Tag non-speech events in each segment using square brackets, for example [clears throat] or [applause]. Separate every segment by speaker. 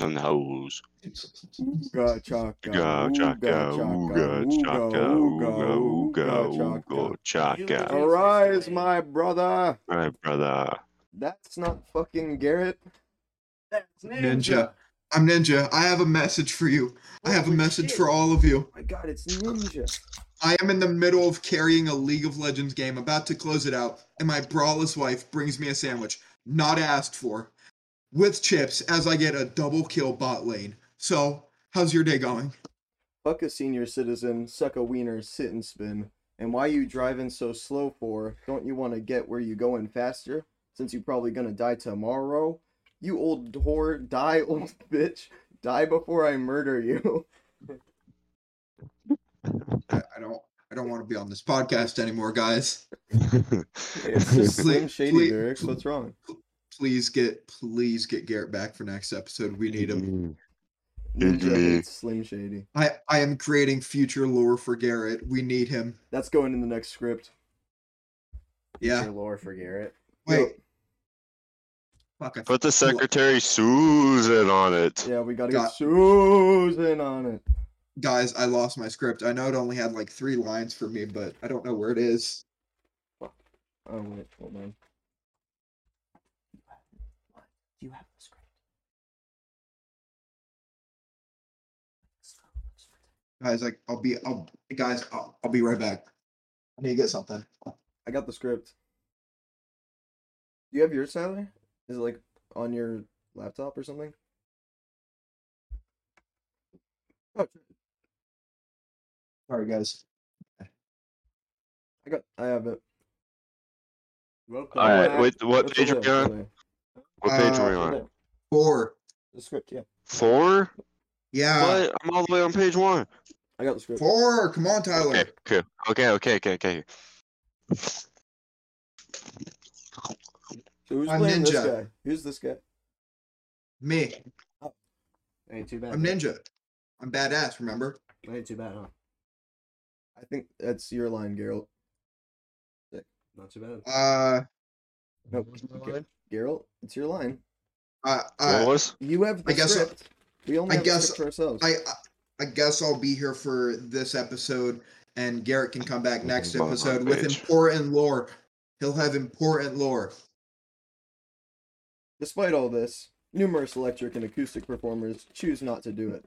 Speaker 1: and the hoes.
Speaker 2: Ooga chaka.
Speaker 1: Ooga chaka, ooga chaka, ooga ooga ooga chaka.
Speaker 2: Arise, my brother.
Speaker 1: Right, brother.
Speaker 2: That's not fucking Garrett. That's
Speaker 3: Ninja. I'm Ninja. I have a message for you. I have a
Speaker 2: Holy
Speaker 3: message
Speaker 2: shit.
Speaker 3: for all of you.
Speaker 2: Oh my god, it's Ninja.
Speaker 3: I am in the middle of carrying a League of Legends game, about to close it out, and my brawless wife brings me a sandwich, not asked for, with chips as I get a double kill bot lane. So, how's your day going?
Speaker 2: Fuck a senior citizen, suck a wiener, sit and spin. And why you driving so slow for? Don't you want to get where you going faster? Since you probably gonna die tomorrow? You old whore, die [laughs] old bitch. Die before I
Speaker 3: [laughs]
Speaker 2: murder you.
Speaker 3: I, I don't. I don't want to be on this podcast anymore, guys.
Speaker 1: [laughs]
Speaker 2: It's just Slim
Speaker 3: Please-
Speaker 2: Shady
Speaker 3: please-
Speaker 2: lyrics. What's wrong?
Speaker 3: Please get, please get Garrett back for next episode. We need him.
Speaker 1: It's
Speaker 2: Ninja
Speaker 1: me.
Speaker 2: hates Slim Shady.
Speaker 3: I, I am creating future lore for Garrett. We need him.
Speaker 2: That's going in the next script.
Speaker 3: Yeah.
Speaker 2: Your lore for Garrett.
Speaker 3: Wait. Fuck. I
Speaker 1: Put the secretary Susan on it.
Speaker 2: Yeah, we gotta
Speaker 3: Got-
Speaker 2: get Susan on it.
Speaker 3: guys, I lost my script. I know it only had like three lines for me, but I don't know where it is.
Speaker 2: Oh wait, hold on. Do you have the script?
Speaker 3: Guys, like I'll be, I'll, guys, I'll, I'll be right back. I need to get something.
Speaker 2: I got the script. Do you have yours, Tyler? Is it like on your laptop or something? Oh,
Speaker 3: Sorry, guys.
Speaker 2: I got. I have it. Welcome.
Speaker 1: All right, wait,
Speaker 2: That's
Speaker 1: what page are
Speaker 2: over
Speaker 1: we on?
Speaker 2: there,
Speaker 1: What page
Speaker 3: Uh,
Speaker 1: are we
Speaker 2: over
Speaker 1: on?
Speaker 2: there.
Speaker 3: Four.
Speaker 2: The script, yeah.
Speaker 1: Four?
Speaker 3: Yeah.
Speaker 1: What? I'm all the way on page one.
Speaker 2: I got the script.
Speaker 3: Four. Come on, Tyler.
Speaker 1: Okay, okay, okay, okay, okay, okay.
Speaker 2: So who's
Speaker 3: I'm
Speaker 2: playing this
Speaker 3: Ninja.
Speaker 2: guy? Who's this guy?
Speaker 3: Me.
Speaker 2: Ain't too bad.
Speaker 3: I'm ninja. I'm badass. Remember?
Speaker 2: Ain't too bad, huh? I think that's your line, Geralt. Not too bad.
Speaker 3: Uh,
Speaker 2: Nope. Okay. Geralt, it's your line.
Speaker 3: I,
Speaker 1: What
Speaker 3: I,
Speaker 1: was?
Speaker 2: You have the
Speaker 3: I guess I-
Speaker 2: script. we only
Speaker 3: I
Speaker 2: have
Speaker 3: guess
Speaker 2: the script for ourselves.
Speaker 3: I, I guess I'll be here for this episode, and Garrett can come back next
Speaker 1: Mother of a
Speaker 3: episode with
Speaker 1: bitch.
Speaker 3: important lore. He'll have important lore.
Speaker 2: Despite all this, numerous electric and acoustic performers choose not to do it.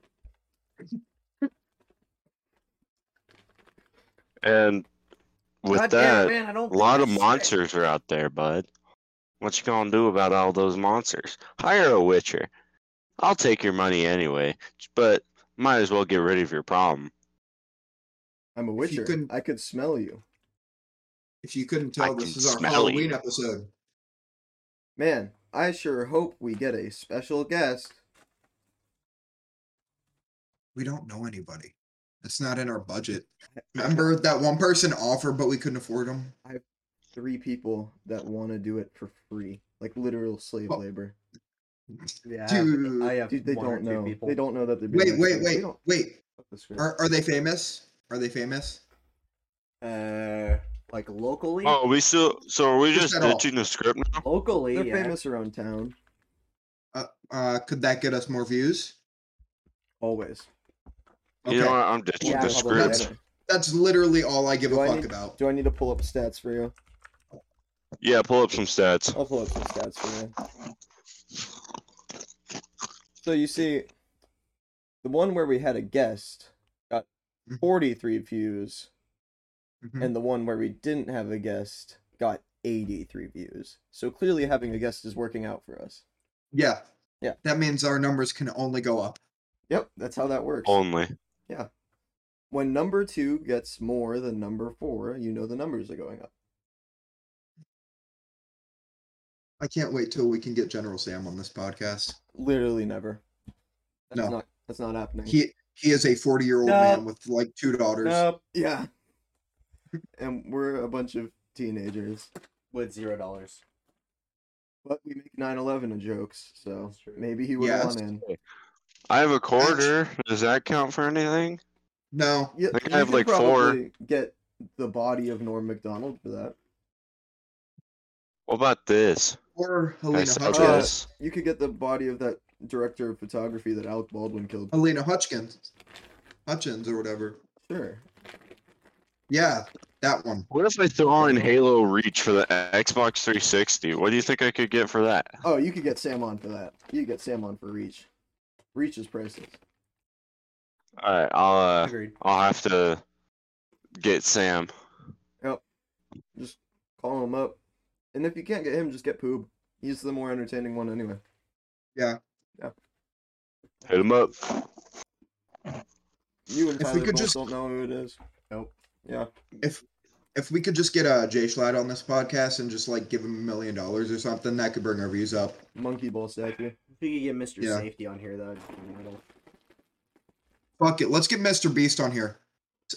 Speaker 1: And with
Speaker 2: God damn
Speaker 1: that,
Speaker 2: it, man, I don't
Speaker 1: a lot
Speaker 2: think
Speaker 1: of
Speaker 2: it's
Speaker 1: monsters are out there, bud. What you gonna do about all those monsters? Hire a witcher. I'll take your money anyway, but might as well get rid of your problem.
Speaker 2: I'm a
Speaker 3: If you
Speaker 2: witcher.
Speaker 3: couldn't-
Speaker 2: I could smell you.
Speaker 3: If you couldn't
Speaker 1: I
Speaker 3: tell, this
Speaker 1: can
Speaker 3: is our
Speaker 1: smell
Speaker 3: Halloween
Speaker 1: you.
Speaker 3: episode.
Speaker 2: Man, I sure hope we get a special guest.
Speaker 3: We don't know anybody. It's not in our
Speaker 2: [laughs]
Speaker 3: budget. Remember that one person offered, but we couldn't afford him.
Speaker 2: Three people that want to do it for free, like literal slave
Speaker 3: Well,
Speaker 2: labor.
Speaker 4: Yeah,
Speaker 3: Dude,
Speaker 4: I have
Speaker 2: Dude, they
Speaker 4: one or
Speaker 2: don't
Speaker 4: two
Speaker 2: know.
Speaker 4: people.
Speaker 2: They don't know that they're being
Speaker 3: wait, wait,
Speaker 2: exploited. They
Speaker 3: wait,
Speaker 2: don't
Speaker 3: wait.
Speaker 2: fuck the script.
Speaker 3: Are are they famous? Are they famous?
Speaker 4: Uh, like locally,
Speaker 1: Oh, we still. So are we
Speaker 3: Just
Speaker 1: just
Speaker 3: at all.
Speaker 1: ditching the script now?
Speaker 4: locally,
Speaker 2: They're
Speaker 4: yeah.
Speaker 2: famous around town.
Speaker 3: Uh, uh, could that get us more views?
Speaker 2: Always.
Speaker 3: Okay,
Speaker 1: You know what? I'm ditching
Speaker 4: Yeah,
Speaker 1: the
Speaker 4: probably.
Speaker 1: script.
Speaker 3: That's- that's literally all I give
Speaker 2: Do
Speaker 3: a
Speaker 2: I
Speaker 3: fuck
Speaker 2: need-
Speaker 3: about.
Speaker 2: Do I need to pull up stats for you?
Speaker 1: Yeah, pull up some stats.
Speaker 2: I'll pull up some stats for you. So you see, the one where we had a guest got 43 views,
Speaker 3: Mhm.
Speaker 2: and the one where we didn't have a guest got 83 views. So clearly, having a guest is working out for us.
Speaker 3: Yeah,
Speaker 2: Yeah.
Speaker 3: That means our numbers can only go up.
Speaker 2: Yep, that's how that works.
Speaker 1: Only.
Speaker 2: When number two gets more than number four, you know the numbers are going up.
Speaker 3: I can't wait till we can get General Sam on this podcast.
Speaker 2: Literally never. That's
Speaker 3: No.
Speaker 2: not. That's not happening.
Speaker 3: He he is a forty year old
Speaker 4: No.
Speaker 3: man with like two daughters.
Speaker 4: Nope,
Speaker 3: [laughs]
Speaker 2: Yeah. and we're a bunch of teenagers.
Speaker 4: with zero dollars.
Speaker 2: But we make 9/11 a jokes, so
Speaker 4: That's true.
Speaker 2: maybe he would
Speaker 3: Yeah,
Speaker 2: want
Speaker 3: that's
Speaker 2: in.
Speaker 1: I have a quarter. Does that count for anything?
Speaker 3: No,
Speaker 2: Yeah,
Speaker 1: I think I
Speaker 2: you
Speaker 1: have,
Speaker 2: could
Speaker 1: like, four.
Speaker 2: probably Get the body of Norm Macdonald for that.
Speaker 1: What about this?
Speaker 3: or
Speaker 1: Can I
Speaker 3: Helena
Speaker 1: sell
Speaker 3: Hutchins.
Speaker 2: Uh,
Speaker 1: this?
Speaker 2: You could get the body of that director of photography that Alec Baldwin killed.
Speaker 3: Elena Hutchins, Hutchins or whatever.
Speaker 2: Sure.
Speaker 3: Yeah, that one.
Speaker 1: What if I throw in Halo Reach for the Xbox 360? What do you think I could get for that?
Speaker 2: Oh, you could get Sam on for that. You could get Sam on for Reach. Reach is priceless.
Speaker 1: All right, I'll uh,
Speaker 5: Agreed.
Speaker 1: I'll have to get Sam.
Speaker 2: Just call him up. And if you can't get him, just get Poob. He's the more entertaining one anyway.
Speaker 1: Hit him up.
Speaker 2: You and
Speaker 3: If we
Speaker 2: Tyler
Speaker 3: could
Speaker 2: both
Speaker 3: just-
Speaker 2: don't know who it is. Nope. Yeah.
Speaker 3: If we could just get uh, Jay Schlatt on this podcast and just like give him a million dollars or something, that could bring our views up.
Speaker 2: Monkey ball statue.
Speaker 5: If we could get Mr.
Speaker 3: Yeah.
Speaker 5: Safety on here, that would be brutal.
Speaker 3: Fuck it, let's get Mr. Beast on here.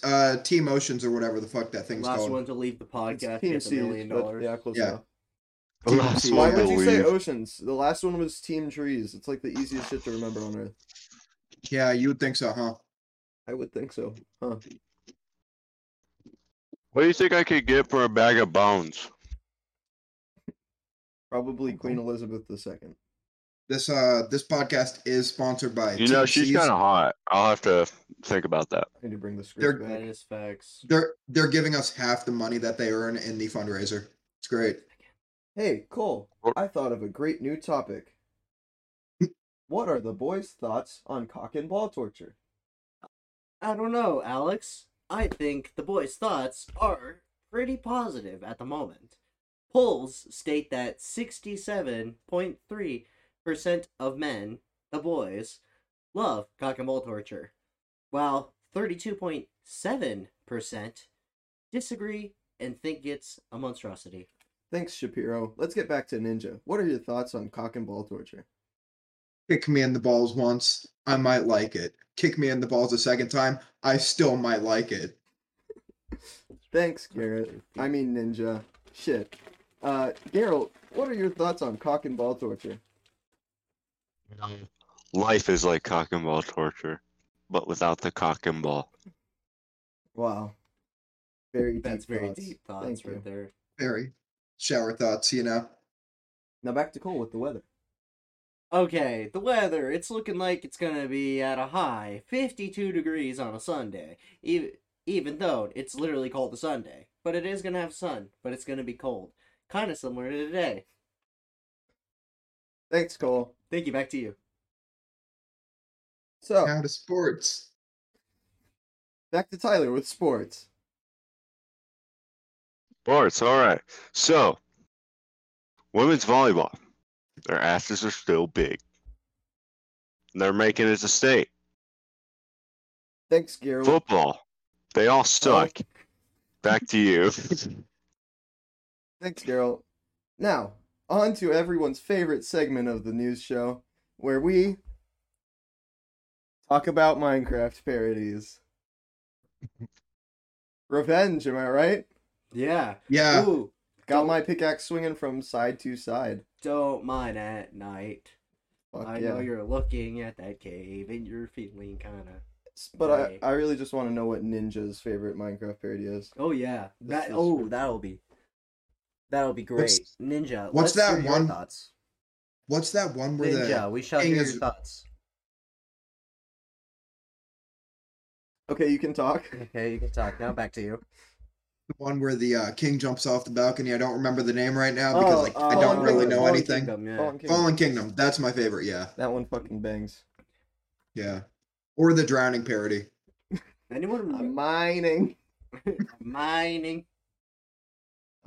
Speaker 3: Uh, T Motions or whatever the fuck that thing's
Speaker 5: Last
Speaker 3: called.
Speaker 5: one to leave the
Speaker 2: It's
Speaker 5: podcast gets uh, a
Speaker 2: TMC,
Speaker 5: million
Speaker 2: but
Speaker 5: dollars.
Speaker 2: Yeah, close
Speaker 3: Yeah.
Speaker 2: enough.
Speaker 3: Dude,
Speaker 1: Last
Speaker 3: see,
Speaker 2: Why
Speaker 1: one
Speaker 2: would
Speaker 1: to
Speaker 2: you say
Speaker 1: leave.
Speaker 2: oceans? The last one was team trees. It's like the easiest shit to remember on earth.
Speaker 3: Yeah, you would think so, huh?
Speaker 2: I would think so. Huh.
Speaker 1: What do you think I could get for a bag of bones?
Speaker 2: Probably Queen Elizabeth II.
Speaker 3: This uh, this podcast is sponsored by.
Speaker 1: You know, she's
Speaker 3: TMC's.
Speaker 1: kind of hot. I'll have to think about that.
Speaker 2: I need to bring the script
Speaker 3: They're-
Speaker 5: That
Speaker 2: back.
Speaker 5: is facts.
Speaker 3: They're they're giving us half the money that they earn in the fundraiser. It's great.
Speaker 2: Hey, Cole,
Speaker 1: What?
Speaker 2: I thought of a great new topic. what are the boys' thoughts on cock and ball torture?
Speaker 5: I don't know, Alex. I think the boys' thoughts are pretty positive at the moment. Polls state that 67.3% of men, the boys, love cock and ball torture, while 32.7% disagree and think it's a monstrosity.
Speaker 2: Thanks, Shapiro. Let's get back to Ninja. What are your thoughts on cock and ball torture?
Speaker 3: Kick me in the balls once, I might like it. Kick me in the balls a second time, I still might like it.
Speaker 2: Thanks, Garrett. I mean, Ninja. Shit. Uh, Geralt, what are your thoughts on cock and ball torture?
Speaker 1: Life is like cock and ball torture, but without the cock and ball.
Speaker 2: Wow. Very
Speaker 5: That's
Speaker 2: deep
Speaker 5: very
Speaker 2: thoughts.
Speaker 5: deep thoughts
Speaker 2: Thank
Speaker 5: right
Speaker 2: you.
Speaker 5: there.
Speaker 3: Very shower thoughts, you know.
Speaker 2: Now back to Cole with the weather.
Speaker 5: Okay, the weather. It's looking like it's gonna be at a high 52 degrees on a Sunday. Even even though it's literally called a Sunday, but it is gonna have sun, but it's gonna be cold. Kind of similar to today.
Speaker 2: Thanks, Cole.
Speaker 5: Thank you. Back to you.
Speaker 2: So
Speaker 3: Out of sports.
Speaker 2: back to Tyler with sports.
Speaker 1: Sports, all right. So, women's volleyball, their asses are still big. They're making it to state.
Speaker 2: Thanks, Garrett.
Speaker 1: Football, they all suck.
Speaker 2: Oh.
Speaker 1: Back to you.
Speaker 2: [laughs] Thanks, Geralt. Now, on to everyone's favorite segment of the news show, where we talk about Minecraft parodies. Revenge, am I right?
Speaker 5: Yeah.
Speaker 3: Yeah.
Speaker 5: Ooh,
Speaker 2: Got my pickaxe swinging from side to side.
Speaker 5: don't mind at night.
Speaker 2: Fuck
Speaker 5: I
Speaker 2: yeah.
Speaker 5: know you're looking at that cave and you're feeling kind of.
Speaker 2: But
Speaker 5: Right.
Speaker 2: I, I really just want to know what Ninja's favorite Minecraft parody is.
Speaker 5: Oh yeah. That.
Speaker 2: is-
Speaker 5: Oh, that'll be. That'll be great.
Speaker 3: What's-
Speaker 5: Ninja.
Speaker 3: what's
Speaker 5: let's
Speaker 3: that
Speaker 5: hear your
Speaker 3: one-
Speaker 5: Thoughts.
Speaker 3: What's that one where
Speaker 5: Ninja. We shall
Speaker 3: thing
Speaker 5: hear
Speaker 3: is-
Speaker 5: your thoughts.
Speaker 2: Okay, you can talk.
Speaker 5: Okay, you can talk now. Back to you.
Speaker 3: the, the one where the uh, king jumps off the balcony? I don't remember the name right
Speaker 5: Oh,
Speaker 3: now because like I don't
Speaker 2: uh,
Speaker 3: really know
Speaker 2: Fallen
Speaker 3: anything.
Speaker 2: Fallen Kingdom.
Speaker 3: Fallen Kingdom, that's my favorite, yeah.
Speaker 2: That one fucking bangs.
Speaker 3: Yeah. Or the drowning parody.
Speaker 5: Anyone
Speaker 2: I'm
Speaker 5: remember
Speaker 2: mining.
Speaker 5: mining?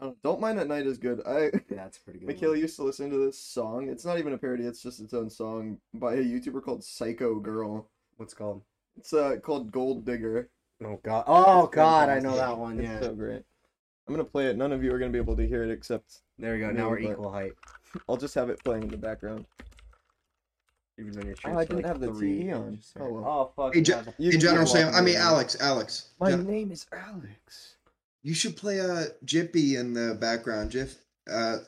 Speaker 2: Oh, Don't Mine at Night is good. I
Speaker 5: Yeah, that's a pretty good.
Speaker 2: Mikhail used to listen to this song. It's not even a parody, it's just its own song by a YouTuber called Psycho Girl.
Speaker 5: What's called?
Speaker 2: It's uh called Gold Digger.
Speaker 5: Oh god. Oh god, I
Speaker 2: It's
Speaker 5: know that one.
Speaker 2: it's
Speaker 5: Yeah.
Speaker 2: so great. I'm gonna play it. None of you are gonna be able to hear it except
Speaker 5: There we go. Now we're equal height.
Speaker 2: I'll just have it playing in the background.
Speaker 5: Even when your
Speaker 2: Oh, I
Speaker 5: shirt's
Speaker 2: didn't
Speaker 5: like
Speaker 2: have the
Speaker 5: three
Speaker 2: TE on.
Speaker 5: inches there.
Speaker 2: Oh, well.
Speaker 5: Oh fuck.
Speaker 3: Hey,
Speaker 5: yeah,
Speaker 3: Jeff-
Speaker 5: the-
Speaker 2: You
Speaker 3: In
Speaker 2: can hear
Speaker 3: general,
Speaker 2: it
Speaker 3: Sam, I
Speaker 2: walking
Speaker 3: mean
Speaker 2: around.
Speaker 3: Alex, Alex.
Speaker 2: My
Speaker 3: Gen-
Speaker 2: name is Alex.
Speaker 3: You should play uh Jippy in the background, Jiff uh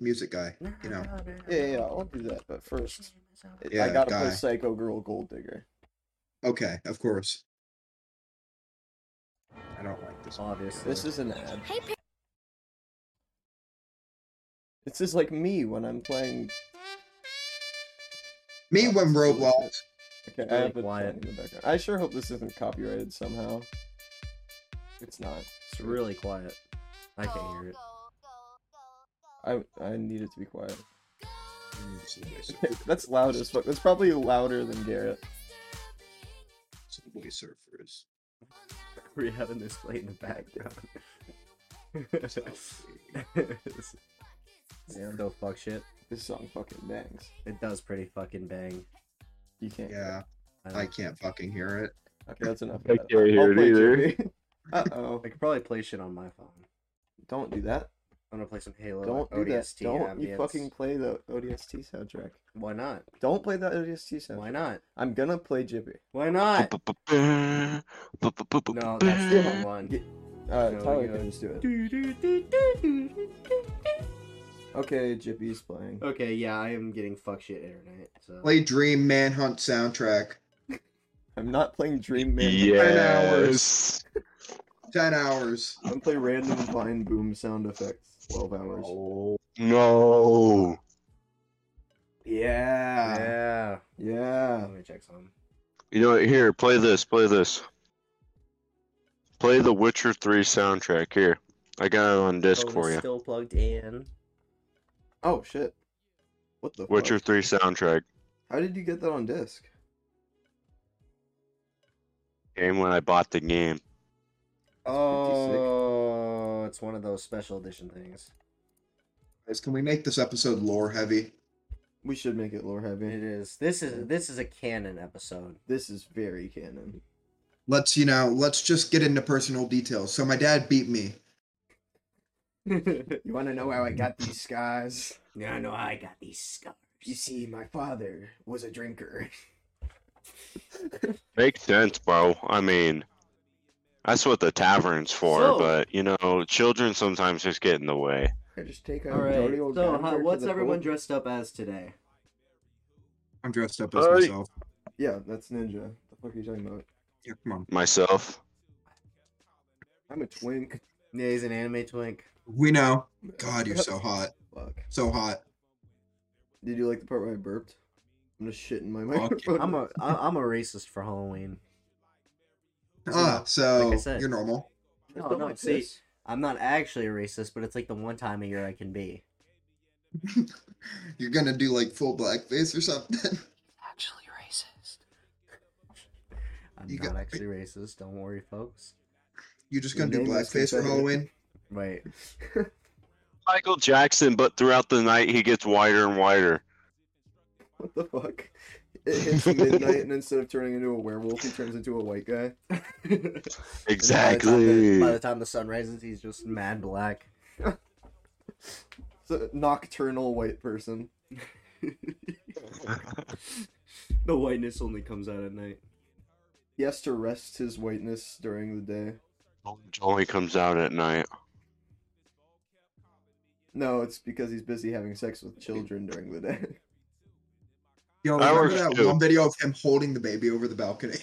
Speaker 3: music guy. You know.
Speaker 2: Yeah, yeah, yeah, I'll do that, but first it- I
Speaker 3: Yeah,
Speaker 2: gotta
Speaker 3: guy.
Speaker 2: play Psycho Girl Gold Digger.
Speaker 3: Okay, of course. I don't like this.
Speaker 5: Obviously.
Speaker 2: This is an ad. It's just like me when I'm playing
Speaker 3: Me when Roblox.
Speaker 2: Okay, I
Speaker 5: Really
Speaker 2: have a
Speaker 5: quiet.
Speaker 2: quiet. in the background. I sure hope this isn't copyrighted somehow. It's not.
Speaker 5: It's really quiet. I can't hear it.
Speaker 2: I I need it to be quiet. [laughs]
Speaker 3: So
Speaker 2: That's loud as fuck. That's probably louder than Garrett.
Speaker 3: Subway Surfers.
Speaker 5: We're having this play in the [laughs] background.
Speaker 2: Damn.
Speaker 5: Still fuck shit.
Speaker 2: This song fucking bangs.
Speaker 5: It does pretty fucking bang.
Speaker 2: You can't.
Speaker 3: Yeah,
Speaker 5: I,
Speaker 3: I
Speaker 5: like.
Speaker 3: can't fucking hear it.
Speaker 2: Okay, that's enough. of
Speaker 1: I
Speaker 2: that.
Speaker 1: can't hear
Speaker 2: I'll
Speaker 1: it
Speaker 2: play
Speaker 1: either. [laughs]
Speaker 2: Jimmy. Uh-oh.
Speaker 5: I could probably play shit on my phone.
Speaker 2: Don't do that.
Speaker 5: I'm gonna play some Halo.
Speaker 2: Don't do that.
Speaker 5: ODST
Speaker 2: Don't you
Speaker 5: ambience.
Speaker 2: fucking play the ODST soundtrack.
Speaker 5: Why not?
Speaker 2: Don't play that ODST soundtrack.
Speaker 5: Why not?
Speaker 2: I'm gonna play Jippy.
Speaker 5: Why not? No, that's the
Speaker 2: [laughs]
Speaker 5: wrong one.
Speaker 2: Get- Uh,
Speaker 5: No,
Speaker 2: Tyler
Speaker 5: you
Speaker 2: can
Speaker 5: gotta-
Speaker 2: just do it. Okay, Jippy's playing.
Speaker 5: Okay, yeah, I am getting fuck shit internet. So
Speaker 3: Play Dream Manhunt soundtrack.
Speaker 2: I'm not playing Dream Man.
Speaker 1: Yes.
Speaker 3: Ten hours.
Speaker 2: I'm gonna play random vine boom sound effects. Twelve hours.
Speaker 5: Oh.
Speaker 1: No.
Speaker 2: Yeah.
Speaker 5: yeah,
Speaker 2: Yeah.
Speaker 5: let me check some.
Speaker 1: You know what? Here, play this. Play this. Play the Witcher 3 soundtrack. Here. I got it on disc
Speaker 5: Phone
Speaker 1: for
Speaker 5: is
Speaker 1: you.
Speaker 5: Still plugged in.
Speaker 2: Oh shit. What the
Speaker 1: Witcher
Speaker 2: fuck?
Speaker 1: 3 soundtrack
Speaker 2: How did you get that on disc?
Speaker 1: came when I bought the game.
Speaker 5: Oh, it's one of those special edition things.
Speaker 3: Guys, can we make this episode lore heavy?
Speaker 2: We should make it lore
Speaker 5: It
Speaker 2: heavy.
Speaker 5: is. This is this is a canon episode.
Speaker 2: This is very
Speaker 5: [laughs]
Speaker 2: canon.
Speaker 3: Let's you know. Let's just get into personal details. So my dad beat me.
Speaker 2: You wanna know how I got these scars?
Speaker 5: yeah, I know I got these scars.
Speaker 2: You see, my father was a drinker. [laughs]
Speaker 1: Makes sense, bro. I mean, that's what the tavern's for,
Speaker 5: So-
Speaker 1: but, you know, children sometimes just get in the way.
Speaker 2: I just take
Speaker 5: All right. So, how, what's everyone dressed up as today?
Speaker 3: I'm dressed up
Speaker 1: as Alright.
Speaker 3: myself.
Speaker 2: Yeah, that's ninja. the fuck are you talking about?
Speaker 3: Yeah, come
Speaker 5: Mm.
Speaker 3: on.
Speaker 1: Myself.
Speaker 2: I'm a twink.
Speaker 5: Yeah, he's an anime [laughs] twink.
Speaker 3: We know. God, you're so hot.
Speaker 2: Fuck.
Speaker 3: So hot.
Speaker 2: Did you like the part where I burped? I'm just shitting my [laughs] microphone.
Speaker 5: I'm a I- I'm a racist for Halloween.
Speaker 3: Ah, so
Speaker 5: Like I said.
Speaker 3: you're normal.
Speaker 5: No, no, see- I'm not actually a racist, but it's like the one time a year I can be.
Speaker 3: You're gonna do like full blackface or something. [laughs]
Speaker 5: Actually racist. I'm
Speaker 3: You
Speaker 5: not
Speaker 3: got-
Speaker 5: actually racist. Don't worry, folks.
Speaker 3: You're just gonna
Speaker 2: Your
Speaker 3: do
Speaker 2: name is
Speaker 3: blackface for Halloween.
Speaker 2: Confederate.
Speaker 5: [laughs] Wait.
Speaker 1: Michael Jackson, but throughout the night, he gets wider and wider.
Speaker 2: What the fuck? It hits midnight, and instead of turning into a werewolf, he turns into a white
Speaker 4: [laughs]
Speaker 2: guy.
Speaker 1: Exactly.
Speaker 5: By the time the sun rises, he's just mad black.
Speaker 2: It's a nocturnal white person.
Speaker 4: [laughs] The whiteness only comes out at night.
Speaker 2: He has to rest his whiteness during the day.
Speaker 1: only comes out at night.
Speaker 2: No, it's because he's busy having sex with children during the day. [laughs]
Speaker 3: Yo,
Speaker 1: That
Speaker 3: remember
Speaker 1: works
Speaker 3: that
Speaker 1: too.
Speaker 3: one video of him holding the baby over the balcony?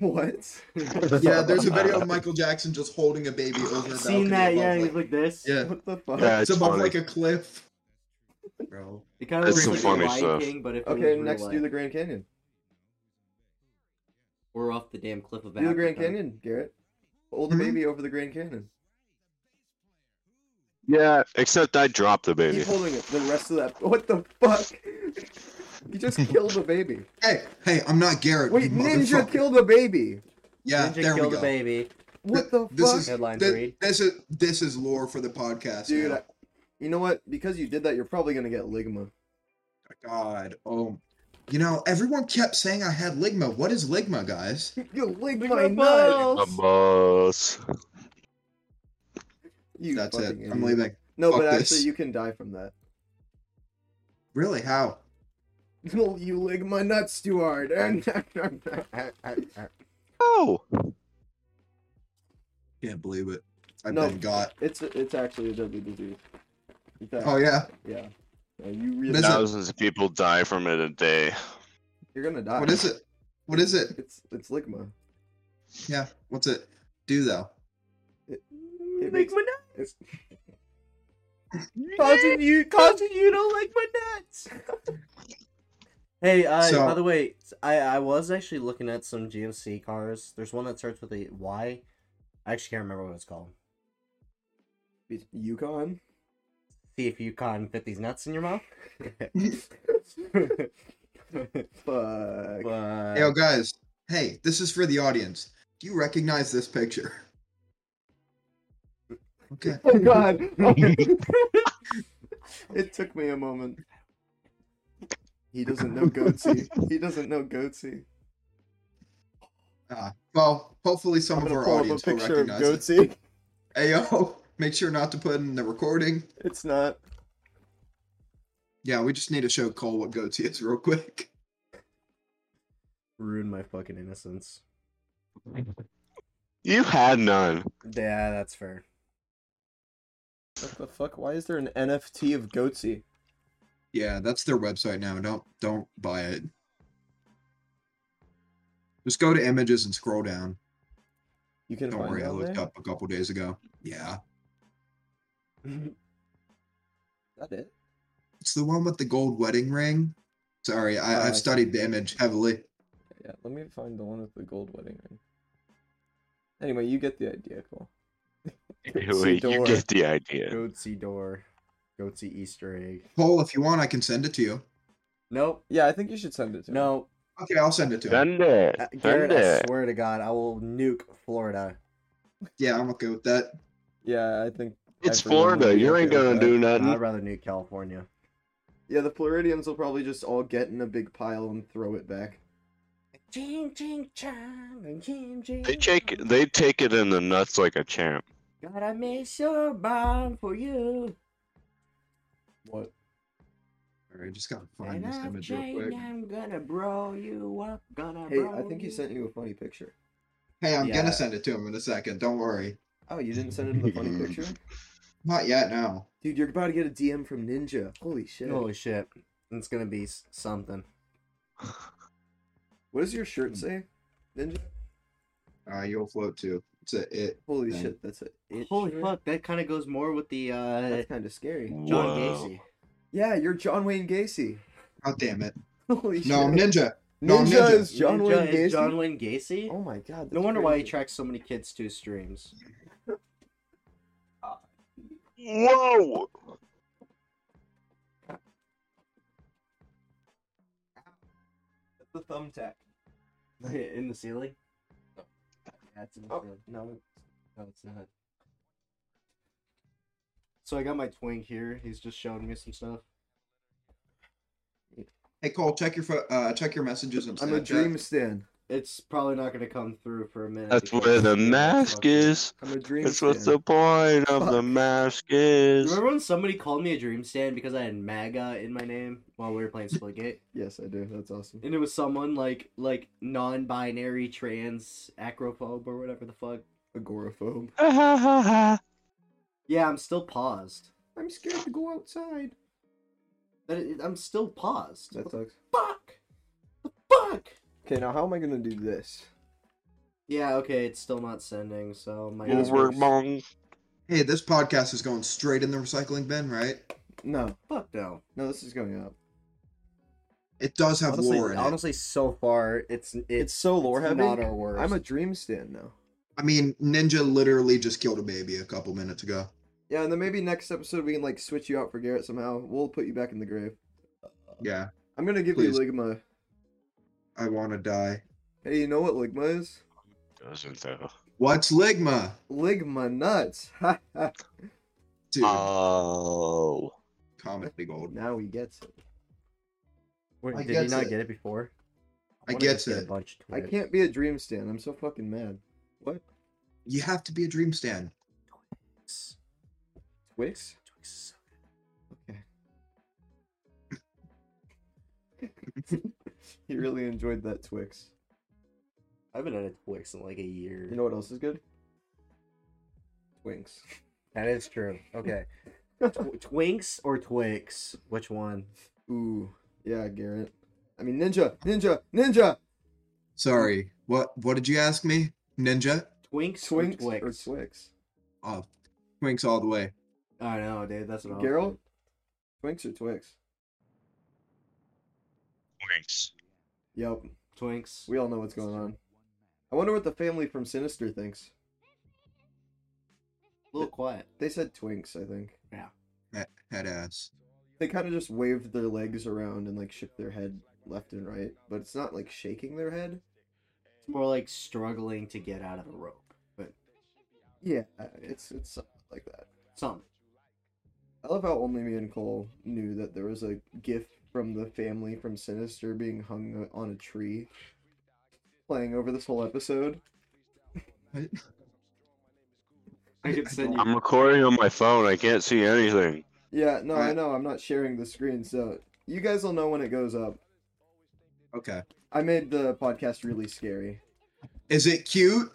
Speaker 2: what?
Speaker 4: [laughs]
Speaker 3: yeah, there's a video of Michael Jackson just holding a baby over the balcony.
Speaker 4: Seen that? Yeah,
Speaker 3: above,
Speaker 4: he's
Speaker 3: like-
Speaker 4: like this.
Speaker 3: yeah.
Speaker 2: [laughs] What the fuck?
Speaker 1: Yeah,
Speaker 3: It's
Speaker 1: it's
Speaker 3: above
Speaker 1: funny.
Speaker 3: like a cliff. Bro,
Speaker 4: It kind of
Speaker 1: That's
Speaker 4: looks
Speaker 1: some
Speaker 4: like
Speaker 1: funny
Speaker 4: the Lion
Speaker 1: stuff.
Speaker 4: King, but if it
Speaker 2: Okay,
Speaker 4: was
Speaker 2: next
Speaker 4: real
Speaker 2: do the
Speaker 4: life.
Speaker 2: Grand Canyon.
Speaker 4: we're off the damn cliff of
Speaker 2: Do the Grand
Speaker 4: Africa.
Speaker 2: Canyon, Garrett. Hold
Speaker 3: Mhm.
Speaker 2: the baby over the Grand Canyon.
Speaker 1: Yeah, except I dropped the baby.
Speaker 2: Keep holding it. The rest of that. [laughs] What the fuck? You just killed a baby.
Speaker 3: hey, hey, I'm not Garrett. you
Speaker 2: Wait, Ninja
Speaker 3: motherfucker.
Speaker 2: killed a baby.
Speaker 3: Yeah,
Speaker 5: Ninja
Speaker 3: there we
Speaker 5: killed
Speaker 3: go.
Speaker 5: a baby.
Speaker 2: What the
Speaker 3: This
Speaker 2: fuck?
Speaker 3: is
Speaker 5: Headlines
Speaker 3: thi-
Speaker 5: read.
Speaker 3: This is this is lore for the podcast,
Speaker 2: Dude,
Speaker 3: now. Oh
Speaker 2: I, you know what? Because you did that, you're probably gonna get ligma. [laughs]
Speaker 3: God, oh, you know, everyone kept saying I had ligma. What is ligma, guys?
Speaker 2: You licked
Speaker 4: my
Speaker 2: my
Speaker 4: balls.
Speaker 2: nut.
Speaker 1: The boss.
Speaker 2: You
Speaker 3: That's it.
Speaker 2: fucking idiot.
Speaker 3: I'm leaving.
Speaker 2: No,
Speaker 3: Fuck
Speaker 2: but
Speaker 3: this.
Speaker 2: actually, you can die from that. [laughs]
Speaker 3: Really? How?
Speaker 2: No, you lick my nuts too hard. [laughs]
Speaker 1: Oh.
Speaker 3: Can't believe it. I've
Speaker 2: No.
Speaker 3: been got.
Speaker 2: it's it's actually a deadly disease. It's
Speaker 3: Oh
Speaker 2: act-
Speaker 3: yeah.
Speaker 2: yeah. Yeah, You
Speaker 3: Is
Speaker 2: really
Speaker 3: it-
Speaker 1: Thousands of people die from it a day.
Speaker 2: you're gonna die.
Speaker 3: What is it? What is it?
Speaker 2: [laughs] It's it's ligma.
Speaker 3: Yeah. What's it do though?
Speaker 2: It
Speaker 4: Like
Speaker 2: makes-
Speaker 4: my
Speaker 2: It's,
Speaker 4: nuts. Causing you, causing you don't like my nuts.
Speaker 5: Hey, uh,
Speaker 3: So-
Speaker 5: by the way, I, I was actually looking at some GMC cars. There's one that starts with a Y. I actually can't remember what it's called.
Speaker 2: Yukon?
Speaker 5: See if you can fit these nuts in your mouth.
Speaker 2: Fuck.
Speaker 5: But-
Speaker 3: Yo, guys, hey, this is for the audience. Do you recognize this picture? Okay.
Speaker 2: Oh god. [laughs] it took me a moment. He doesn't know [laughs] Goatsy. He doesn't know Goatsy.
Speaker 3: Uh, well, hopefully some
Speaker 2: I'm
Speaker 3: of
Speaker 2: gonna
Speaker 3: our
Speaker 2: pull up a
Speaker 3: audience will
Speaker 2: picture of
Speaker 3: recognize it.
Speaker 2: Goatsy. [laughs]
Speaker 3: Hey, yo, [laughs] make sure not to put in the recording.
Speaker 2: It's not.
Speaker 3: Yeah, we just need to show Cole what goatee is real quick.
Speaker 5: ruined my fucking innocence.
Speaker 1: You had none.
Speaker 5: Yeah, that's fair. [laughs]
Speaker 2: What the fuck? Why is there an NFT of Goatsy?
Speaker 3: Yeah, that's their website now. Don't don't buy it. Just go to images and scroll down.
Speaker 2: You can
Speaker 3: Don't
Speaker 2: find
Speaker 3: worry, I
Speaker 2: out
Speaker 3: looked
Speaker 2: there?
Speaker 3: up a couple days ago. Yeah,
Speaker 2: Is that it?
Speaker 3: it's the one with the gold wedding ring. Sorry, I,
Speaker 2: Oh, I
Speaker 3: I've
Speaker 2: see.
Speaker 3: studied the image heavily.
Speaker 2: Yeah, let me find the one with the gold wedding ring. Anyway, you get the idea, Cole.
Speaker 1: Anyway, you
Speaker 5: door.
Speaker 1: get the idea.
Speaker 5: Goatsy door. Goatsy Easter egg.
Speaker 3: Cole, if you want, I can send it to you.
Speaker 5: Nope.
Speaker 2: Yeah, I think you should send it to me.
Speaker 5: No.
Speaker 3: Okay, I'll send it to him.
Speaker 1: Send it.
Speaker 5: Uh,
Speaker 1: Send
Speaker 5: Garrett, I
Speaker 1: it.
Speaker 5: swear to God, I will nuke Florida.
Speaker 3: Yeah, I'm okay with that.
Speaker 2: Yeah, I think
Speaker 1: It's
Speaker 2: everyone would
Speaker 1: Florida.
Speaker 2: be
Speaker 1: You
Speaker 2: okay
Speaker 1: ain't
Speaker 2: with
Speaker 1: gonna
Speaker 2: that.
Speaker 1: do
Speaker 5: I'd
Speaker 1: nothing.
Speaker 5: rather nuke California.
Speaker 2: Yeah, the Floridians will probably just all get in a big pile and throw it back.
Speaker 5: Ching, ching, chong, ching, ching,
Speaker 1: They take
Speaker 5: chong.
Speaker 1: they take it in the nuts like a champ.
Speaker 5: Gotta make sure bomb for you.
Speaker 2: What?
Speaker 3: All right, just gotta find
Speaker 5: And
Speaker 3: this
Speaker 5: I'm
Speaker 3: image real quick.
Speaker 5: I'm gonna bro you up, gonna
Speaker 2: Hey,
Speaker 5: bro
Speaker 2: I think he sent you a funny picture.
Speaker 3: Hey, I'm
Speaker 5: Yeah.
Speaker 3: gonna send it to him in a second. Don't worry.
Speaker 2: Oh, you didn't send him the [laughs] funny picture?
Speaker 3: Not yet. Now.
Speaker 2: Dude, you're about to get a DM from Ninja. Holy shit.
Speaker 5: Holy shit. It's gonna be s- something.
Speaker 2: What does your shirt say? Ninja?
Speaker 3: Uh, you'll float too. It's a it.
Speaker 2: Holy
Speaker 3: Dang.
Speaker 2: shit, that's it. it
Speaker 5: Holy
Speaker 2: shirt?
Speaker 5: fuck, that kind of goes more with the uh,
Speaker 2: That's kind of scary.
Speaker 5: John
Speaker 1: Whoa.
Speaker 5: Gacy.
Speaker 2: Yeah, you're John Wayne Gacy. [laughs]
Speaker 3: God damn it.
Speaker 2: Holy shit.
Speaker 3: No, I'm ninja. No, I'm
Speaker 2: Ninja
Speaker 3: Ninja.
Speaker 2: is John
Speaker 5: Ninja
Speaker 2: Wayne Gacy.
Speaker 5: is John Wayne Gacy?
Speaker 2: Oh my god.
Speaker 5: no
Speaker 2: that's
Speaker 5: wonder why he
Speaker 2: crazy.
Speaker 5: attracts so many kids to his streams.
Speaker 1: Whoa!
Speaker 2: the thumbtack.
Speaker 5: [laughs] In the ceiling? Yeah, it's in the
Speaker 2: Oh.
Speaker 5: ceiling. No, no, it's not. So I got my twink here. He's just showing me some stuff.
Speaker 3: Hey Cole, check your fo- uh check your messages and
Speaker 2: I'm a dream stan.
Speaker 5: It's probably not gonna come through for a minute.
Speaker 1: That's
Speaker 5: because
Speaker 1: where the
Speaker 5: it's fucking-
Speaker 1: mask is.
Speaker 2: I'm a dream
Speaker 1: That's
Speaker 2: stan.
Speaker 1: what the point of the
Speaker 2: Fuck.
Speaker 1: mask is.
Speaker 5: Remember when somebody called me a dream stand because I had MAGA in my name while we were playing Splitgate?
Speaker 1: [laughs]
Speaker 2: Yes, I do. That's awesome.
Speaker 5: and it was someone like like non-binary trans acrophobe or whatever the fuck.
Speaker 2: Agoraphobe.
Speaker 5: Yeah, I'm still paused.
Speaker 2: I'm scared to go outside.
Speaker 5: That I'm still paused.
Speaker 2: That
Speaker 5: What the
Speaker 2: sucks.
Speaker 5: fuck? The fuck?
Speaker 2: Okay, now how am I gonna do this?
Speaker 5: Yeah, okay, it's still not sending, so my
Speaker 2: Well,
Speaker 5: husband-
Speaker 1: Over bong.
Speaker 3: Hey, this podcast is going straight in the recycling bin, right?
Speaker 2: No,
Speaker 5: fuck no.
Speaker 2: no, this is going up.
Speaker 3: It does have
Speaker 5: Honestly,
Speaker 3: lore in it.
Speaker 5: honestly, so far it's it's,
Speaker 2: It's so lore
Speaker 5: it's
Speaker 2: heavy.
Speaker 5: Not our worst.
Speaker 2: I'm a dream stan now.
Speaker 3: I mean, Ninja literally just killed a baby a couple minutes ago.
Speaker 2: Yeah, and then maybe next episode we can like switch you out for Garrett somehow. We'll put you back in the grave.
Speaker 3: Yeah,
Speaker 2: I'm gonna give
Speaker 3: Please.
Speaker 2: you Ligma.
Speaker 3: I want to die.
Speaker 2: Hey, you know what Ligma is?
Speaker 1: Doesn't though.
Speaker 3: What's ligma,
Speaker 2: Ligma nuts. [laughs]
Speaker 3: dude?
Speaker 2: Uh,
Speaker 1: Oh.
Speaker 3: comedy gold.
Speaker 2: now he gets it.
Speaker 5: Wait,
Speaker 3: I
Speaker 5: did you
Speaker 3: gets
Speaker 5: not
Speaker 3: it.
Speaker 5: get it before?
Speaker 3: I
Speaker 5: wanna
Speaker 3: gets
Speaker 5: get a
Speaker 3: it.
Speaker 5: bunch of
Speaker 2: I
Speaker 5: Twitch.
Speaker 2: can't be a dream stan. I'm so fucking mad. What?
Speaker 3: You have to be a dream stand.
Speaker 5: Twix
Speaker 2: Twix?
Speaker 5: is so good.
Speaker 2: [laughs] He really enjoyed that Twix.
Speaker 5: I haven't had a Twix in like a year.
Speaker 2: You know what else is good? Twinks.
Speaker 5: that is true. [laughs] Okay, Tw- Twinks or Twix? Which one?
Speaker 2: Ooh, yeah, Garrett. I mean, ninja, ninja, ninja.
Speaker 3: Sorry, what what did you ask me? Ninja?
Speaker 5: Twinks,
Speaker 2: Twinks
Speaker 5: or
Speaker 2: or
Speaker 5: Twix?
Speaker 2: Twix?
Speaker 3: Oh, twinks all the way.
Speaker 5: I know, dude. That's what I'm.
Speaker 2: Geralt? Twinks or Twix?
Speaker 1: Twinks.
Speaker 2: Yep.
Speaker 5: Twinks.
Speaker 2: We all know what's going on. I wonder what the family from Sinister thinks.
Speaker 5: A little quiet.
Speaker 2: They said twinks, I think.
Speaker 3: That head ass.
Speaker 2: They kind of just waved their legs around and like shook their head left and right, but it's not like shaking their head.
Speaker 5: It's more like struggling to get out of the rope, but
Speaker 2: Yeah, Uh, it's it's something like that.
Speaker 5: some.
Speaker 2: I love how only me and Cole knew that there was a gift from the family from Sinister being hung on a tree, playing over this whole episode.
Speaker 5: I could send you.
Speaker 1: I'm recording on my phone. I can't see anything.
Speaker 2: Yeah, no, I
Speaker 3: Alright.
Speaker 2: know. I'm not sharing the screen, so you guys will know when it goes up.
Speaker 3: Okay.
Speaker 2: I made the podcast really scary.
Speaker 3: Is it cute?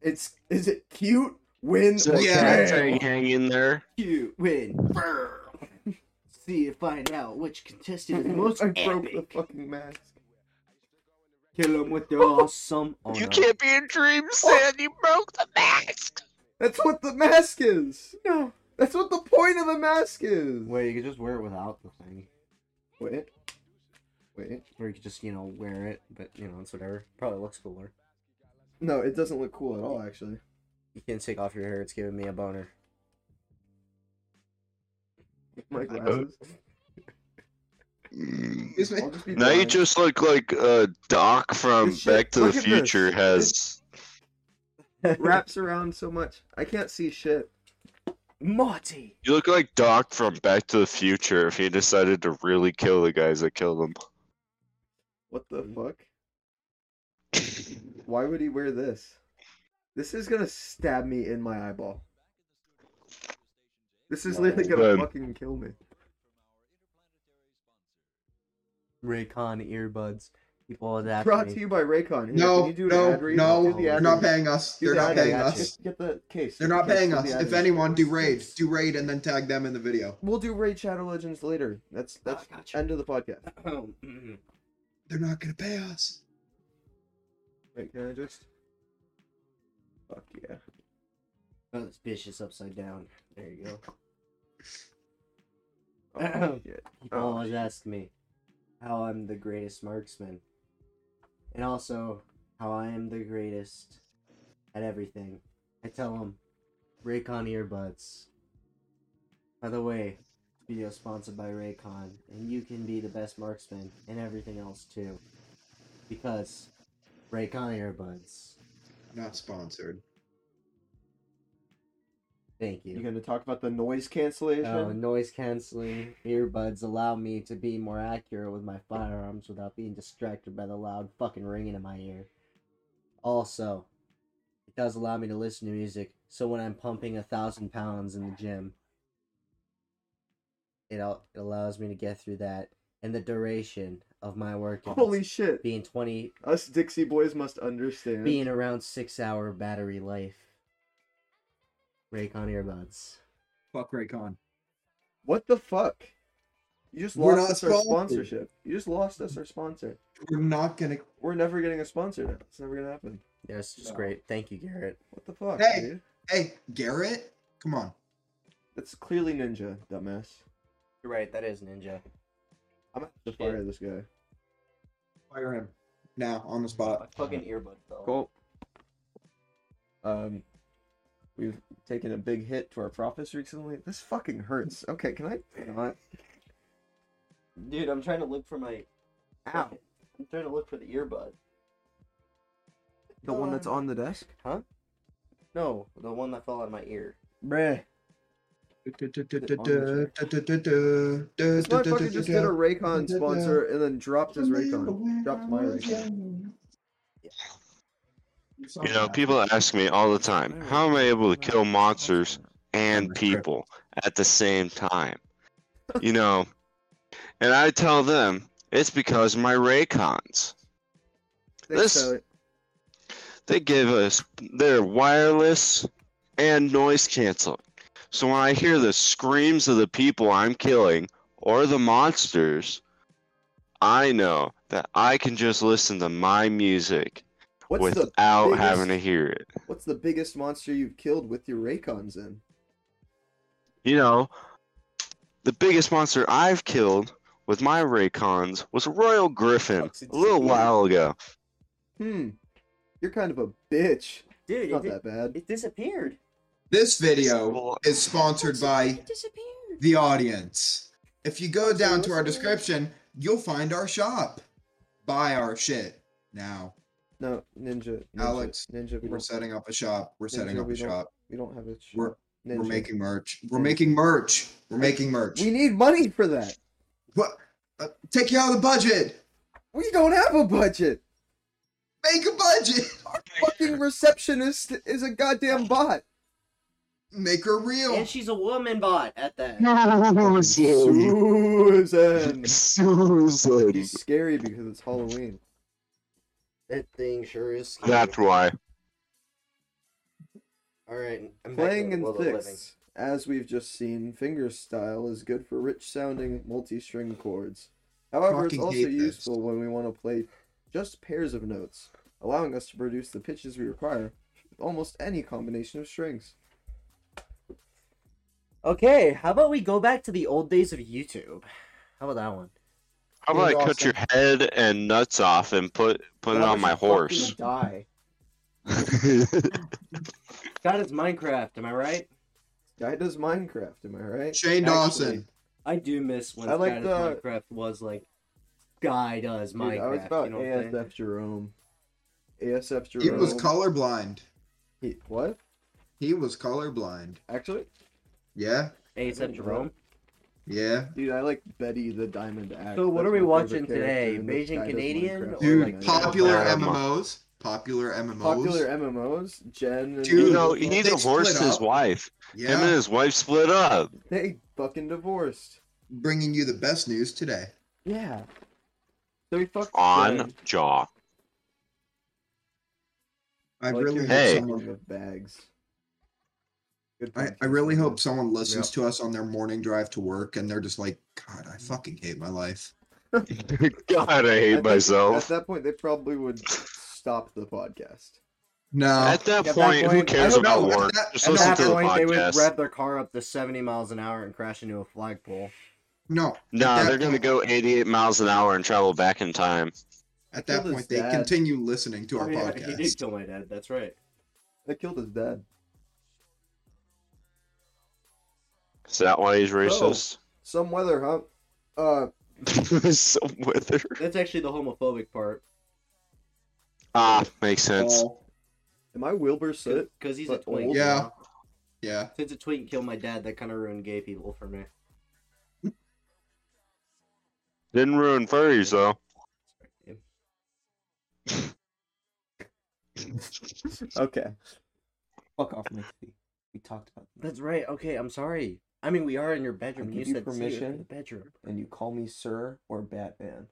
Speaker 2: It's is it cute? Win
Speaker 1: So
Speaker 2: or
Speaker 1: yeah. [laughs]
Speaker 3: yeah.
Speaker 1: Can I
Speaker 2: fail.
Speaker 1: try and hang in there?
Speaker 5: You win. See and find out which contestant
Speaker 2: [laughs]
Speaker 5: is most
Speaker 2: I
Speaker 5: epic.
Speaker 2: broke the fucking mask.
Speaker 5: Kill him with the awesome. Oh,
Speaker 1: You
Speaker 5: no.
Speaker 1: can't be in
Speaker 2: Oh.
Speaker 1: dreams, Sam. You broke the mask.
Speaker 2: That's what the mask is. No, that's what the point of the mask is.
Speaker 5: Wait, you could just wear it without the thing,
Speaker 2: wait, wait.
Speaker 5: or you could just you know wear it, but you know it's whatever. Probably looks cooler.
Speaker 2: No, it doesn't look cool at all. Actually,
Speaker 5: You can take off your hair. It's giving me a boner.
Speaker 2: [laughs] my glasses.
Speaker 3: Is my-
Speaker 2: I'll just be
Speaker 1: Now you
Speaker 2: blind.
Speaker 1: just look like uh, Doc from
Speaker 2: This shit-
Speaker 1: Back to the
Speaker 2: look at this.
Speaker 1: Future has.
Speaker 2: wraps around so much. I can't see shit.
Speaker 5: Marty.
Speaker 1: You look like Doc from Back to the Future if he decided to really kill the guys that killed him.
Speaker 2: What the
Speaker 3: Mm-hmm.
Speaker 2: fuck? Why would he wear this? This is gonna stab me in my eyeball. This is literally gonna
Speaker 1: Good.
Speaker 2: fucking kill me.
Speaker 5: Raycon earbuds. People adapt.
Speaker 2: Brought
Speaker 5: me.
Speaker 2: to you by Raycon. Here,
Speaker 3: No,
Speaker 2: can you do an
Speaker 3: no,
Speaker 2: ad read?
Speaker 3: no,
Speaker 2: Do the
Speaker 3: They're
Speaker 2: ad
Speaker 3: not
Speaker 2: read.
Speaker 3: paying us.
Speaker 2: Do
Speaker 3: They're
Speaker 2: the
Speaker 3: not
Speaker 2: ad
Speaker 3: paying
Speaker 2: read.
Speaker 3: us.
Speaker 2: Just get the case.
Speaker 3: They're
Speaker 2: Get
Speaker 3: not
Speaker 2: the case
Speaker 3: paying
Speaker 2: for
Speaker 3: us.
Speaker 2: the ad
Speaker 3: If
Speaker 2: read.
Speaker 3: anyone, do raid. Do raid and then tag them in the video.
Speaker 2: we'll do Raid Shadow Legends later. That's that's
Speaker 5: I got you.
Speaker 2: end of the podcast.
Speaker 5: Oh, mm.
Speaker 3: They're not gonna pay us.
Speaker 2: Wait, can I just? Fuck
Speaker 5: [clears throat]
Speaker 2: yeah.
Speaker 5: oh, this bitch is upside down. There you go.
Speaker 2: Oh, shit.
Speaker 5: People
Speaker 2: Oh,
Speaker 5: always ask me how I'm the greatest marksman, and also how I am the greatest at everything. I tell them, Raycon earbuds. By the way, this video is sponsored by Raycon, and you can be the best marksman and everything else too, because Raycon earbuds.
Speaker 3: Not sponsored.
Speaker 5: Thank
Speaker 2: you
Speaker 5: you.
Speaker 2: gonna talk about the noise cancellation?
Speaker 5: Oh, noise canceling earbuds allow me to be more accurate with my firearms without being distracted by the loud fucking ringing in my ear. Also, it does allow me to listen to music, so when I'm pumping a thousand pounds in the gym, it, al- it allows me to get through that. And the duration of my workout
Speaker 2: Holy shit.
Speaker 5: being 20,
Speaker 2: Us Dixie boys must understand.
Speaker 5: being around six hour battery life. Raycon earbuds.
Speaker 3: Fuck Raycon.
Speaker 2: What the fuck? You just
Speaker 3: We're
Speaker 2: lost
Speaker 3: not
Speaker 2: us our
Speaker 3: sponsored.
Speaker 2: sponsorship. You just lost us our sponsor.
Speaker 3: We're not gonna.
Speaker 2: We're never getting a sponsor now. It's never gonna happen.
Speaker 5: Yeah, it's just
Speaker 3: No.
Speaker 5: great. Thank you, Garrett.
Speaker 2: What the fuck,
Speaker 3: Hey.
Speaker 2: dude?
Speaker 3: Hey, Garrett. Come on.
Speaker 2: That's clearly Ninja, dumbass.
Speaker 5: You're right, that is Ninja.
Speaker 2: I'm gonna have to fire this guy.
Speaker 3: Fire him now on the spot.
Speaker 5: fucking earbud fell.
Speaker 2: Cool. Um, we've taken a big hit to our profits recently. This fucking hurts. Okay, can I not?
Speaker 5: Dude, I'm trying to look for my.
Speaker 2: Ow.
Speaker 5: I'm trying to look for the earbud.
Speaker 2: The one that's on the desk?
Speaker 5: No, the one that fell out of my ear.
Speaker 2: Bruh. This motherfucker just did a Raycon sponsor and then dropped his Raycon. Dropped my Raycon.
Speaker 1: You
Speaker 2: Oh,
Speaker 1: know, people ask me all the time, how am I able to kill monsters and people at the same
Speaker 2: [laughs]
Speaker 1: time? You know, and I tell them it's because my Raycons. This-
Speaker 2: Thanks, Tyler.
Speaker 1: They give us they're wireless and noise canceling. So when I hear the screams of the people I'm killing or the monsters, I know that I can just listen to my music
Speaker 2: What's the
Speaker 1: without
Speaker 2: biggest-
Speaker 1: having to hear it.
Speaker 2: What's the biggest monster you've killed with your Raycons in?
Speaker 1: you know, the biggest monster I've killed with my Raycons was Royal Griffin
Speaker 2: Sucks, it's
Speaker 1: a little
Speaker 2: weird.
Speaker 1: while ago.
Speaker 2: Hmm. You're kind of a bitch.
Speaker 5: Dude,
Speaker 2: Not
Speaker 5: it,
Speaker 2: that bad.
Speaker 5: di- it disappeared.
Speaker 3: This video is sponsored by
Speaker 5: It disappeared.
Speaker 3: the audience. If you go down to our description, you'll find our shop. Buy our shit now.
Speaker 2: No, ninja. ninja
Speaker 3: Alex,
Speaker 2: ninja. We
Speaker 3: We're
Speaker 2: don't,
Speaker 3: setting up a shop. We're setting
Speaker 2: Ninja,
Speaker 3: up
Speaker 2: we
Speaker 3: a
Speaker 2: don't-
Speaker 3: shop.
Speaker 2: we don't have a. sh-
Speaker 3: We're
Speaker 2: ninja.
Speaker 3: we're making merch. We're
Speaker 2: Ninja.
Speaker 3: making merch. We're making merch.
Speaker 2: We need money for that.
Speaker 3: What? Uh, take you out of the budget.
Speaker 2: We don't have a budget.
Speaker 3: Make a budget. [laughs]
Speaker 2: Fucking receptionist is a goddamn bot.
Speaker 3: Make her real.
Speaker 4: And she's a woman bot at that.
Speaker 1: Susan.
Speaker 2: Susan.
Speaker 1: Susan.
Speaker 2: She's scary because it's Halloween.
Speaker 4: That thing sure is scary.
Speaker 1: That's why.
Speaker 4: All right, I'm back
Speaker 2: Playing
Speaker 4: to the
Speaker 2: in
Speaker 4: world of living.
Speaker 2: sixths, as we've just seen, finger style is good for rich sounding multi string chords. However, it's
Speaker 3: Fucking
Speaker 2: also
Speaker 3: hate this.
Speaker 2: useful when we want to play just pairs of notes, allowing us to produce the pitches we require with almost any combination of strings.
Speaker 5: Okay, how about we go back to the old days of YouTube? How about that one?
Speaker 1: How about I
Speaker 3: Dude,
Speaker 1: cut your head and nuts off and put put it
Speaker 4: Why
Speaker 1: on
Speaker 4: would
Speaker 1: my
Speaker 4: you
Speaker 1: horse?
Speaker 3: [laughs]
Speaker 4: fucking
Speaker 1: [laughs]
Speaker 4: Die. God, it's Minecraft. Am I right?
Speaker 2: Guy does Minecraft, am I right?
Speaker 3: Shane Dawson.
Speaker 4: Actually, I do miss when
Speaker 2: I like
Speaker 4: Guy
Speaker 2: the-
Speaker 4: does Minecraft was like Guy does
Speaker 2: Dude,
Speaker 4: Minecraft.
Speaker 2: I was about
Speaker 4: you know what I'm saying?
Speaker 2: ASF Jerome. ASF Jerome.
Speaker 3: He was colorblind.
Speaker 2: He- what?
Speaker 3: He was colorblind.
Speaker 2: Actually,
Speaker 3: Yeah.
Speaker 4: ASF Jerome.
Speaker 3: Yeah.
Speaker 2: dude, I like Betty the Diamond Axe.
Speaker 5: So what
Speaker 2: That's
Speaker 5: are we
Speaker 2: my favorite
Speaker 5: watching
Speaker 2: character
Speaker 5: today?
Speaker 2: in this
Speaker 5: Beijing
Speaker 2: Guy Does
Speaker 5: Canadian
Speaker 4: Oh
Speaker 2: Minecraft
Speaker 5: or,
Speaker 3: Dude,
Speaker 2: anime.
Speaker 3: popular
Speaker 1: Yeah.
Speaker 3: MMOs. Popular MMOs.
Speaker 2: popular MMOs, Jen. and-
Speaker 3: Dude,
Speaker 1: you know,
Speaker 3: they
Speaker 1: he
Speaker 3: split
Speaker 1: divorced his
Speaker 3: up.
Speaker 1: wife. Him and
Speaker 3: Yeah.
Speaker 1: his wife split up.
Speaker 2: they fucking divorced.
Speaker 3: Bringing you the best news today.
Speaker 2: Yeah. So he fucked
Speaker 1: On
Speaker 2: Jen.
Speaker 3: [laughs]
Speaker 1: jaw.
Speaker 3: I
Speaker 2: Like
Speaker 3: really
Speaker 2: your
Speaker 3: hope
Speaker 1: Hey.
Speaker 3: someone.
Speaker 2: song of bags. Good
Speaker 3: I, I
Speaker 2: podcast,
Speaker 3: really
Speaker 2: man.
Speaker 3: hope someone listens to us on their morning drive to work and they're just like, God,
Speaker 4: Mm.
Speaker 3: I fucking hate my life.
Speaker 1: God, I
Speaker 2: I
Speaker 1: hate
Speaker 2: think At
Speaker 1: myself.
Speaker 2: that point, they probably would stop the podcast.
Speaker 3: No.
Speaker 1: At that
Speaker 4: At that
Speaker 1: point, who
Speaker 4: point,
Speaker 1: cares
Speaker 3: I don't
Speaker 1: about
Speaker 3: know. At
Speaker 1: work?
Speaker 3: that-
Speaker 1: Just
Speaker 3: at
Speaker 1: listen
Speaker 4: At
Speaker 1: to
Speaker 4: that
Speaker 1: the
Speaker 4: point, they would
Speaker 1: podcast.
Speaker 4: rev their car up to 70 miles an hour and crash into a flagpole.
Speaker 3: No.
Speaker 1: Nah,
Speaker 3: that
Speaker 1: they're gonna
Speaker 3: point-
Speaker 1: go 88 miles an hour and travel back in time.
Speaker 3: At that
Speaker 2: Killed his
Speaker 3: point, they
Speaker 2: dad.
Speaker 3: continue listening to our
Speaker 4: Oh, [laughs] yeah, He did
Speaker 3: podcast.
Speaker 4: kill my dad. That's right.
Speaker 2: They killed his dad.
Speaker 1: Is that why he's racist?
Speaker 2: Some weather, huh? Uh,
Speaker 1: [laughs] so wither.
Speaker 4: That's actually the homophobic part
Speaker 1: Ah, makes sense.
Speaker 3: Oh,
Speaker 2: am I Wilbur Soot?
Speaker 4: because he's a
Speaker 2: But
Speaker 4: twink.
Speaker 2: old.
Speaker 3: yeah. Yeah.
Speaker 4: Since a twink killed my dad, that kind of ruined gay people for me.
Speaker 1: Didn't ruin furries though.
Speaker 2: Okay.
Speaker 4: Fuck off, Mixie.
Speaker 5: We talked about
Speaker 4: That's right. Okay, I'm sorry. I mean, we are in your bedroom.
Speaker 5: I
Speaker 4: You
Speaker 5: give you
Speaker 4: said permission.
Speaker 5: permission.
Speaker 4: the bedroom.
Speaker 2: And you call me Sir or Batman.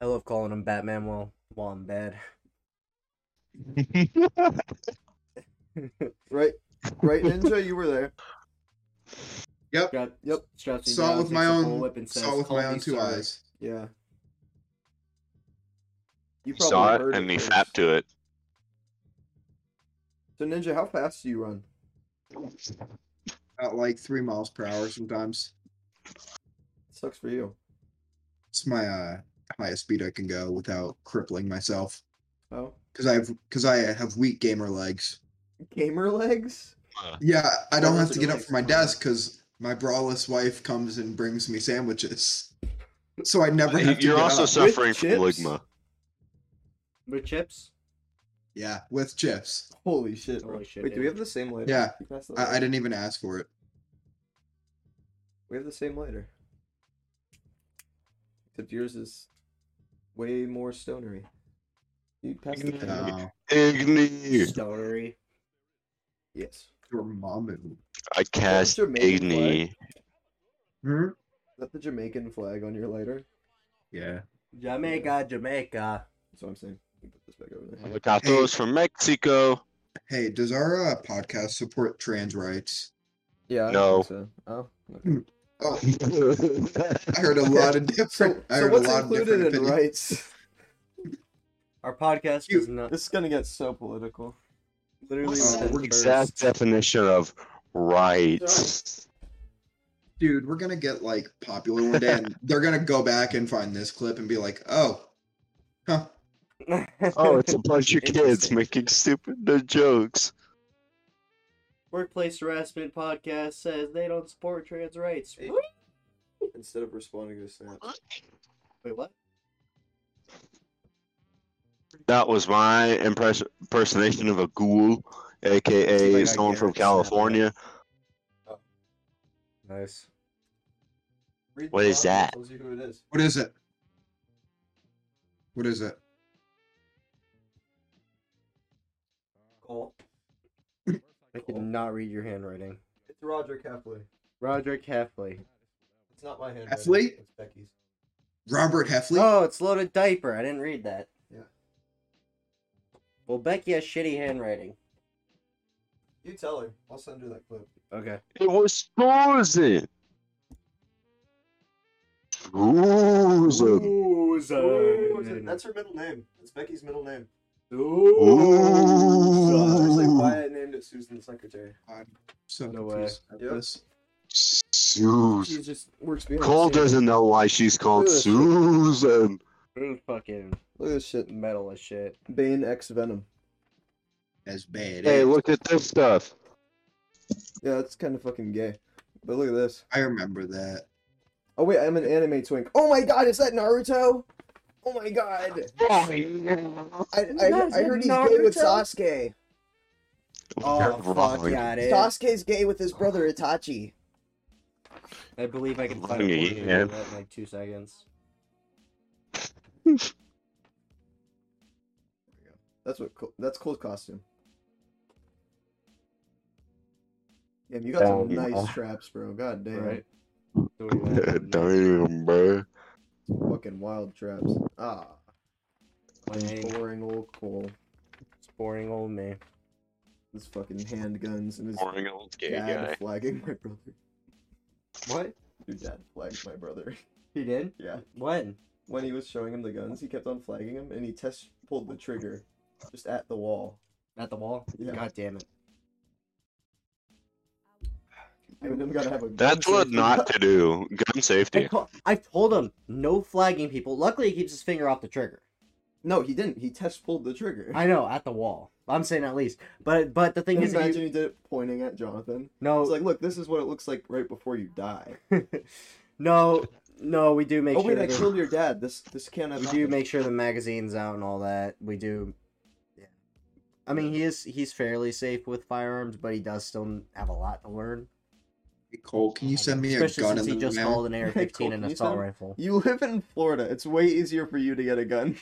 Speaker 4: I love calling him Batman while while I'm bad.
Speaker 2: Right, right, Ninja, you were there.
Speaker 3: Yep.
Speaker 4: Strap,
Speaker 2: Yep.
Speaker 4: Straps me
Speaker 3: Saw
Speaker 4: down,
Speaker 3: with
Speaker 4: takes
Speaker 3: my
Speaker 4: a bull
Speaker 3: own.
Speaker 4: whip and says,
Speaker 3: Saw with
Speaker 4: "Call
Speaker 3: my
Speaker 4: me
Speaker 3: own two
Speaker 4: sir."
Speaker 3: eyes.
Speaker 2: Yeah. You
Speaker 1: He saw it
Speaker 2: heard
Speaker 1: and he
Speaker 2: first.
Speaker 1: fapped to it.
Speaker 2: So Ninja, how fast do you run?
Speaker 3: At like three miles per hour sometimes.
Speaker 2: Sucks for you.
Speaker 3: It's my uh, highest speed I can go without crippling myself
Speaker 2: Oh,
Speaker 3: because I have because I have weak gamer legs.
Speaker 2: gamer legs.
Speaker 3: Yeah, I don't
Speaker 2: Oh,
Speaker 3: have
Speaker 2: those
Speaker 3: to
Speaker 2: are
Speaker 3: get up
Speaker 2: nice.
Speaker 3: from my desk because my braless wife comes and brings me sandwiches. [laughs] So I never have to
Speaker 1: You're
Speaker 3: get
Speaker 1: also
Speaker 3: up.
Speaker 1: suffering
Speaker 2: With
Speaker 1: from
Speaker 2: chips?
Speaker 1: ligma.
Speaker 4: With chips?
Speaker 3: yeah with chips.
Speaker 2: Holy shit! bro.
Speaker 4: Holy shit,
Speaker 2: Wait, do we
Speaker 4: dude.
Speaker 2: have the same lighter?
Speaker 3: Yeah,
Speaker 2: You passed the
Speaker 3: I, I
Speaker 2: lighter.
Speaker 3: didn't even ask for it.
Speaker 2: We have the same lighter. Except yours is way more stonery. You passed the lighter.
Speaker 1: Yeah.
Speaker 3: No,
Speaker 1: Igni.
Speaker 4: Stonery.
Speaker 2: Yes.
Speaker 3: your mom. and-
Speaker 1: I cast
Speaker 2: Jamaican
Speaker 1: Igni.
Speaker 3: Hmm?
Speaker 2: Is that the Jamaican flag on your lighter?
Speaker 3: Yeah.
Speaker 5: Jamaica, Jamaica.
Speaker 2: That's what I'm saying. You put this back over there.
Speaker 1: Avocados from Mexico.
Speaker 3: Hey, does our uh, podcast support trans rights?
Speaker 2: Yeah. I
Speaker 1: No.
Speaker 2: think So. Oh. okay.
Speaker 3: Oh,
Speaker 1: [laughs]
Speaker 3: I
Speaker 2: [laughs]
Speaker 3: heard a lot of different.
Speaker 2: So,
Speaker 3: I
Speaker 2: so
Speaker 3: heard
Speaker 2: what's
Speaker 3: a lot of different
Speaker 2: included in
Speaker 3: opinions.
Speaker 2: rights?
Speaker 5: Our podcast
Speaker 3: You-
Speaker 5: is [laughs] not
Speaker 2: This is gonna get so political.
Speaker 5: literally
Speaker 3: What's
Speaker 5: within
Speaker 3: that
Speaker 5: the
Speaker 1: the
Speaker 5: first-
Speaker 1: exact definition of rights.
Speaker 3: dude, we're gonna get like popular one day, and they're gonna go back and find this clip and be like, oh, huh,
Speaker 1: Oh,
Speaker 5: [laughs]
Speaker 1: it's a bunch of kids
Speaker 4: Interesting.
Speaker 1: making stupid no jokes.
Speaker 4: Workplace harassment podcast says they don't support trans rights.
Speaker 2: Hey. Instead of responding to Sam.
Speaker 4: Wait, what?
Speaker 1: That was my impress- impersonation of a ghoul, aka
Speaker 3: Like I
Speaker 1: someone from
Speaker 3: guarantee that, right?
Speaker 1: California.
Speaker 5: Nice.
Speaker 2: Read the
Speaker 1: What is
Speaker 2: comment,
Speaker 1: that?
Speaker 2: we'll see who it is.
Speaker 3: what is it? What is it?
Speaker 4: Cool.
Speaker 5: I could not read your handwriting.
Speaker 2: It's Roger Heffley.
Speaker 5: Roderick Heffley.
Speaker 2: It's not my handwriting.
Speaker 3: Heffley?
Speaker 2: It's Becky's.
Speaker 3: Robert Heffley.
Speaker 5: Oh, it's loaded diaper. I didn't read that.
Speaker 2: Yeah.
Speaker 5: Well, Becky has shitty handwriting.
Speaker 2: You tell her. I'll send her that clip.
Speaker 5: Okay.
Speaker 1: It was Susan. Susan.
Speaker 2: Ooh, That's her middle name. That's Becky's middle name. So that's actually why I named it Susan the Secretary.
Speaker 3: so
Speaker 5: No
Speaker 3: confused about
Speaker 2: Yep.
Speaker 3: this.
Speaker 1: Susan.
Speaker 2: just works behind
Speaker 1: Cole doesn't know why she's called
Speaker 2: Ugh.
Speaker 1: Susan.
Speaker 5: Ooh, fucking
Speaker 2: Look at this shit.
Speaker 5: metal as shit.
Speaker 2: Bane X Venom.
Speaker 3: That's bad.
Speaker 1: Hey,
Speaker 3: eh?
Speaker 1: look at this stuff.
Speaker 2: Yeah, that's kind of fucking gay. But look at this.
Speaker 3: I remember that.
Speaker 2: Oh wait, I'm an anime twink. Oh my god, is that Naruto? Oh my god.
Speaker 3: Oh,
Speaker 2: I, I, I heard he's gay with Sasuke.
Speaker 1: You're
Speaker 5: Oh, fuck
Speaker 1: wrong.
Speaker 5: yeah, it is.
Speaker 2: Sasuke's gay with his brother Itachi.
Speaker 5: I believe I can find
Speaker 1: Looking
Speaker 5: a
Speaker 1: at
Speaker 5: porn
Speaker 1: you,
Speaker 5: video
Speaker 1: man.
Speaker 5: of that in like two seconds.
Speaker 2: That's what. Cole, that's Cole's costume. Damn, you got some
Speaker 1: Damn.
Speaker 2: nice straps, bro. God damn, [laughs]
Speaker 5: Right?
Speaker 1: [laughs] Damn, bro.
Speaker 2: fucking wild traps. Ah,
Speaker 5: Playing
Speaker 2: boring old Cole.
Speaker 5: boring old me.
Speaker 2: His fucking handguns and his
Speaker 1: Boring old gay
Speaker 2: dad
Speaker 1: guy.
Speaker 2: flagging my brother.
Speaker 5: What?
Speaker 2: Your dad flagged my brother. [laughs]
Speaker 5: He did?
Speaker 2: Yeah.
Speaker 5: When?
Speaker 2: When he was showing him the guns, he kept on flagging him, and he test pulled the trigger, just at the wall.
Speaker 5: At the wall?
Speaker 2: Yeah.
Speaker 5: God damn it.
Speaker 2: Even him gotta have a. gun
Speaker 1: That's what
Speaker 2: safety.
Speaker 1: not to do. Gun
Speaker 3: [laughs]
Speaker 5: I,
Speaker 1: safety.
Speaker 5: to- I told him no flagging people. Luckily, he keeps his finger off the trigger.
Speaker 2: [laughs] No, he didn't. He test pulled the trigger.
Speaker 5: I know at the wall. I'm saying at least, but but the thing is, if
Speaker 2: imagine Oh.
Speaker 5: you,
Speaker 2: he did it pointing at Jonathan.
Speaker 5: no,
Speaker 2: It's like, look, this is what it looks like right before you die.
Speaker 5: [laughs] no, no. We do make
Speaker 2: oh
Speaker 5: sure.
Speaker 2: wait, I
Speaker 5: the-
Speaker 2: killed your dad. This this can't have.
Speaker 5: we do
Speaker 2: happened.
Speaker 5: make sure the magazine's out and all that. We do. Yeah. I mean, he is he's fairly safe with firearms, but he does still have a lot to learn.
Speaker 3: Hey, Cole, can you send me a
Speaker 5: Oh, Especially
Speaker 3: gun
Speaker 5: since he
Speaker 3: in the
Speaker 5: just
Speaker 3: mail?
Speaker 5: called [laughs] an AR-15
Speaker 2: Hey, Cole,
Speaker 5: and
Speaker 2: can
Speaker 5: an
Speaker 2: you
Speaker 5: assault
Speaker 2: send-
Speaker 5: rifle.
Speaker 2: [laughs] You live in Florida. It's way easier for you to get a [laughs] gun.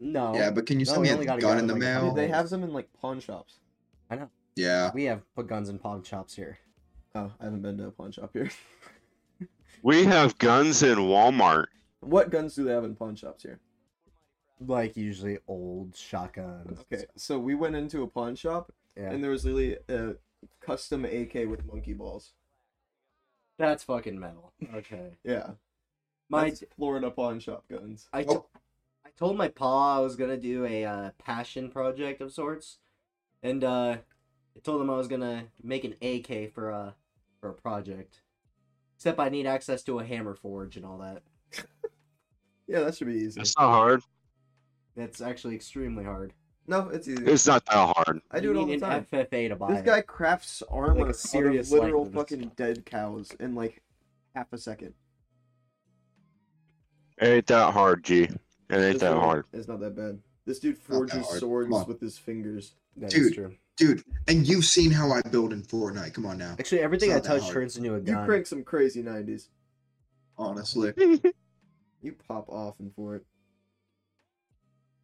Speaker 5: No,
Speaker 3: Yeah, but can you
Speaker 5: No,
Speaker 3: send
Speaker 5: we
Speaker 3: me
Speaker 5: only
Speaker 3: a
Speaker 5: got a
Speaker 3: gun,
Speaker 5: gun
Speaker 3: in
Speaker 5: in,
Speaker 3: the
Speaker 5: like, a
Speaker 3: mail?
Speaker 5: couple-
Speaker 2: They have them in like pawn shops.
Speaker 3: Yeah.
Speaker 5: we have put guns and pog chops here.
Speaker 2: Oh, I haven't been to a pawn shop here.
Speaker 1: We have guns in Walmart.
Speaker 2: [laughs] what guns do they have in pawn shops here?
Speaker 5: Like usually old shotguns.
Speaker 2: Okay, so we went into a pawn shop
Speaker 5: Yeah.
Speaker 2: and there was literally a custom AK with monkey balls.
Speaker 5: That's fucking metal. Okay.
Speaker 2: Yeah,
Speaker 5: My
Speaker 2: that's Florida pawn shop guns.
Speaker 5: I,
Speaker 3: Oh.
Speaker 5: t- I told my pa I was gonna do a uh, passion project of sorts, and uh, I told him I was gonna make an AK for uh for a project. Except I need access to a hammer forge and all that.
Speaker 2: Yeah, that should be easy.
Speaker 1: It's not hard.
Speaker 5: That's actually extremely hard.
Speaker 2: No, it's easy.
Speaker 1: It's not that hard.
Speaker 2: I do it
Speaker 5: You
Speaker 2: all the
Speaker 5: need
Speaker 2: time.
Speaker 5: an FFA to buy
Speaker 2: This
Speaker 5: it.
Speaker 2: guy crafts armor
Speaker 5: Like a serious
Speaker 2: out of literal
Speaker 5: likeness.
Speaker 2: fucking dead cows in like half a second.
Speaker 1: It ain't that hard, G. It ain't
Speaker 2: This
Speaker 1: that
Speaker 2: dude- [laughs]
Speaker 1: hard.
Speaker 2: It's not that bad. This dude
Speaker 3: that
Speaker 2: forges
Speaker 3: hard.
Speaker 2: swords
Speaker 3: Come on.
Speaker 2: with his fingers.
Speaker 5: That is
Speaker 3: Dude.
Speaker 5: true.
Speaker 3: Dude, and you've seen how I build in Fortnite. Come on now.
Speaker 5: Actually, everything
Speaker 3: It's
Speaker 5: I
Speaker 3: not that
Speaker 5: touch
Speaker 3: hard.
Speaker 5: turns into a
Speaker 2: You
Speaker 5: gun.
Speaker 2: crank some crazy nineties.
Speaker 3: Honestly.
Speaker 2: You pop off and for it.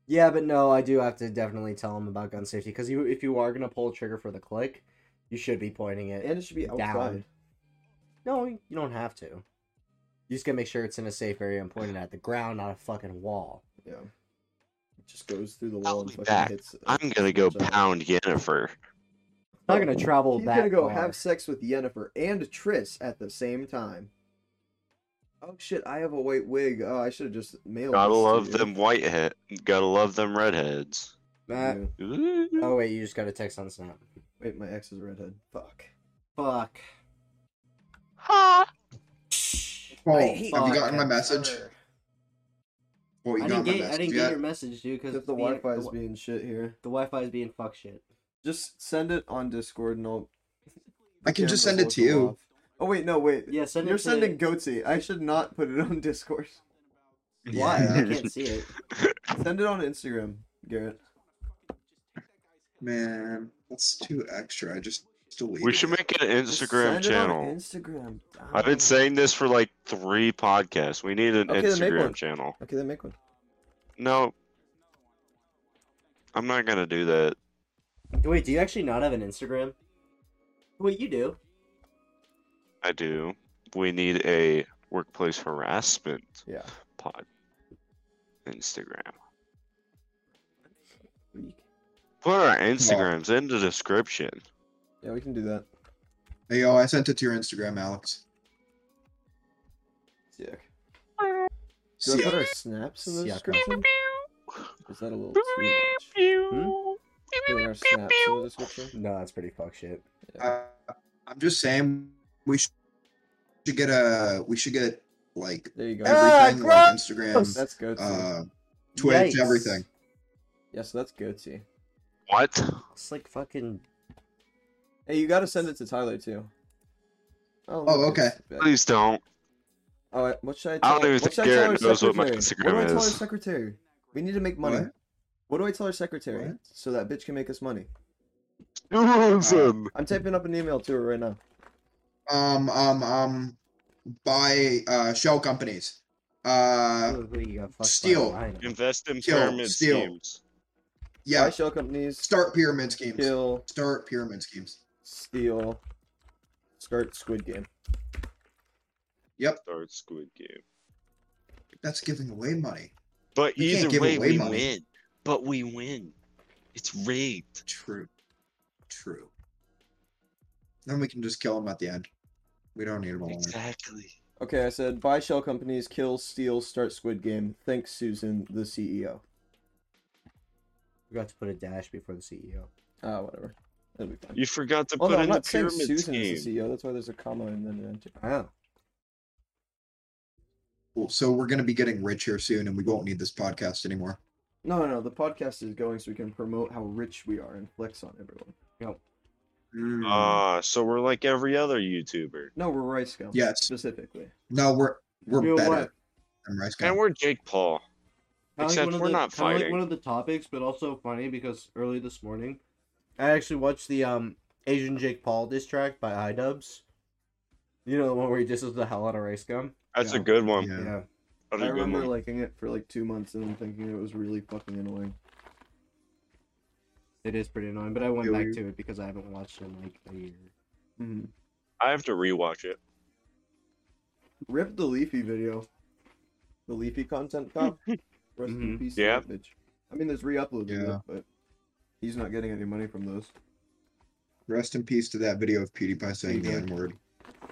Speaker 5: Yeah, but no, I do have to definitely tell him about gun safety because you, if you are gonna pull a trigger for the click, you should be pointing it
Speaker 2: And it should be
Speaker 5: Down.
Speaker 2: outside.
Speaker 5: No, you don't have to. You just gotta make sure it's in a safe area and pointed at the ground, not a fucking wall.
Speaker 2: Yeah. It just goes through the
Speaker 1: I'll
Speaker 2: wall and
Speaker 1: be
Speaker 2: fucking
Speaker 1: back.
Speaker 2: hits. uh,
Speaker 1: I'm gonna go
Speaker 2: Sorry.
Speaker 1: pound Yennefer.
Speaker 5: It's not gonna travel
Speaker 2: He's
Speaker 5: that
Speaker 2: gonna go
Speaker 5: far.
Speaker 2: have sex with Yennefer and Triss at the same time. Oh shit! I have a white wig. Oh, I should have just mailed.
Speaker 1: Gotta
Speaker 2: this to
Speaker 1: love
Speaker 2: you.
Speaker 1: them whitehead. Gotta love them redheads.
Speaker 5: Matt-
Speaker 2: Yeah.
Speaker 1: Ooh.
Speaker 5: Oh wait, you just got a text on Snap.
Speaker 2: Wait, my ex is a redhead. Fuck.
Speaker 5: Fuck.
Speaker 3: Oh,
Speaker 4: I
Speaker 3: have you
Speaker 4: hate
Speaker 3: gotten my
Speaker 4: podcasts.
Speaker 3: message? Well, you
Speaker 4: I
Speaker 3: got
Speaker 4: didn't
Speaker 3: my
Speaker 4: get, I
Speaker 3: message
Speaker 4: didn't get
Speaker 3: yet.
Speaker 4: your message, dude, because
Speaker 2: If the Wi-Fi is being shit here,
Speaker 4: The Wi-Fi is being fuck shit.
Speaker 2: just send it on Discord and I'll.
Speaker 3: I can just
Speaker 2: cameras
Speaker 3: send it
Speaker 2: will
Speaker 3: to
Speaker 2: go
Speaker 3: you.
Speaker 2: off. Oh wait, no wait.
Speaker 4: Yeah, send it
Speaker 2: You're
Speaker 4: to-
Speaker 2: sending Goatsy. I should not put it [laughs] on Discord.
Speaker 4: Why? I
Speaker 3: Yeah,
Speaker 1: [laughs]
Speaker 4: can't see it.
Speaker 2: Send it on Instagram, Garrett.
Speaker 3: man, that's too extra. I just deleted.
Speaker 1: We should make an
Speaker 2: Just
Speaker 1: Instagram
Speaker 2: send it on
Speaker 1: channel.
Speaker 2: Instagram.
Speaker 1: I've been saying this for like three podcasts. We need an
Speaker 2: Okay, then make one.
Speaker 1: Instagram channel.
Speaker 2: Okay, then make one.
Speaker 1: No, I'm not gonna do that.
Speaker 4: Wait, do you actually not have an Instagram? Wait, you do.
Speaker 1: I do. We need a workplace harassment
Speaker 2: Yeah.
Speaker 1: pod Instagram. Put our Instagrams in the description.
Speaker 2: Yeah, we can do that.
Speaker 3: it. Hey, yo, I sent it to your Instagram, Alex.
Speaker 2: Sick. Do I
Speaker 3: See,
Speaker 2: put
Speaker 3: ya.
Speaker 2: our snaps in the
Speaker 4: Sick.
Speaker 2: description? Is that a little too much? Doing our snaps in the description?
Speaker 4: No, that's pretty fuck shit.
Speaker 3: uh, I'm just saying we should should get a we should get like
Speaker 2: There you go.
Speaker 3: everything like Instagram,
Speaker 2: Ah, That's Goatsy.
Speaker 3: uh, Twitch,
Speaker 4: Yikes.
Speaker 3: everything.
Speaker 2: yeah, so that's Goatsy.
Speaker 1: What?
Speaker 4: It's like fucking.
Speaker 2: Hey, you gotta send it to Tyler too. Oh,
Speaker 3: Oh,
Speaker 2: look,
Speaker 3: okay.
Speaker 2: it's back.
Speaker 1: Please don't.
Speaker 2: All right, what should I
Speaker 1: I
Speaker 2: tell?
Speaker 1: don't even
Speaker 2: what
Speaker 1: think
Speaker 2: should I tell
Speaker 1: Garrett
Speaker 2: our
Speaker 1: knows what my
Speaker 2: secretary? What do I
Speaker 1: Instagram
Speaker 2: tell our
Speaker 1: is.
Speaker 2: secretary? We need to make money.
Speaker 3: What?
Speaker 2: What, do I tell our secretary
Speaker 3: What?
Speaker 2: so that bitch can make us money?
Speaker 1: Tourism.
Speaker 2: I'm typing up an email to her right now.
Speaker 3: Um, um, um, by uh shell companies. Uh,
Speaker 4: Ooh, you got fucked by a
Speaker 3: steal.
Speaker 4: rhino.
Speaker 1: Invest in
Speaker 3: Kill,
Speaker 1: pyramid
Speaker 3: steal.
Speaker 1: schemes.
Speaker 2: Yeah. Buy
Speaker 3: yeah,
Speaker 2: shell companies,
Speaker 3: start pyramid schemes.
Speaker 2: kill,
Speaker 3: Start pyramid schemes.
Speaker 2: steal, start Squid Game.
Speaker 3: Yep,
Speaker 1: Start Squid Game.
Speaker 3: that's giving away money.
Speaker 1: But
Speaker 3: We can't
Speaker 1: either
Speaker 3: give
Speaker 1: way,
Speaker 3: away
Speaker 1: we
Speaker 3: money.
Speaker 1: win. But we win. It's rigged.
Speaker 3: True. True. Then we can just kill them at the end. We don't need them all.
Speaker 1: Exactly.
Speaker 2: Okay, I said buy shell companies, kill, steal, start Squid Game. Thanks, Susan, the E CEO.
Speaker 4: Forgot to put a dash before the E CEO.
Speaker 2: Ah, whatever. That'll be fine.
Speaker 1: You forgot to
Speaker 2: Oh
Speaker 1: put
Speaker 2: no, I'm
Speaker 1: in the
Speaker 2: not saying
Speaker 1: pyramid
Speaker 2: Susan
Speaker 1: scheme.
Speaker 2: is the CEO. That's why there's a comma and then.
Speaker 4: Oh.
Speaker 3: Cool. So we're gonna be getting rich here soon, and we won't need this podcast anymore.
Speaker 2: No, no, no. The podcast is going so we can promote how rich we are and flex on everyone.
Speaker 1: Ah, so we're like every other YouTuber.
Speaker 2: No, we're Rice Gum.
Speaker 3: yes.
Speaker 2: Specifically.
Speaker 3: No, we're we're
Speaker 4: You know
Speaker 3: better.
Speaker 4: what?
Speaker 3: than Rice
Speaker 1: And
Speaker 3: Gum.
Speaker 1: we're Jake Paul.
Speaker 4: Kinda
Speaker 1: Except
Speaker 4: one of
Speaker 1: we're
Speaker 4: the-
Speaker 1: not
Speaker 4: kinda Like
Speaker 1: fighting.
Speaker 4: one of the topics, but also funny because early this morning, I actually watched the um Asian Jake Paul diss track by iDubbbz. You know the one where he disses the hell out of Rice Gum.
Speaker 1: That's
Speaker 2: Yeah.
Speaker 1: a good one.
Speaker 3: Yeah.
Speaker 4: Yeah.
Speaker 1: That's
Speaker 2: I
Speaker 1: a good
Speaker 2: remember
Speaker 1: one.
Speaker 2: liking it for like two months and then thinking it was really fucking annoying.
Speaker 4: it is pretty annoying. But I went
Speaker 3: Yeah,
Speaker 4: back
Speaker 3: we-
Speaker 4: to it because I haven't watched it in like a year.
Speaker 2: Mm-hmm.
Speaker 1: I have to rewatch
Speaker 3: [laughs]
Speaker 1: it.
Speaker 2: Rip the Leafy video. The
Speaker 1: [laughs]
Speaker 2: Leafy content cop. Rest in
Speaker 4: Mhm.
Speaker 2: peace, to
Speaker 1: Mm-hmm. Yeah.
Speaker 2: that bitch. I mean, there's re-uploads of it,
Speaker 3: Yeah.
Speaker 2: but he's not getting any money from those.
Speaker 3: Rest in peace to that video of PewDiePie saying the
Speaker 2: Yeah.
Speaker 3: N word.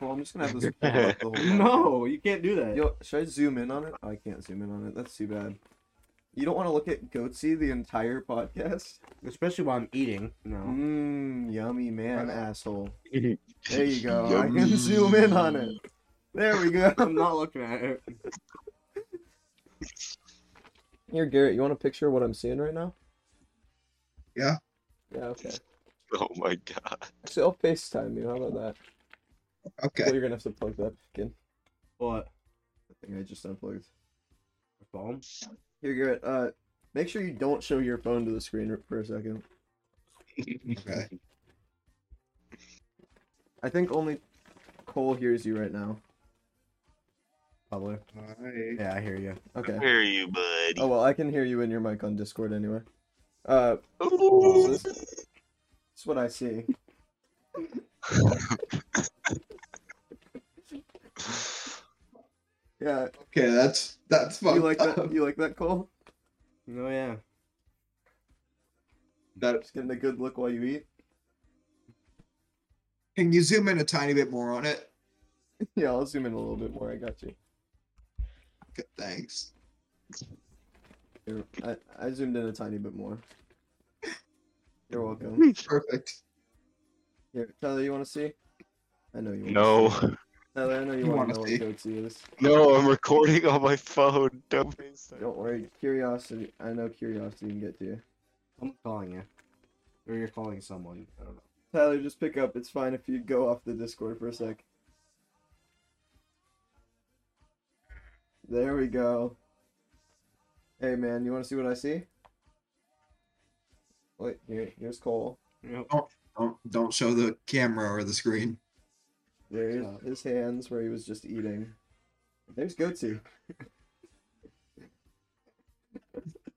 Speaker 2: Well, I'm just gonna [laughs] have this pulled up the whole time.
Speaker 4: [laughs] No, you can't do that.
Speaker 2: Yo, should I zoom in on it? Oh, I can't zoom in on it. That's too bad. You don't want to look at Goatsy the entire podcast?
Speaker 4: Especially while I'm eating.
Speaker 3: Mm.
Speaker 4: No.
Speaker 2: Mmm, yummy man,
Speaker 3: Right.
Speaker 2: asshole. There [laughs] you go. I can zoom in on it. There we go.
Speaker 4: I'm not looking at it.
Speaker 2: [laughs] Here, Garrett, you want to picture what I'm seeing right now?
Speaker 3: Yeah.
Speaker 2: Yeah, okay.
Speaker 1: [laughs] Oh my god.
Speaker 2: Actually, I'll FaceTime you. How about that? Well,
Speaker 3: Okay.
Speaker 2: you're going to have to plug that back in.
Speaker 4: What?
Speaker 2: I think I just unplugged.
Speaker 4: Phone?
Speaker 2: Here, Garrett, uh, make sure you don't show your phone to the screen for a second.
Speaker 3: Okay.
Speaker 2: I think only Cole hears you right now.
Speaker 4: Probably.
Speaker 3: Alright.
Speaker 4: Yeah, I hear you.
Speaker 2: Okay.
Speaker 1: Where are you, buddy?
Speaker 2: Oh, well, I can hear you in your mic on Discord anyway. Uh,
Speaker 1: Ooh.
Speaker 2: this, this is what I see. Yeah,
Speaker 3: Okay, that's that's fun.
Speaker 2: you like that? You like that, Cole?
Speaker 4: No, yeah.
Speaker 3: That-
Speaker 2: Just getting a good look while you eat. [laughs]
Speaker 3: Can you zoom in a tiny bit more on it?
Speaker 2: Yeah, I'll zoom in a little bit more. I got you.
Speaker 3: Okay, thanks.
Speaker 2: Here, I, I zoomed in a tiny bit more. You're welcome.
Speaker 3: Perfect.
Speaker 2: Here, Tyler, you want to see? I know you want.
Speaker 1: No.
Speaker 2: Now that I know
Speaker 3: You
Speaker 2: you, want
Speaker 3: wanna
Speaker 2: to know
Speaker 3: see.
Speaker 2: what goatee is.
Speaker 1: No, I'm recording on my phone. Don't FaceTime.
Speaker 2: Don't worry, curiosity. I know curiosity can get to you.
Speaker 5: I'm calling you. Or you're calling someone. I don't know.
Speaker 2: Tyler, just pick up. It's fine if you go off the Discord for a sec. There we go. Hey man, you want to see what I see? Wait, here, here's Cole.
Speaker 3: Don't don't show the camera or the screen.
Speaker 2: There's
Speaker 5: Stop.
Speaker 2: his hands where he was just eating. There's [laughs] Goatee.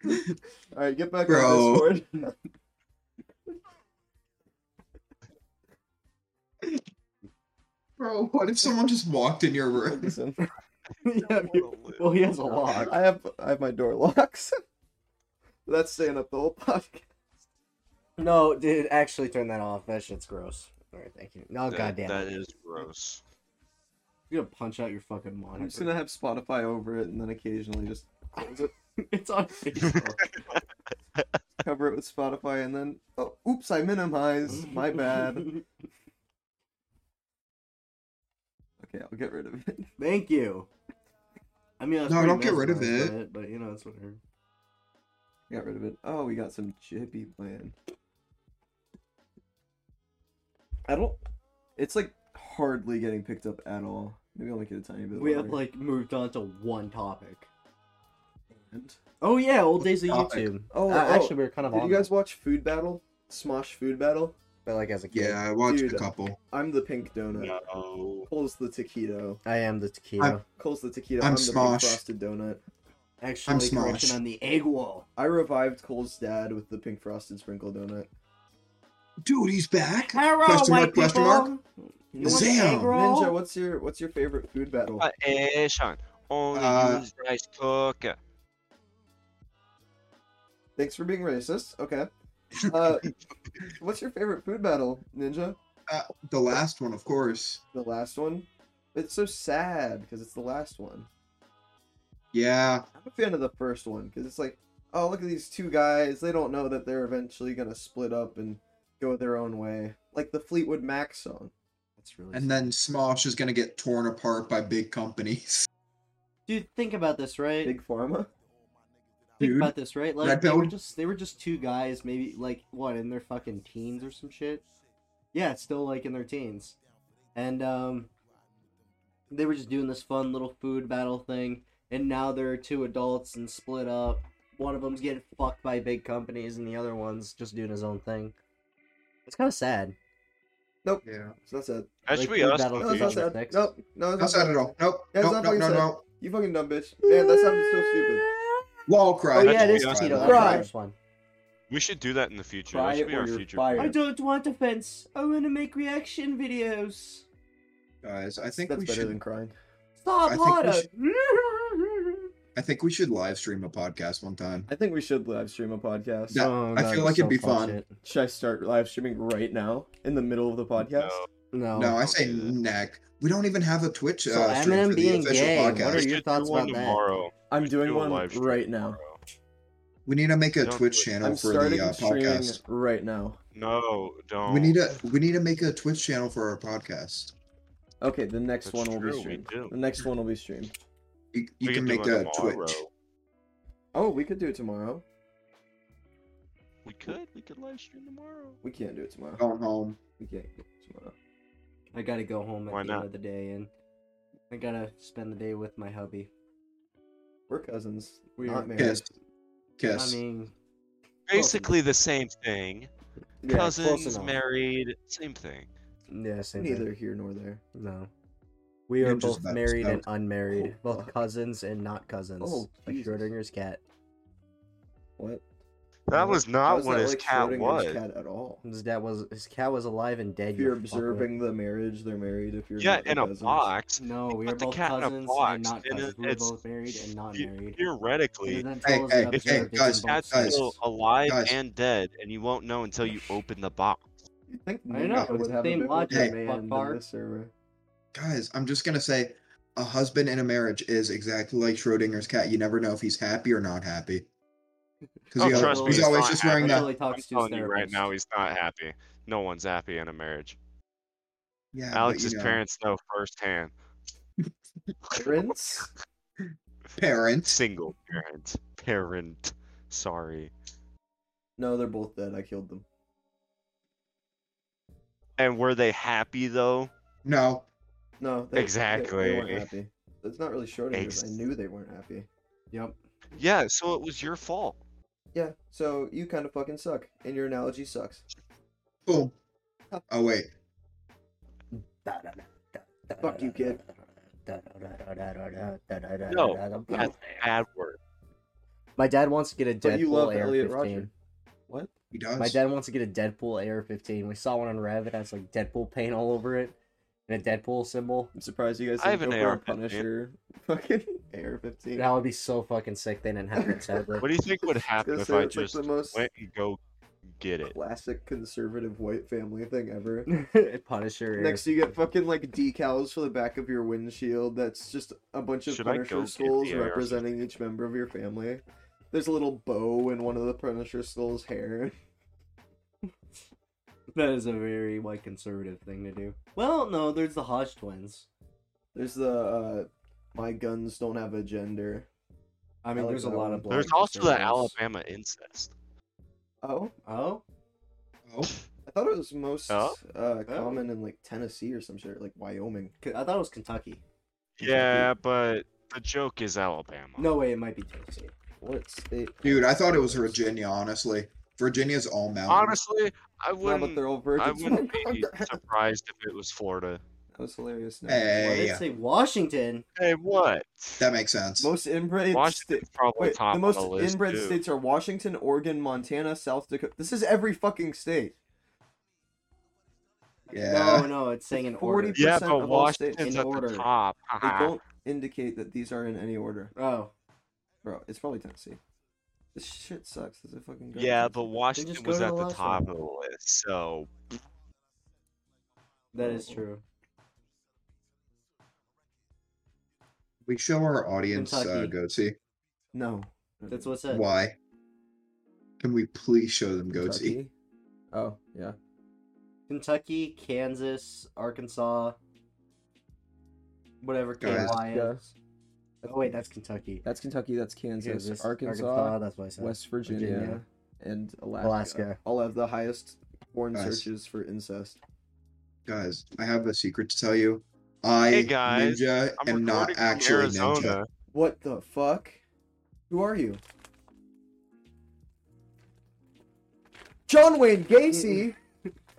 Speaker 2: All right, get back
Speaker 3: Bro.
Speaker 2: on Discord. [laughs]
Speaker 3: Bro, what if someone just walked in your room?
Speaker 2: Listen,
Speaker 5: [laughs] yeah, you- well, he has
Speaker 2: [laughs]
Speaker 5: a lock.
Speaker 2: I have I have my door locks. [laughs] That's staying up the whole podcast.
Speaker 5: No, dude, actually turn that off. That shit's gross. Alright, thank you. No, Oh, goddamn.
Speaker 1: That
Speaker 5: it.
Speaker 1: is gross.
Speaker 5: You're gonna punch out your fucking monitor.
Speaker 2: I'm just gonna have Spotify over it, and then occasionally just
Speaker 5: [laughs] it's on Facebook.
Speaker 2: cover it with Spotify, and then oh, oops, I minimize. [laughs] My bad. Okay, I'll get rid of it.
Speaker 5: [laughs]
Speaker 2: [laughs]
Speaker 5: Thank you. I mean, I was
Speaker 3: No,
Speaker 5: pretty
Speaker 3: don't get rid of
Speaker 5: mesmerized by
Speaker 3: it.
Speaker 5: But you know, it's whatever.
Speaker 2: Got rid of it. Oh, we got some Jippy playing. I don't. It's like hardly getting picked up at all. Maybe I'll make it a tiny bit.
Speaker 5: We have
Speaker 2: louder.
Speaker 5: like moved on to one topic.
Speaker 2: And-
Speaker 5: Oh yeah, old days of
Speaker 3: Topic.
Speaker 5: YouTube.
Speaker 2: Oh,
Speaker 5: Uh,
Speaker 2: oh,
Speaker 5: actually, we were kind of
Speaker 2: Did
Speaker 5: on
Speaker 2: you guys watch Food Battle? Smosh Food Battle.
Speaker 5: that, but like as a kid.
Speaker 3: Yeah, I watched
Speaker 2: Dude.
Speaker 3: a couple.
Speaker 2: I'm the pink donut.
Speaker 1: No.
Speaker 2: Cole's the taquito.
Speaker 5: I am the tequila.
Speaker 2: Cole's the taquito.
Speaker 3: I'm
Speaker 2: I'm, the pink
Speaker 3: Smosh.
Speaker 2: frosted donut.
Speaker 5: Actually,
Speaker 3: I'm
Speaker 5: correction
Speaker 3: Smosh.
Speaker 5: on the egg wall.
Speaker 2: I revived Cole's dad with the pink frosted sprinkle donut.
Speaker 3: Dude, he's back.
Speaker 5: Hello,
Speaker 3: Question mark,
Speaker 5: white
Speaker 3: question
Speaker 5: people.
Speaker 3: mark?
Speaker 5: You want
Speaker 3: Zam.
Speaker 5: an egg roll?
Speaker 2: Ninja, what's your what's your favorite food battle?
Speaker 1: Hey, Uh, eh, Sean. Only
Speaker 3: Uh,
Speaker 1: use rice cooker.
Speaker 2: Thanks for being racist. Okay.
Speaker 3: [laughs]
Speaker 2: Uh, what's your favorite food battle, Ninja?
Speaker 3: Uh, the last one, of course.
Speaker 2: The last one. It's so sad because it's the last one.
Speaker 3: Yeah.
Speaker 2: I'm a fan of the first one because it's like, oh look at these two guys. They don't know that they're eventually gonna split up and go their own way, like the Fleetwood Mac song.
Speaker 5: That's really.
Speaker 3: And then Smosh is gonna get torn apart by big companies. [laughs]
Speaker 5: Dude, think about this, right?
Speaker 2: Big Pharma.
Speaker 5: think
Speaker 3: Dude.
Speaker 5: about this, right? Like
Speaker 3: Red
Speaker 5: they were
Speaker 3: pill?
Speaker 5: just they were just two guys, maybe like what in their fucking teens or some shit. Yeah, it's still like in their teens, and um, they were just doing this fun little food battle thing, and now they're two adults and split up. One of them's getting fucked by big companies, and the other one's just doing his own thing. It's kind of sad.
Speaker 3: Yeah.
Speaker 2: So that's it.
Speaker 1: That should
Speaker 5: Like
Speaker 1: be
Speaker 5: food
Speaker 1: us.
Speaker 5: battle
Speaker 2: No, that's
Speaker 1: dude.
Speaker 2: not sad.
Speaker 5: Confused. Next.
Speaker 2: Nope. No,
Speaker 3: That's
Speaker 2: that's
Speaker 3: not at all. Nope.
Speaker 2: Yeah, it's
Speaker 3: nope.
Speaker 2: not
Speaker 3: No,
Speaker 2: fucking
Speaker 3: no,
Speaker 2: sad.
Speaker 3: no.
Speaker 2: You fucking dumb bitch. Man, that sounded so stupid.
Speaker 3: Wall
Speaker 5: Oh
Speaker 3: cry.
Speaker 5: yeah, it
Speaker 1: that's
Speaker 5: is
Speaker 1: what we
Speaker 5: Tito.
Speaker 1: are.
Speaker 5: That's the
Speaker 2: Right.
Speaker 5: first one.
Speaker 1: We should do that in the future.
Speaker 2: Try
Speaker 1: that should
Speaker 2: it
Speaker 1: be
Speaker 2: or
Speaker 1: our
Speaker 2: you're
Speaker 1: future.
Speaker 2: fired.
Speaker 1: plan.
Speaker 5: I don't want offense. I want to make reaction videos.
Speaker 3: Guys, I think
Speaker 2: that's
Speaker 3: we
Speaker 2: better
Speaker 3: should.
Speaker 2: than crying.
Speaker 5: Stop
Speaker 3: I think we
Speaker 5: harder. [laughs]
Speaker 3: I think we should live stream a podcast one time.
Speaker 2: I think we should live stream a podcast.
Speaker 3: Yeah,
Speaker 5: Oh,
Speaker 3: I
Speaker 5: God,
Speaker 3: feel like it'd be
Speaker 5: so
Speaker 3: fun.
Speaker 5: fun shit.
Speaker 2: Should I start live streaming right now in the middle of the podcast?
Speaker 1: No.
Speaker 5: No.
Speaker 3: no, I say
Speaker 1: okay.
Speaker 3: neck. We don't even have a Twitch
Speaker 5: So
Speaker 3: uh, stream
Speaker 5: Eminem
Speaker 3: for
Speaker 5: being
Speaker 3: the official
Speaker 5: gay, what
Speaker 1: We
Speaker 5: are
Speaker 3: podcast.
Speaker 1: should
Speaker 5: your
Speaker 1: do
Speaker 5: thoughts
Speaker 1: one
Speaker 5: about that?
Speaker 1: tomorrow.
Speaker 2: I'm
Speaker 1: We should
Speaker 2: doing
Speaker 1: do a
Speaker 2: one
Speaker 1: live stream
Speaker 2: right now.
Speaker 1: tomorrow.
Speaker 3: We need to make a
Speaker 1: Don't
Speaker 3: Twitch
Speaker 1: do it.
Speaker 3: channel
Speaker 2: I'm
Speaker 3: for the
Speaker 2: starting
Speaker 3: uh,
Speaker 2: streaming
Speaker 3: podcast.
Speaker 2: right now.
Speaker 1: No, don't.
Speaker 3: We need to
Speaker 1: Oh.
Speaker 3: we need to make a Twitch channel for our podcast.
Speaker 2: Okay, the next
Speaker 1: That's
Speaker 2: one will
Speaker 1: true,
Speaker 2: be
Speaker 1: we
Speaker 2: streamed.
Speaker 1: do.
Speaker 2: The next one will be streamed.
Speaker 3: You, you
Speaker 1: We
Speaker 3: can
Speaker 1: do
Speaker 3: make
Speaker 1: one
Speaker 3: a
Speaker 1: tomorrow.
Speaker 3: Twitch.
Speaker 2: Oh, we could do it tomorrow.
Speaker 1: We could. We could live stream tomorrow.
Speaker 2: We can't do it tomorrow.
Speaker 3: Going home.
Speaker 2: We can't do it tomorrow.
Speaker 5: I gotta go home at
Speaker 1: Why
Speaker 5: the
Speaker 1: not?
Speaker 5: end of the day, and I gotta spend the day with my hubby.
Speaker 2: We're cousins.
Speaker 5: We
Speaker 2: not
Speaker 5: are-
Speaker 2: married.
Speaker 3: Kiss. Kiss.
Speaker 5: I mean,
Speaker 1: Basically the same thing.
Speaker 2: Yeah, close
Speaker 1: Cousins,
Speaker 5: enough.
Speaker 1: married, same thing.
Speaker 5: yeah, same thing.
Speaker 2: Neither here nor there.
Speaker 5: No, we are
Speaker 3: Ninja's
Speaker 5: both
Speaker 3: about to
Speaker 5: married and
Speaker 3: smoke.
Speaker 5: unmarried,
Speaker 2: Oh,
Speaker 5: both
Speaker 2: fuck.
Speaker 5: cousins and not cousins.
Speaker 2: Oh,
Speaker 5: like
Speaker 2: Jesus.
Speaker 5: Schrodinger's cat.
Speaker 2: What?
Speaker 1: That
Speaker 2: That
Speaker 1: was
Speaker 2: How
Speaker 1: not
Speaker 2: is
Speaker 1: what
Speaker 2: that
Speaker 1: his
Speaker 2: like
Speaker 1: cat
Speaker 2: Schrodinger's
Speaker 1: was.
Speaker 2: cat at all.
Speaker 5: His dad was his cat was alive and dead.
Speaker 2: If you're
Speaker 5: you fucker.
Speaker 2: observing the marriage, they're married. If you're
Speaker 1: Yeah,
Speaker 2: not, they're
Speaker 1: in a
Speaker 2: cousins.
Speaker 1: box.
Speaker 5: No, we
Speaker 1: put
Speaker 5: are
Speaker 1: the
Speaker 5: both
Speaker 1: cat in a
Speaker 5: cousins
Speaker 1: box,
Speaker 5: and not
Speaker 1: and
Speaker 5: cousins.
Speaker 1: it-
Speaker 5: We're
Speaker 1: it's-
Speaker 5: both married and not
Speaker 1: the-
Speaker 5: married.
Speaker 1: Theoretically,
Speaker 5: And then
Speaker 3: Hey,
Speaker 5: tell us
Speaker 3: hey,
Speaker 5: to
Speaker 3: hey,
Speaker 5: observe this
Speaker 3: guys,
Speaker 5: in both
Speaker 1: cat's
Speaker 3: guys.
Speaker 5: sexes.
Speaker 1: still alive
Speaker 3: Guys.
Speaker 1: and dead, and you won't know until you open the box.
Speaker 2: You think
Speaker 5: I know,
Speaker 2: Ninja
Speaker 5: it's
Speaker 2: would
Speaker 5: the
Speaker 2: have
Speaker 5: same
Speaker 2: a bit more
Speaker 5: logic,
Speaker 2: command
Speaker 5: fuck
Speaker 2: than
Speaker 5: bar.
Speaker 2: this server.
Speaker 3: Guys, I'm just gonna say a husband in a marriage is exactly like Schrodinger's cat. You never know if he's happy or not happy. Because
Speaker 1: Oh,
Speaker 3: he al-
Speaker 1: trust me,
Speaker 3: he's
Speaker 1: he's
Speaker 3: always
Speaker 1: not
Speaker 3: just
Speaker 1: happy.
Speaker 3: wearing
Speaker 5: Until
Speaker 3: that.
Speaker 5: he
Speaker 1: I'm
Speaker 5: talks to his
Speaker 1: telling you right
Speaker 5: therapist.
Speaker 1: now, he's not happy. No one's happy in a marriage.
Speaker 3: Yeah, but,
Speaker 1: Alex's
Speaker 3: you know,
Speaker 1: parents know firsthand.
Speaker 2: [laughs]
Speaker 4: Rinse.
Speaker 3: Parents.
Speaker 1: Single parent. Parent. Sorry.
Speaker 2: No, they're both dead. I killed them.
Speaker 1: And were they happy though?
Speaker 3: No.
Speaker 2: No, they, they- They,
Speaker 1: Exactly.
Speaker 2: weren't happy. That's not really
Speaker 1: Ex-
Speaker 2: Schrodinger's. I knew they weren't happy.
Speaker 5: Yep.
Speaker 1: Yeah, so it was your fault.
Speaker 2: Yeah, so you kind of fucking suck, and your analogy sucks.
Speaker 3: Boom. Oh wait.
Speaker 2: Fuck you, kid.
Speaker 1: No, that's bad word.
Speaker 5: My dad wants to get a Deadpool
Speaker 2: But you love
Speaker 5: AR-15.
Speaker 2: Elliot Rodger. What?
Speaker 3: He does.
Speaker 5: My dad wants to get a Deadpool AR-15. We saw one on Reddit that's like Deadpool paint all over it, and a Deadpool symbol.
Speaker 2: I'm surprised you guys
Speaker 1: I
Speaker 2: didn't
Speaker 1: have an
Speaker 2: go for a
Speaker 1: AR-15.
Speaker 2: Punisher [laughs] fucking AR-15.
Speaker 5: That would be so fucking sick. They didn't have it. sadly.
Speaker 1: What do you think would
Speaker 2: I was
Speaker 1: happen
Speaker 2: gonna
Speaker 1: if
Speaker 2: say,
Speaker 1: I
Speaker 2: it's like
Speaker 1: just
Speaker 2: the most
Speaker 1: went and go get it?
Speaker 2: classic conservative white family thing ever.
Speaker 5: [laughs] Punisher.
Speaker 2: Next, you get fucking like decals for the back of your windshield. That's just a bunch of
Speaker 1: Should I go
Speaker 2: Punisher
Speaker 1: get
Speaker 2: skulls
Speaker 1: the AR-15?
Speaker 2: representing each member of your family. There's a little bow in one of the Punisher skulls' hair. [laughs]
Speaker 5: That is a very white conservative thing to do. Well, no, there's the Hodge twins.
Speaker 2: There's the uh, my guns don't have a gender.
Speaker 5: I mean,
Speaker 2: like
Speaker 5: there's a
Speaker 2: that
Speaker 5: lot
Speaker 2: one.
Speaker 5: of black.
Speaker 1: There's also the
Speaker 5: conservatives.
Speaker 1: Alabama incest.
Speaker 2: Oh,
Speaker 5: Oh,
Speaker 3: Oh,
Speaker 2: I thought it was most
Speaker 1: Oh.
Speaker 2: uh, common in like Tennessee or some shit, like Wyoming.
Speaker 5: K- I thought it was Kentucky.
Speaker 1: Yeah, but the joke is Alabama.
Speaker 5: No way, it might be Tennessee.
Speaker 2: What state?
Speaker 3: dude, I thought it was Virginia. Honestly, Virginia's all mountain.
Speaker 1: Honestly, I
Speaker 2: No, but
Speaker 1: wouldn't.
Speaker 2: they're all
Speaker 1: I
Speaker 2: virgins. [laughs]
Speaker 1: wouldn't be surprised if it was Florida.
Speaker 2: That was hilarious. No.
Speaker 5: Well, I
Speaker 3: hey,
Speaker 5: did say Washington.
Speaker 1: Hey, what?
Speaker 3: that makes sense.
Speaker 2: Most inbred sta-
Speaker 1: Washington's probably
Speaker 2: Wait,
Speaker 1: top
Speaker 2: the most
Speaker 1: of the list
Speaker 2: inbred
Speaker 1: too.
Speaker 2: states are Washington, Oregon, Montana, South Dakota. This is every fucking state.
Speaker 3: Yeah.
Speaker 5: No, no, it's saying in order.
Speaker 2: 40
Speaker 1: yeah,
Speaker 2: 50%
Speaker 1: but
Speaker 2: of all states
Speaker 1: Washington's
Speaker 2: in
Speaker 1: at
Speaker 2: order.
Speaker 1: the top.
Speaker 2: They
Speaker 1: haha. [laughs]
Speaker 2: don't indicate that these are in any order,
Speaker 5: Oh,
Speaker 2: bro. It's probably Tennessee. This shit sucks. This is a fucking. garbage.
Speaker 1: Yeah, but
Speaker 5: just
Speaker 1: Washington
Speaker 5: go
Speaker 1: was
Speaker 5: to
Speaker 1: at
Speaker 5: the
Speaker 1: the
Speaker 5: last
Speaker 1: top
Speaker 5: one.
Speaker 1: of the list, so
Speaker 5: that is true.
Speaker 3: We show our audience uh,
Speaker 5: Kentucky.
Speaker 3: Goatsy.
Speaker 2: no.
Speaker 5: That's what's said.
Speaker 3: Why? Can we please show them Goatsy?
Speaker 2: Kentucky. Oh yeah.
Speaker 5: Kentucky, Kansas, Arkansas, whatever
Speaker 3: Guys.
Speaker 5: KY
Speaker 2: Yeah.
Speaker 5: is. Oh wait, that's Kentucky.
Speaker 2: That's Kentucky. That's Kansas,
Speaker 5: Kansas,
Speaker 2: Arkansas,
Speaker 5: That's what I said.
Speaker 2: West Virginia,
Speaker 5: Virginia.
Speaker 2: and Alaska.
Speaker 5: Alaska.
Speaker 2: All have the highest porn
Speaker 3: Nice.
Speaker 2: searches for incest.
Speaker 3: Guys, I have a secret to tell you. I
Speaker 1: Hey, guys,
Speaker 3: ninja
Speaker 1: I'm
Speaker 3: am not
Speaker 1: recording from
Speaker 3: actually ninja.
Speaker 1: Arizona.
Speaker 2: What the fuck? Who are you? John Wayne Gacy?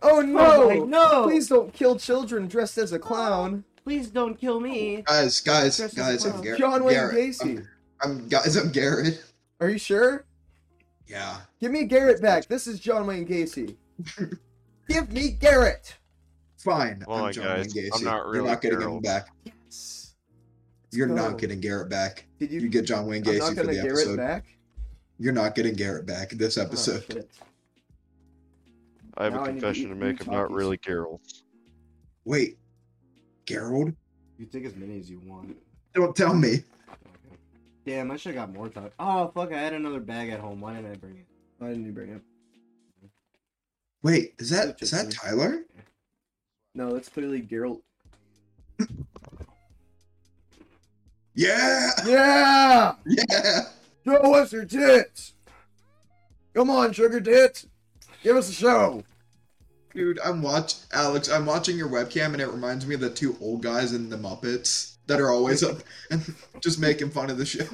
Speaker 2: oh no!
Speaker 5: Oh, no!
Speaker 2: Please don't kill children dressed as a clown.
Speaker 5: Please don't kill me.
Speaker 3: Guys, guys,
Speaker 5: Dressed as
Speaker 3: guys,
Speaker 5: a
Speaker 3: I'm
Speaker 5: clown.
Speaker 3: Garrett.
Speaker 2: John Wayne
Speaker 3: Garrett.
Speaker 2: Gacy.
Speaker 3: I'm, I'm guys, I'm Garrett.
Speaker 2: Are you sure?
Speaker 3: Yeah.
Speaker 2: Give me Garrett back. This is John Wayne
Speaker 3: [laughs]
Speaker 2: Gacy. Give me Garrett.
Speaker 3: Fine.
Speaker 1: Hold on,
Speaker 3: I'm John
Speaker 1: guys,
Speaker 3: Wayne Gacy.
Speaker 1: I'm not
Speaker 3: You're
Speaker 1: really
Speaker 3: not getting him
Speaker 1: Gerald.
Speaker 3: back.
Speaker 2: Yes.
Speaker 3: You're
Speaker 2: go.
Speaker 3: not getting Garrett back.
Speaker 2: Did you?
Speaker 3: You get John Wayne
Speaker 2: I'm
Speaker 3: Gacy
Speaker 2: not
Speaker 3: for
Speaker 2: gonna
Speaker 3: the
Speaker 2: Garrett
Speaker 3: episode.
Speaker 2: back.
Speaker 3: You're not getting Garrett back this
Speaker 2: Oh,
Speaker 3: episode.
Speaker 2: shit.
Speaker 1: I have
Speaker 2: Now
Speaker 1: a
Speaker 2: I need to
Speaker 1: confession
Speaker 2: eat
Speaker 1: to make.
Speaker 2: new
Speaker 1: I'm not
Speaker 2: Takis.
Speaker 1: really Gerald.
Speaker 3: Wait, Gerald?
Speaker 5: You take as many as you want.
Speaker 3: Don't tell me.
Speaker 5: Damn, I should have got more time. Oh fuck, I had another bag at home. Why didn't I bring it?
Speaker 2: Why didn't you bring it up?
Speaker 3: Wait, is that
Speaker 2: Such a
Speaker 3: is that
Speaker 2: thing.
Speaker 3: Tyler?
Speaker 2: No, that's clearly Geralt.
Speaker 3: [laughs] Yeah, [laughs]
Speaker 2: Yeah!
Speaker 3: yeah.
Speaker 2: Show us your tits! Come on, sugar tits! Give us a show!
Speaker 3: Dude, I'm watch Alex. I'm watching your webcam, and it reminds me of the two old guys in the Muppets that are always up and [laughs] just making fun of the show.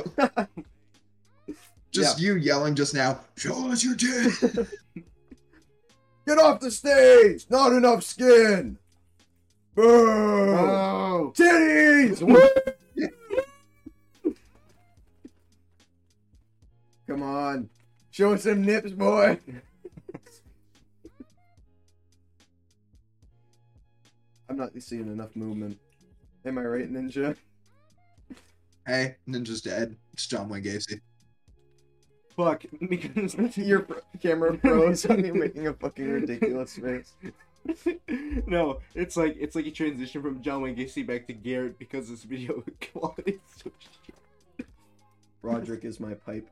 Speaker 3: Just you yelling just now. Show us your dick. [laughs]
Speaker 2: Get off the stage! Not enough skin! Boo!
Speaker 5: Oh,
Speaker 2: Titties! Come on. Show us some nips, boy! I'm not seeing enough movement. Am I right, Ninja? [laughs]
Speaker 3: hey, Ninja's dead. It's John Wayne Gacy.
Speaker 5: fuck. [laughs] Because
Speaker 2: Your pro- camera pros on you making a fucking ridiculous face.
Speaker 5: [laughs] no, it's like it's like a transition from John Wayne Gacy back to Garrett because this video [laughs] quality is so shit.
Speaker 2: Roderick is my pipe.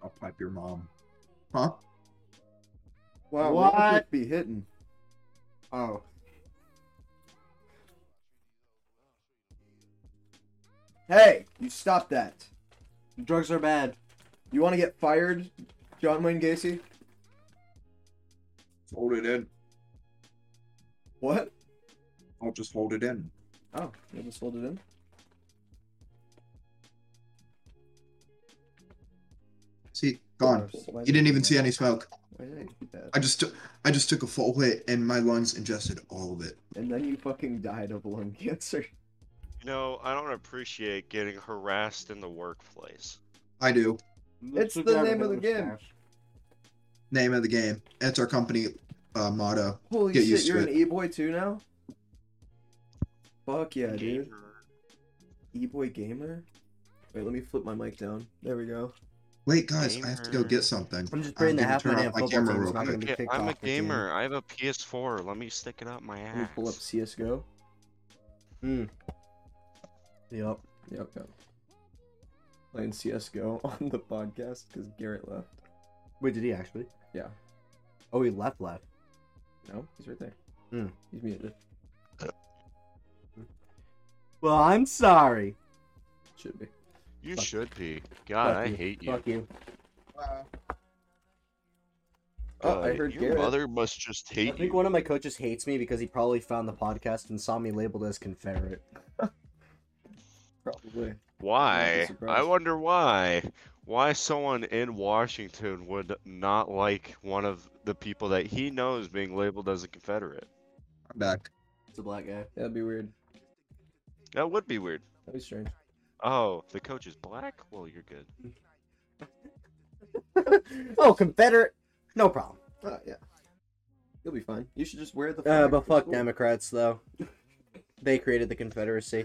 Speaker 3: I'll pipe your mom. Huh?
Speaker 2: Wow,
Speaker 5: What?
Speaker 2: Oh. Roderick be hitting.
Speaker 5: Oh,
Speaker 2: Hey, you stop that.
Speaker 5: Drugs are bad.
Speaker 2: You want to get fired, John Wayne Gacy?
Speaker 3: Hold it in.
Speaker 2: What?
Speaker 3: I'll just hold it in.
Speaker 2: Oh, you just hold it in.
Speaker 3: See, gone.
Speaker 2: Why
Speaker 3: You didn't even see any smoke.
Speaker 2: Why did I do that?
Speaker 3: I just took I just took a full hit and my lungs ingested all of it.
Speaker 2: And then you fucking died of lung [laughs] cancer.
Speaker 1: You know, I don't appreciate getting harassed in the workplace.
Speaker 3: I do.
Speaker 2: It's the name of the game.
Speaker 3: Name of the game. That's our company uh, motto.
Speaker 2: Holy
Speaker 3: Get
Speaker 2: shit,
Speaker 3: used to
Speaker 2: you're an
Speaker 3: it.
Speaker 2: e-boy too now? Fuck yeah, dude.
Speaker 1: Gamer.
Speaker 2: E-boy gamer? Wait, let me flip my mic down. There we go.
Speaker 3: Wait, guys, I have to go
Speaker 1: Gamer.
Speaker 3: get something.
Speaker 5: I'm just
Speaker 3: I
Speaker 5: praying that
Speaker 3: need to
Speaker 5: half my
Speaker 3: turn
Speaker 5: damn
Speaker 3: off my
Speaker 5: football
Speaker 3: camera
Speaker 5: team's
Speaker 3: real
Speaker 5: not
Speaker 3: quick.
Speaker 5: gonna be
Speaker 1: Yeah,
Speaker 5: kicked
Speaker 1: I'm a
Speaker 5: off again.
Speaker 1: gamer. I have a PS4. Let me stick it up my ass.
Speaker 2: Let me pull up CSGO.
Speaker 5: Yep.
Speaker 2: Yep, yep. Playing CSGO [laughs] on the podcast because Garrett left.
Speaker 5: Wait, did he actually?
Speaker 2: Yeah.
Speaker 5: Oh, he left left.
Speaker 2: No, he's right there.
Speaker 5: Hmm.
Speaker 2: He's muted.
Speaker 5: Well, I'm sorry.
Speaker 2: Should be.
Speaker 1: You
Speaker 5: Fuck.
Speaker 1: should be. God,
Speaker 5: Fuck
Speaker 1: I
Speaker 5: you.
Speaker 1: hate you.
Speaker 5: Fuck you.
Speaker 2: Oh, I
Speaker 1: God,
Speaker 2: heard
Speaker 1: your
Speaker 2: Garrett.
Speaker 1: mother must just
Speaker 5: I
Speaker 1: hate you.
Speaker 5: think one of my coaches hates me because he probably found the podcast and saw me labeled as Confederate.
Speaker 2: Probably.
Speaker 1: Why? I
Speaker 2: surprised.
Speaker 1: wonder why. Why someone in Washington would not like one of the people that he knows being labeled as a Confederate.
Speaker 3: I'm back.
Speaker 5: It's a black guy.
Speaker 2: That'd be weird.
Speaker 1: That would be weird.
Speaker 2: That'd be strange.
Speaker 1: Oh, the coach is black? Well, you're good.
Speaker 5: [laughs] oh, Confederate. No problem.
Speaker 2: Oh, yeah. You'll be fine. You should just wear the.
Speaker 5: Uh,
Speaker 2: flag
Speaker 5: but
Speaker 2: for
Speaker 5: fuck
Speaker 2: school.
Speaker 5: Democrats though. they created the Confederacy.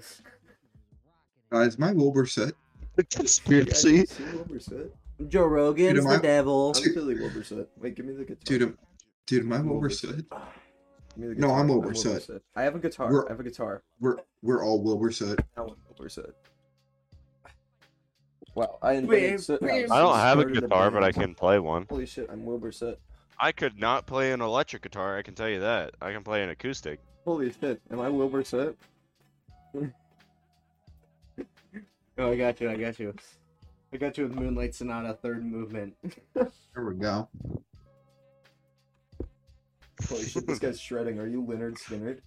Speaker 3: Guys, my Wilbur set.
Speaker 1: The
Speaker 2: Yeah, I
Speaker 1: conspiracy.
Speaker 2: can see Wilburset.
Speaker 5: Joe Rogan's
Speaker 3: Dude, am
Speaker 5: the
Speaker 3: I-
Speaker 5: devil.
Speaker 2: I'm clearly Wilburset. Wait, give me the guitar.
Speaker 3: Dude, am- dude, am I Wilbur
Speaker 2: Wilburset.
Speaker 3: set?
Speaker 2: Give me the
Speaker 3: No,
Speaker 2: guitar.
Speaker 3: I'm Wilburset.
Speaker 2: Wilburset. I have a guitar.
Speaker 3: We're-
Speaker 2: I have a guitar.
Speaker 3: We're we're all Wilbur set.
Speaker 2: Now I'm Wilburset. Wow, I
Speaker 5: Wait,
Speaker 2: invented. so-
Speaker 5: wait,
Speaker 2: no,
Speaker 1: I don't have a
Speaker 2: started
Speaker 1: guitar, but I
Speaker 2: band.
Speaker 1: can play one.
Speaker 2: Holy shit, I'm Wilburset.
Speaker 1: I could not play an electric guitar, I can tell you that. I can play an acoustic.
Speaker 2: Holy shit, am I Wilburset?
Speaker 5: Oh, I got you. I got you. I got you with Moonlight Sonata, third movement.
Speaker 3: There we go.
Speaker 2: Holy
Speaker 1: [laughs]
Speaker 2: shit, this guy's shredding. Are you Leonard Skinner?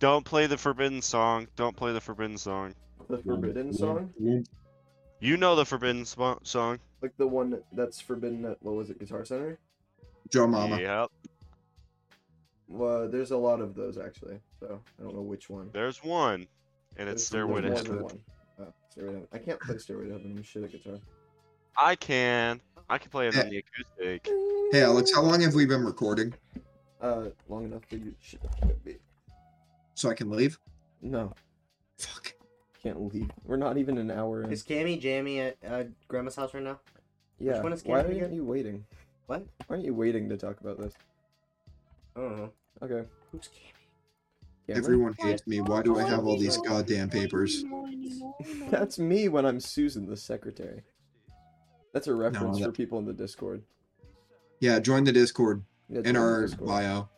Speaker 1: Don't play the forbidden song. Don't play the forbidden song.
Speaker 2: The Forbidden song?
Speaker 1: You know the forbidden spo- song.
Speaker 2: Like the one that's forbidden at, what was it, Guitar Center?
Speaker 3: Joe Mama.
Speaker 1: Yep.
Speaker 2: Well, there's a lot of those actually, so I don't know which one.
Speaker 1: There's one, and it's
Speaker 2: There's
Speaker 1: Stairway to
Speaker 2: more
Speaker 3: There's
Speaker 1: Heaven.
Speaker 2: than one. Oh, Stairway to Heaven. I can't play Stairway to Heaven. I'm shit at guitar.
Speaker 1: I can. I can play it on the acoustic.
Speaker 3: Hey Alex, how long have we been recording?
Speaker 2: Uh, long enough for you. Shit.
Speaker 3: So I can leave?
Speaker 2: No,
Speaker 3: Fuck.
Speaker 2: can't leave. We're not even an hour in.
Speaker 5: Is Cammy Jammy at uh, Grandma's house right now?
Speaker 2: yeah.
Speaker 5: one is
Speaker 2: Why
Speaker 5: Canada
Speaker 2: aren't
Speaker 5: again?
Speaker 2: you waiting?
Speaker 5: What?
Speaker 2: Why aren't you waiting to talk about this?
Speaker 5: I don't know.
Speaker 2: Okay.
Speaker 5: Who's Cammy?
Speaker 2: Cameron?
Speaker 3: Everyone hates me. Why do I have all these goddamn papers?
Speaker 2: [laughs] That's me when I'm Susan, the secretary. That's a reference
Speaker 3: that-
Speaker 2: for people in the Discord.
Speaker 3: Yeah, join the Discord
Speaker 2: Yeah, join
Speaker 3: in
Speaker 2: the
Speaker 3: our
Speaker 2: Discord.
Speaker 3: bio.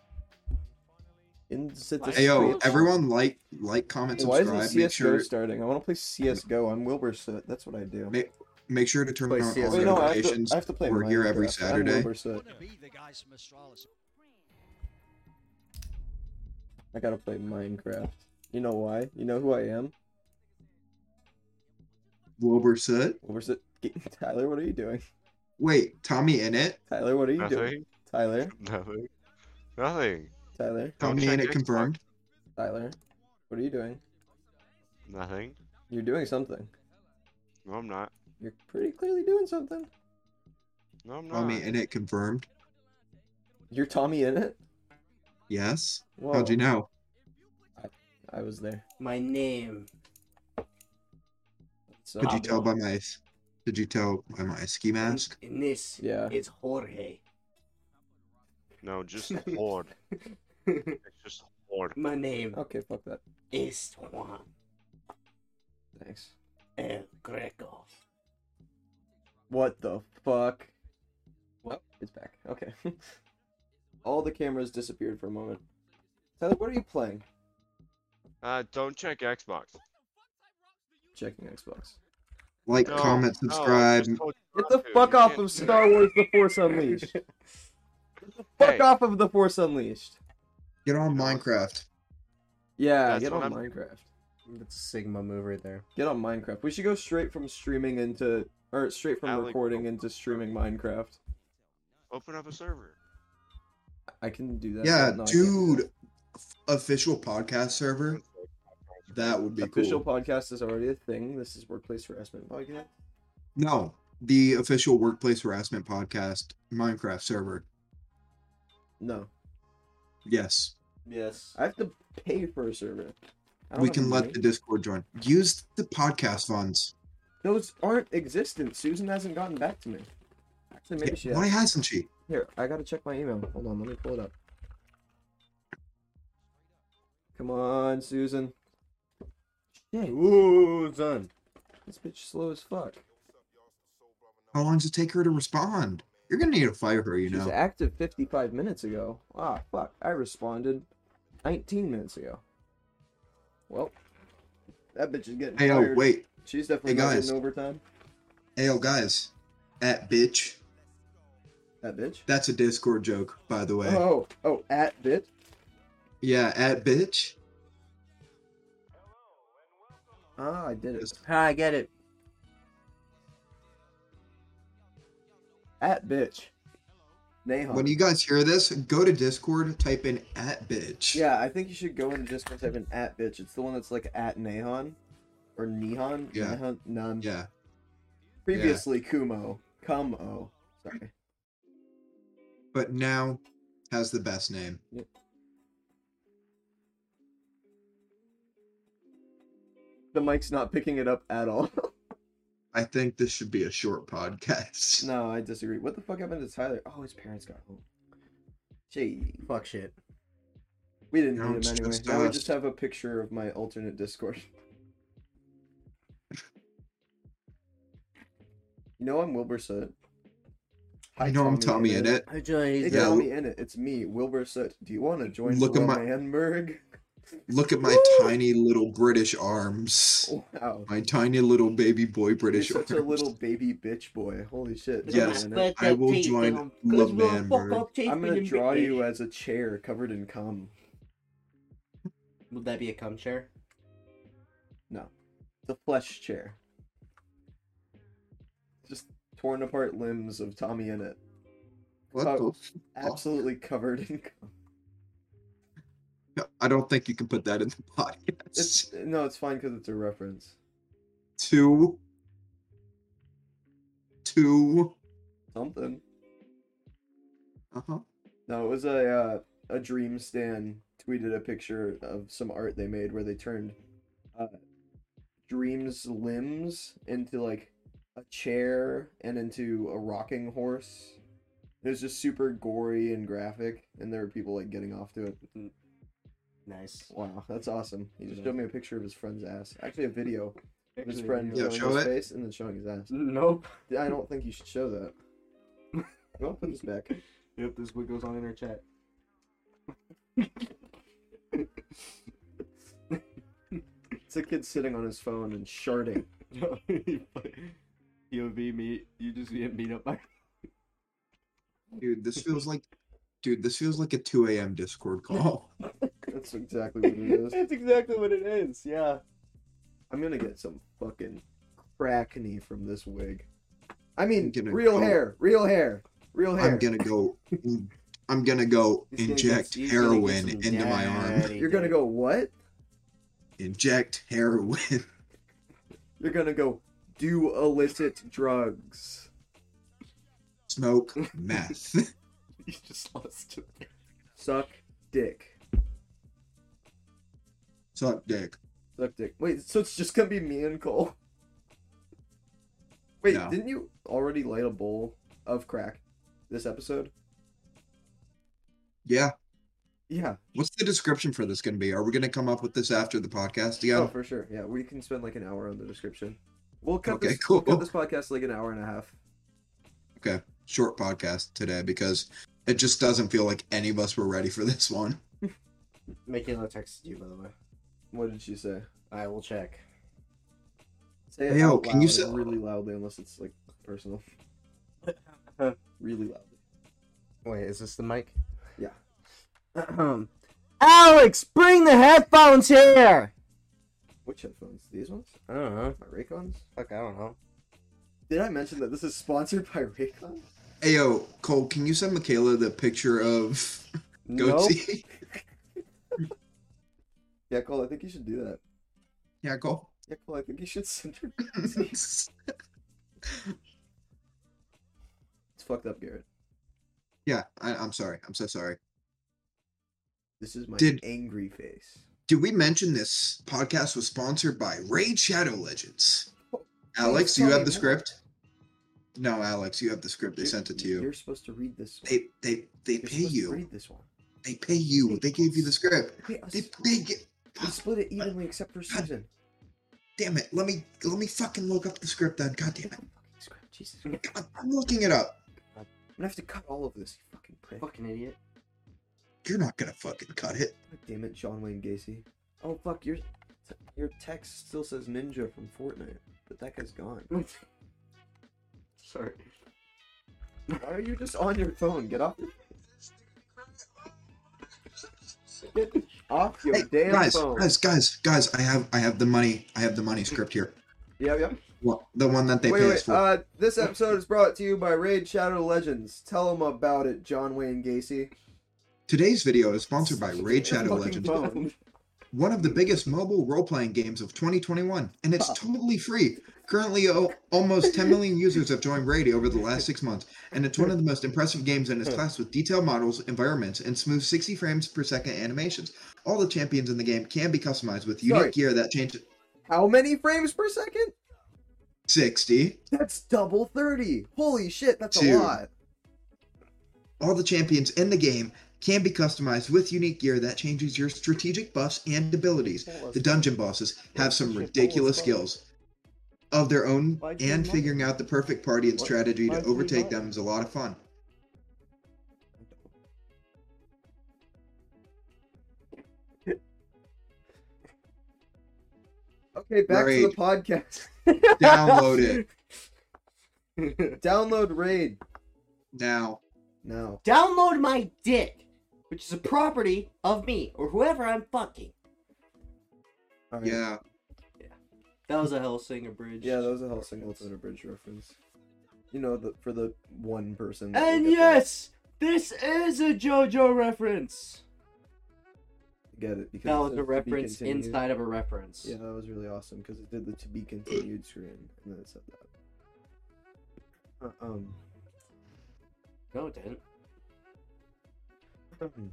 Speaker 2: In the
Speaker 4: Hey,
Speaker 3: Hey yo,
Speaker 2: description.
Speaker 3: everyone like like comment
Speaker 2: Why
Speaker 3: subscribe.
Speaker 2: isn't
Speaker 3: make
Speaker 2: CSGO
Speaker 3: sure
Speaker 2: starting? I want to play CSGO. I'm Wilbur Soot. That's what I do.
Speaker 3: make, make sure to turn
Speaker 5: Play
Speaker 3: on
Speaker 5: CS.
Speaker 3: all
Speaker 2: Wait, no, I have, to,
Speaker 3: notifications.
Speaker 2: I have to play
Speaker 3: We're here every
Speaker 2: Minecraft.
Speaker 3: Saturday.
Speaker 2: I'm Wilbur Soot. I gotta play Minecraft. You know why? You know who I am?
Speaker 3: Wilbur set.
Speaker 2: Wilbur Soot. Get- [laughs] Tyler, what are you doing?
Speaker 3: Wait, Tommy in it?
Speaker 2: Tyler, what are you doing?
Speaker 1: Nothing.
Speaker 2: Tyler,
Speaker 1: Nothing. Nothing.
Speaker 2: Tyler,
Speaker 1: Don't
Speaker 3: Tommy in
Speaker 1: check
Speaker 3: it
Speaker 1: Xbox.
Speaker 3: confirmed.
Speaker 2: Tyler. What are you doing?
Speaker 1: Nothing.
Speaker 2: You're doing something.
Speaker 1: No, I'm not.
Speaker 2: You're pretty clearly doing something.
Speaker 1: No, I'm not.
Speaker 3: Tommy in it confirmed.
Speaker 2: You're Tommy in it?
Speaker 3: Yes.
Speaker 2: Whoa.
Speaker 3: How'd you know?
Speaker 2: I was there.
Speaker 5: My name.
Speaker 2: So,
Speaker 3: Could you tell by my did you tell by my ski mask?
Speaker 5: And this
Speaker 2: um, Yeah.
Speaker 5: is Jorge.
Speaker 1: No,
Speaker 3: [laughs]
Speaker 1: just horde. It's just horde.
Speaker 5: [laughs] My name
Speaker 2: Okay, fuck that.
Speaker 5: is Juan
Speaker 2: Thanks.
Speaker 5: El Greco.
Speaker 2: What the fuck? What? It's back. Okay. [laughs] All the cameras disappeared for a moment. Tyler, what are you playing?
Speaker 1: Uh, don't check Xbox.
Speaker 2: Checking Xbox.
Speaker 3: Like,
Speaker 1: No,
Speaker 3: comment,
Speaker 1: no, I
Speaker 3: subscribe.
Speaker 1: just told you
Speaker 2: Get the
Speaker 1: not to.
Speaker 2: fuck
Speaker 1: You
Speaker 2: off
Speaker 1: can't
Speaker 2: of
Speaker 1: do
Speaker 2: Star
Speaker 1: that.
Speaker 2: Wars The Force [laughs] Unleashed. Get the fuck
Speaker 1: Hey.
Speaker 2: off of The Force Unleashed.
Speaker 3: Get on Minecraft.
Speaker 2: Yeah,
Speaker 1: That's
Speaker 2: get on
Speaker 1: what I'm-
Speaker 2: Minecraft.
Speaker 5: That's a Sigma move right there.
Speaker 2: Get on Minecraft. We should go straight from streaming into or straight from
Speaker 1: Alec-
Speaker 2: recording into streaming Minecraft.
Speaker 1: Open up a server.
Speaker 2: I can do that.
Speaker 3: yeah,
Speaker 2: No, I can't do that.
Speaker 3: dude. Official podcast server. That would be
Speaker 2: Official
Speaker 3: cool.
Speaker 2: podcast is already a thing. This is Workplace Harassment Podcast.
Speaker 3: No, the official workplace harassment podcast Minecraft server.
Speaker 2: No,
Speaker 3: Yes,
Speaker 5: Yes.
Speaker 2: I have to pay for a server. I don't
Speaker 3: we
Speaker 2: have
Speaker 3: can
Speaker 2: money.
Speaker 3: let the Discord join. Use the podcast funds.
Speaker 2: Those aren't existent. Susan hasn't gotten back to me. Actually, maybe
Speaker 3: Yeah,
Speaker 2: she
Speaker 3: Why
Speaker 2: has.
Speaker 3: hasn't she?
Speaker 2: Here, I gotta check my email. Hold on, let me pull it up. Come on, Susan. Shit,
Speaker 5: Ooh, done.
Speaker 2: this bitch slow as fuck.
Speaker 3: How long does it take her to respond? You're gonna need to fire her, you
Speaker 2: She was
Speaker 3: know.
Speaker 2: active 55 minutes ago. Ah, fuck. I responded 19 minutes ago. Well, that bitch is getting
Speaker 3: Hey, oh
Speaker 2: fired.
Speaker 3: wait,
Speaker 2: She's definitely
Speaker 3: Hey,
Speaker 2: not
Speaker 3: guys.
Speaker 2: getting overtime.
Speaker 3: hey, oh guys, at bitch.
Speaker 2: That bitch.
Speaker 3: That's a Discord joke, by the way.
Speaker 2: Oh, oh, at bitch.
Speaker 3: Yeah, at bitch.
Speaker 2: Ah, I did it.
Speaker 5: I get it.
Speaker 2: At bitch. Nahon.
Speaker 3: When you guys hear this, go to Discord, type in at bitch.
Speaker 2: Yeah, I think you should go into Discord type in at bitch. It's the one that's like at Nahon or Nihon.
Speaker 3: Yeah.
Speaker 2: Nihon, none.
Speaker 3: yeah.
Speaker 2: Previously Kumo. Kumo. Sorry.
Speaker 3: But now has the best name.
Speaker 2: The mic's not picking it up at all.
Speaker 3: I think this should be a short podcast.
Speaker 2: no, I disagree. What the fuck happened to Tyler? Oh, his parents got home. Gee.
Speaker 5: Fuck shit.
Speaker 2: We didn't
Speaker 3: Now
Speaker 2: need
Speaker 3: it's
Speaker 2: him anyway.
Speaker 3: just
Speaker 2: Now we
Speaker 3: us.
Speaker 2: just have a picture of my alternate Discord. [laughs] You know I'm Wilbur Soot.
Speaker 3: I know I'm Tommy in it.
Speaker 5: I joined.
Speaker 2: It's
Speaker 3: Yeah.
Speaker 2: Tommy in it. It's me, Wilbur Soot. Do you want to join
Speaker 3: Look at
Speaker 2: Will
Speaker 3: my-
Speaker 2: Manberg? [laughs]
Speaker 3: Look at my
Speaker 2: Woo!
Speaker 3: tiny little British arms.
Speaker 2: Wow.
Speaker 3: My tiny little baby boy
Speaker 2: You're
Speaker 3: British arms.
Speaker 2: such a little baby bitch boy. Holy shit. Tommy
Speaker 3: Yes.
Speaker 2: in it.
Speaker 3: I will join Love Man Bird.
Speaker 2: I'm gonna draw you as a chair covered in cum.
Speaker 5: Would that be a cum chair?
Speaker 2: No. The flesh chair. Just torn apart limbs of Tommy in it.
Speaker 3: [laughs] What the
Speaker 2: Oh. Absolutely covered in [laughs] cum.
Speaker 3: No, I don't think you can put that in the [laughs] podcast.
Speaker 2: It's, no, it's fine because it's a reference.
Speaker 3: two. Two.
Speaker 2: Something.
Speaker 3: Uh huh.
Speaker 2: No, it was a uh, a dream stan tweeted a picture of some art they made where they turned uh, dreams limbs into like a chair and into a rocking horse. It was just super gory and graphic, and there were people like getting off to it.
Speaker 5: Nice.
Speaker 2: Wow, that's awesome! He just showed me a picture of his friend's ass. Actually, a video of his friend
Speaker 3: Yeah,
Speaker 2: showing
Speaker 3: show
Speaker 2: his
Speaker 3: it.
Speaker 2: face and then showing his ass.
Speaker 5: [laughs] Nope.
Speaker 2: I don't think you should show
Speaker 5: [laughs]
Speaker 2: that. I'll put this back.
Speaker 5: Yep, this is what goes on in our chat.
Speaker 2: It's a kid sitting on his phone and sharding.
Speaker 5: POV meet. You just get meet up by.
Speaker 3: Dude, this feels like. Dude, this feels like a 2 a.m. Discord call.
Speaker 5: Oh,
Speaker 2: That's exactly what it is.
Speaker 5: exactly what it is. Yeah.
Speaker 2: I'm gonna get some fucking crackney from this wig. I mean,
Speaker 3: gonna
Speaker 2: real
Speaker 3: go-
Speaker 2: hair, real hair, real hair.
Speaker 3: I'm gonna go. I'm gonna go
Speaker 5: He's gonna get-
Speaker 3: inject
Speaker 5: he's gonna get
Speaker 3: heroin
Speaker 5: some
Speaker 3: into my arm.
Speaker 5: daddy
Speaker 2: You're gonna
Speaker 5: dick.
Speaker 2: go what?
Speaker 3: Inject heroin. [laughs]
Speaker 2: You're gonna go do illicit drugs.
Speaker 3: Smoke
Speaker 5: [laughs]
Speaker 3: meth.
Speaker 5: [laughs] You just lost it.
Speaker 2: Suck dick.
Speaker 3: Suck dick.
Speaker 2: Suck dick. Wait, so it's just gonna be me and Cole? Wait,
Speaker 3: No.
Speaker 2: didn't you already light a bowl of crack this episode?
Speaker 3: Yeah.
Speaker 2: Yeah.
Speaker 3: What's the description for this gonna be? Are we gonna come up with this after the podcast? Yeah.
Speaker 2: Oh, for sure. Yeah, we can spend like an hour on the description. We'll cut,
Speaker 3: Okay,
Speaker 2: this,
Speaker 3: cool.
Speaker 2: we'll cut this podcast to, like an hour and a half.
Speaker 3: okay short podcast today because it just doesn't feel like any of us were ready for this one
Speaker 5: Michaela texted you, by the way.
Speaker 2: What did she say?
Speaker 5: I will check.
Speaker 2: Say it
Speaker 3: Hey, yo,
Speaker 2: out
Speaker 3: can you
Speaker 2: loud,
Speaker 3: say-
Speaker 2: really loudly unless it's like personal? really loudly.
Speaker 5: Wait, is this the mic?
Speaker 2: Yeah.
Speaker 5: Ahem. Alex, bring the headphones here.
Speaker 2: Which headphones? These ones?
Speaker 5: I don't know.
Speaker 2: My Raycons?
Speaker 5: Fuck, I don't know.
Speaker 2: Did I mention that this is sponsored by Raycon?
Speaker 3: Ayo, Cole, can you send Michaela the picture of [laughs] Goatsy?
Speaker 2: Yeah, Cole, I think you should do that.
Speaker 3: [laughs] yeah, Cole. [laughs]
Speaker 2: Yeah, Cole, I think you should [laughs] send her. It's fucked up, Garrett.
Speaker 3: yeah, I, I'm sorry. I'm so sorry.
Speaker 2: This is my
Speaker 3: Did-
Speaker 2: angry face.
Speaker 3: Did we mention this podcast was sponsored by Raid Shadow Legends?
Speaker 2: Oh,
Speaker 3: Alex, do you have the script? No, Alex, you have the script. They
Speaker 2: You're-
Speaker 3: sent it to you.
Speaker 2: You're supposed to read this.
Speaker 3: They they they
Speaker 2: You're
Speaker 3: pay
Speaker 2: supposed to
Speaker 3: you.
Speaker 2: read this one.
Speaker 3: They pay you. They gave you the script.
Speaker 2: Wait, us-
Speaker 3: They they get, ah,
Speaker 2: we split it evenly except for Susan.
Speaker 3: damn it. Let me let me fucking look up the script then. God damn it.
Speaker 2: Fucking
Speaker 3: [laughs]
Speaker 2: script, Jesus. I'm
Speaker 3: God, I'm looking it up.
Speaker 2: gonna have to cut all of this, you fucking prick.
Speaker 4: Fucking idiot.
Speaker 3: You're not gonna fucking cut it.
Speaker 2: God damn it, John Wayne Gacy. Oh fuck, your your text still says ninja from Fortnite, but that guy's gone.
Speaker 4: Sorry.
Speaker 2: Why are you just on your phone? Get off. Your... Get off your
Speaker 3: Hey,
Speaker 2: damn
Speaker 3: guys,
Speaker 2: phone.
Speaker 3: guys, guys, guys, I have I have the money. I have the money script here.
Speaker 2: Yeah, yeah.
Speaker 3: Well, the one that they
Speaker 2: wait,
Speaker 3: paid
Speaker 2: wait.
Speaker 3: us for.
Speaker 2: Uh, this episode is brought to you by Raid Shadow Legends. Tell them about it, John Wayne Gacy.
Speaker 3: Today's video is sponsored by Raid
Speaker 2: Your
Speaker 3: Shadow
Speaker 2: fucking
Speaker 3: Legends,
Speaker 2: phone.
Speaker 3: one of the biggest mobile role-playing games of 2021, and it's totally free. Currently, o- almost 10 million users have joined Raid over the last six months, and it's one of the most impressive games in its class with detailed models, environments, and smooth 60 frames per second animations. All the champions in the game can be customized with unique
Speaker 2: Sorry.
Speaker 3: gear that changes
Speaker 2: How many frames per second?
Speaker 3: 60.
Speaker 2: That's double thirty. Holy shit, that's
Speaker 3: Two.
Speaker 2: a lot.
Speaker 3: All the champions in the game can be customized with unique gear that changes your strategic buffs and abilities. The dungeon bosses have some ridiculous skills of their own, and figuring out the perfect party and strategy to overtake them is a lot of fun.
Speaker 2: Okay, back to the
Speaker 3: Raid.
Speaker 2: podcast.
Speaker 3: Download it
Speaker 2: [laughs] Download Raid
Speaker 3: now.
Speaker 2: now.
Speaker 4: Download my dick, which is a property of me or whoever I'm fucking.
Speaker 2: All right.
Speaker 3: Yeah.
Speaker 4: That was a Hellsinger bridge.
Speaker 2: Yeah, that was a Hell Singleton a bridge reference. You know, the, for the one person. that will
Speaker 4: And
Speaker 2: get that.
Speaker 4: yes, this is a JoJo reference.
Speaker 2: get it because
Speaker 4: That
Speaker 2: it
Speaker 4: was
Speaker 2: says to
Speaker 4: a
Speaker 2: be
Speaker 4: reference
Speaker 2: continued.
Speaker 4: inside of a reference.
Speaker 2: Yeah, that was really awesome because it did the to be continued screen and then it said that. Uh, um,
Speaker 4: No, it didn't.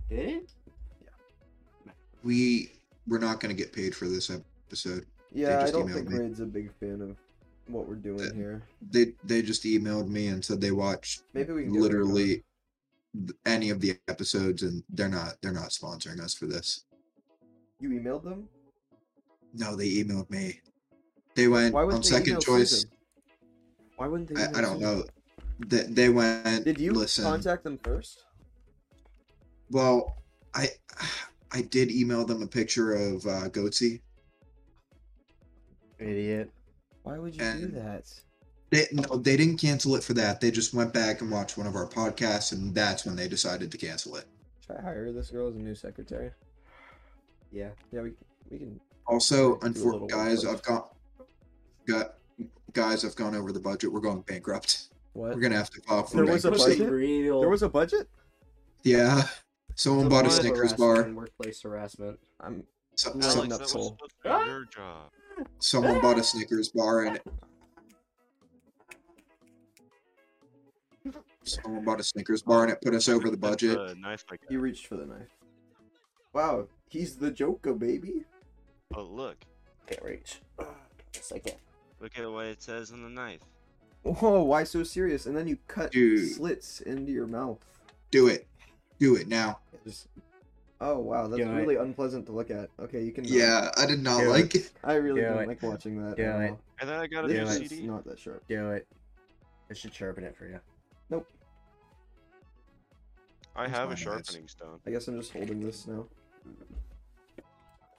Speaker 4: Did it?
Speaker 3: We we're not gonna get paid for this episode.
Speaker 2: [clears throat] yeah, I
Speaker 3: just
Speaker 2: don't
Speaker 3: emailed
Speaker 2: think
Speaker 3: me. Uh,
Speaker 2: Raid's a big fan of what we're doing
Speaker 3: That-
Speaker 2: here.
Speaker 3: They they just emailed me and said they watched
Speaker 2: Maybe we can get rid of it.
Speaker 3: literally th- any of the episodes, and they're not they're not sponsoring us for this.
Speaker 2: You emailed them.
Speaker 3: No, they emailed me. They went
Speaker 2: Why would
Speaker 3: on
Speaker 2: they
Speaker 3: second
Speaker 2: email
Speaker 3: choice.
Speaker 2: Susan? Why wouldn't they?
Speaker 3: I,
Speaker 2: email
Speaker 3: I don't
Speaker 2: Susan?
Speaker 3: know. They, they went.
Speaker 2: Did you
Speaker 3: listen?
Speaker 2: contact them first?
Speaker 3: Well, I I did email them a picture of uh, Goatsy.
Speaker 5: Idiot.
Speaker 2: Why would you do
Speaker 3: And-
Speaker 2: that?
Speaker 3: They no, they didn't cancel it for that. They just went back and watched one of our podcasts, and that's when they decided to cancel it.
Speaker 2: Should I hire this girl as a new secretary?
Speaker 5: Yeah.
Speaker 2: Yeah, we we can.
Speaker 3: Also,
Speaker 2: Do a little
Speaker 3: unfor-
Speaker 2: work
Speaker 3: guys,
Speaker 2: first.
Speaker 3: I've got got guys, I've gone over the budget. We're going bankrupt.
Speaker 2: What?
Speaker 3: We're gonna have to file for
Speaker 2: Uh, There was a
Speaker 3: bankruptcy.
Speaker 2: budget?
Speaker 4: Real.
Speaker 2: There was a budget.
Speaker 3: Yeah, someone bought a
Speaker 4: It's a
Speaker 3: Snickers bar.
Speaker 4: harassment, Workplace harassment.
Speaker 2: I'm.
Speaker 3: So,
Speaker 2: Alex,
Speaker 3: so,
Speaker 2: that
Speaker 1: supposed
Speaker 2: was supposed
Speaker 1: to be your job.
Speaker 3: someone bought a Snickers bar and. Someone bought a Snickers bar and it put us over the budget.
Speaker 1: Uh, knife like
Speaker 2: He reached for the knife. Wow, he's the Joker, baby. [laughs]
Speaker 1: Oh, look.
Speaker 4: Can't reach. It's like that.
Speaker 1: Look at what it says on the knife.
Speaker 2: Whoa, why so serious? And then you cut
Speaker 3: Dude.
Speaker 2: slits into your mouth.
Speaker 3: Do it. Do it now.
Speaker 2: Just. Oh wow, that's
Speaker 5: Do it.
Speaker 2: really unpleasant to look at. Okay, you can.
Speaker 3: Yeah, I did not
Speaker 5: Do
Speaker 3: like it.
Speaker 2: I really
Speaker 5: Do
Speaker 2: don't
Speaker 5: it.
Speaker 2: like watching that.
Speaker 5: Do
Speaker 2: at
Speaker 5: it.
Speaker 2: all.
Speaker 1: And then I got a
Speaker 2: This
Speaker 1: new
Speaker 5: Yeah,
Speaker 2: is
Speaker 1: CD.
Speaker 2: not that sharp.
Speaker 5: Do it. I should sharpen it for you.
Speaker 1: I
Speaker 3: That's
Speaker 1: have
Speaker 3: my
Speaker 1: a
Speaker 3: knife.
Speaker 1: sharpening stone.
Speaker 2: I guess I'm just holding this now.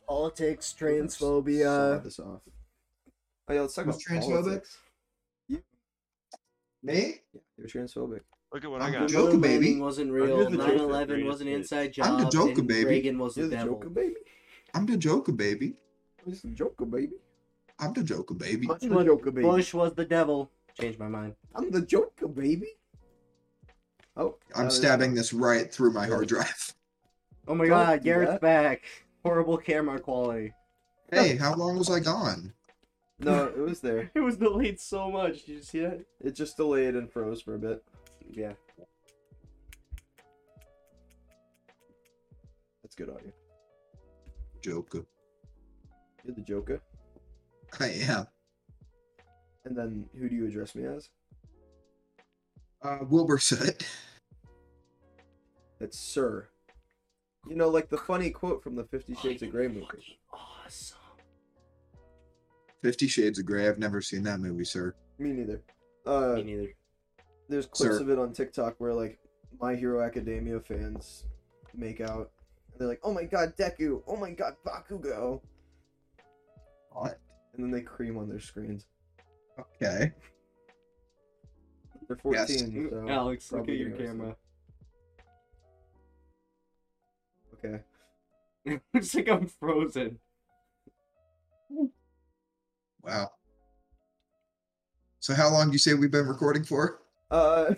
Speaker 5: Politics,
Speaker 2: Saw
Speaker 5: transphobia.
Speaker 2: this off. Oh yeah, let's talk
Speaker 3: Who's
Speaker 2: about
Speaker 3: transphobic?
Speaker 2: politics.
Speaker 3: Me?
Speaker 2: Yeah, you're transphobic.
Speaker 1: Look at what
Speaker 3: I'm
Speaker 1: I got.
Speaker 3: Joker,
Speaker 4: Moon
Speaker 3: baby.
Speaker 4: landing wasn't real.
Speaker 2: you're the
Speaker 4: 9
Speaker 2: Joker,
Speaker 4: 11
Speaker 1: baby.
Speaker 4: was an inside job.
Speaker 3: I'm the Joker,
Speaker 4: and
Speaker 3: baby.
Speaker 4: Reagan was
Speaker 2: You're
Speaker 4: the
Speaker 2: the
Speaker 4: devil.
Speaker 2: Joker baby.
Speaker 3: I'm the Joker, baby.
Speaker 2: You're the Joker baby.
Speaker 3: I'm the Joker, baby.
Speaker 2: I'm the Joker baby.
Speaker 4: Bush was the devil. Changed my mind.
Speaker 2: I'm the Joker baby. Oh,
Speaker 3: I'm
Speaker 2: that is-
Speaker 3: stabbing this right through my hard [laughs] drive.
Speaker 4: Oh my
Speaker 2: Don't
Speaker 4: god,
Speaker 2: do
Speaker 4: Garrett's
Speaker 2: that.
Speaker 4: back. Horrible camera quality.
Speaker 3: Hey, how long was I gone?
Speaker 2: No, it was there.
Speaker 4: It was delayed so much. Did you see that?
Speaker 2: It just delayed and froze for a bit.
Speaker 4: Yeah.
Speaker 2: That's good audio.
Speaker 3: Joker.
Speaker 2: You're the Joker.
Speaker 3: I am.
Speaker 2: And then who do you address me as?
Speaker 3: Uh, Wilbur Soot.
Speaker 2: That's Sir. You know, like the funny quote from the Fifty Shades of Grey movie.
Speaker 4: Fucking Awesome.
Speaker 3: Fifty Shades of Grey. I've never seen that movie, sir.
Speaker 2: Me neither. Uh,
Speaker 4: Me neither.
Speaker 2: there's clips
Speaker 3: Sir.
Speaker 2: of it on TikTok where like My Hero Academia fans make out. And they're like, "Oh my God, Deku! Oh my God, Bakugo!"
Speaker 3: What?
Speaker 2: And then they cream on their screens.
Speaker 3: Okay.
Speaker 2: They're
Speaker 3: Yes.
Speaker 2: 14, so
Speaker 4: Mm, Alex, look
Speaker 2: probably
Speaker 4: at your
Speaker 2: gonna arrest
Speaker 4: camera.
Speaker 2: them. Okay.
Speaker 4: [laughs] Looks like I'm frozen.
Speaker 3: Wow. So how long do you say we've been recording for?
Speaker 2: Uh,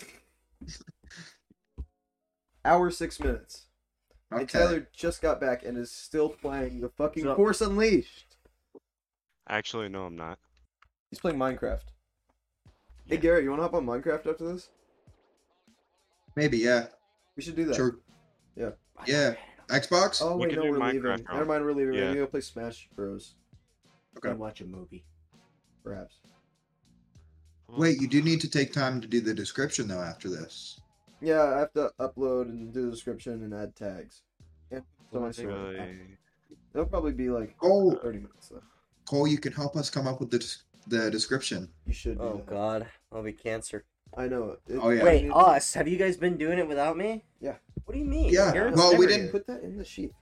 Speaker 2: [laughs] hour six minutes. And
Speaker 3: Okay.
Speaker 2: Tyler just got back and is still playing the fucking
Speaker 4: So-
Speaker 2: Force Unleashed.
Speaker 1: Actually, no, I'm not.
Speaker 2: He's playing Minecraft. Hey Garrett, you want to hop on Minecraft after this?
Speaker 3: Maybe, yeah.
Speaker 2: We should do that.
Speaker 3: Sure.
Speaker 2: Yeah.
Speaker 3: Yeah. Xbox?
Speaker 2: Oh
Speaker 1: We
Speaker 2: wait,
Speaker 1: can
Speaker 2: no,
Speaker 1: do
Speaker 2: we're
Speaker 1: Minecraft
Speaker 2: leaving.
Speaker 1: now.
Speaker 2: Never mind, we're leaving. We're
Speaker 1: Yeah.
Speaker 2: gonna go play Smash Bros.
Speaker 3: Okay.
Speaker 4: And watch a movie.
Speaker 2: Perhaps.
Speaker 3: Wait, you do need to take time to do the description though after this.
Speaker 2: Yeah, I have to upload and do the description and add tags. Yeah, so my story.
Speaker 5: uh,
Speaker 1: Really?
Speaker 2: It'll probably be like
Speaker 3: Cole,
Speaker 2: thirty minutes though.
Speaker 3: Cole, you can help us come up with the des- the description.
Speaker 2: You should. Do
Speaker 5: Oh
Speaker 2: that.
Speaker 5: god, I'll be cancer.
Speaker 2: I know. It,
Speaker 3: Oh, yeah.
Speaker 5: Wait, us? Have you guys been doing it without me?
Speaker 2: Yeah.
Speaker 5: What do you mean?
Speaker 3: Yeah.
Speaker 5: Garrett's
Speaker 3: Well, Oh, we
Speaker 5: never
Speaker 3: didn't
Speaker 5: here.
Speaker 2: Put that in the sheet.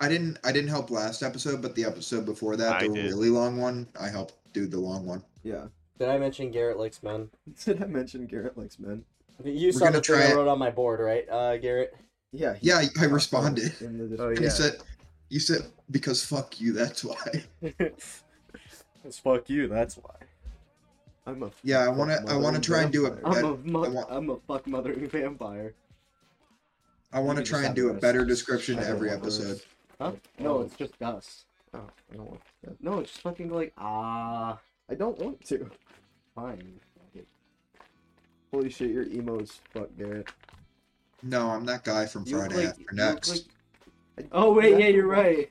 Speaker 3: I didn't I didn't help last episode, but the episode before that,
Speaker 1: I
Speaker 3: the
Speaker 1: did.
Speaker 3: really long one, I helped do the long one.
Speaker 2: Yeah. [laughs]
Speaker 5: Did I mention Garrett likes men?
Speaker 2: Did I mention Garrett likes men?
Speaker 5: You
Speaker 3: We're
Speaker 5: saw
Speaker 3: gonna
Speaker 5: the thing
Speaker 3: try
Speaker 5: I
Speaker 3: it.
Speaker 5: wrote on my board, right, uh, Garrett?
Speaker 2: Yeah. he-
Speaker 3: Yeah, I
Speaker 2: [laughs]
Speaker 3: responded.
Speaker 2: In the
Speaker 5: Oh,
Speaker 3: And
Speaker 5: Yeah.
Speaker 3: you said you said because fuck you, that's why.
Speaker 4: [laughs]
Speaker 5: It's fuck you. That's why.
Speaker 2: I'm a
Speaker 3: Yeah, I wanna I wanna try and do a
Speaker 2: Vampire.
Speaker 4: I'm a
Speaker 3: bet-
Speaker 4: mu-
Speaker 3: I want-
Speaker 4: I'm a fuck mothering vampire.
Speaker 3: I wanna
Speaker 2: You
Speaker 3: try
Speaker 2: just
Speaker 3: and do a
Speaker 2: have
Speaker 3: better
Speaker 2: this.
Speaker 3: description
Speaker 2: I
Speaker 3: to
Speaker 2: don't
Speaker 3: every
Speaker 2: want this.
Speaker 3: episode.
Speaker 4: Huh? No, it's just us.
Speaker 2: Oh, I don't want that.
Speaker 4: No, it's just fucking like ah.
Speaker 2: I don't want to.
Speaker 4: Fine.
Speaker 2: Holy shit, your emo is fuck, Garrett.
Speaker 3: No, I'm that guy from
Speaker 4: You look
Speaker 3: Friday
Speaker 4: like-
Speaker 3: After
Speaker 4: you look
Speaker 3: Next.
Speaker 4: like-
Speaker 2: I,
Speaker 4: Oh wait,
Speaker 2: never
Speaker 4: yeah, you're
Speaker 2: watched-
Speaker 4: right.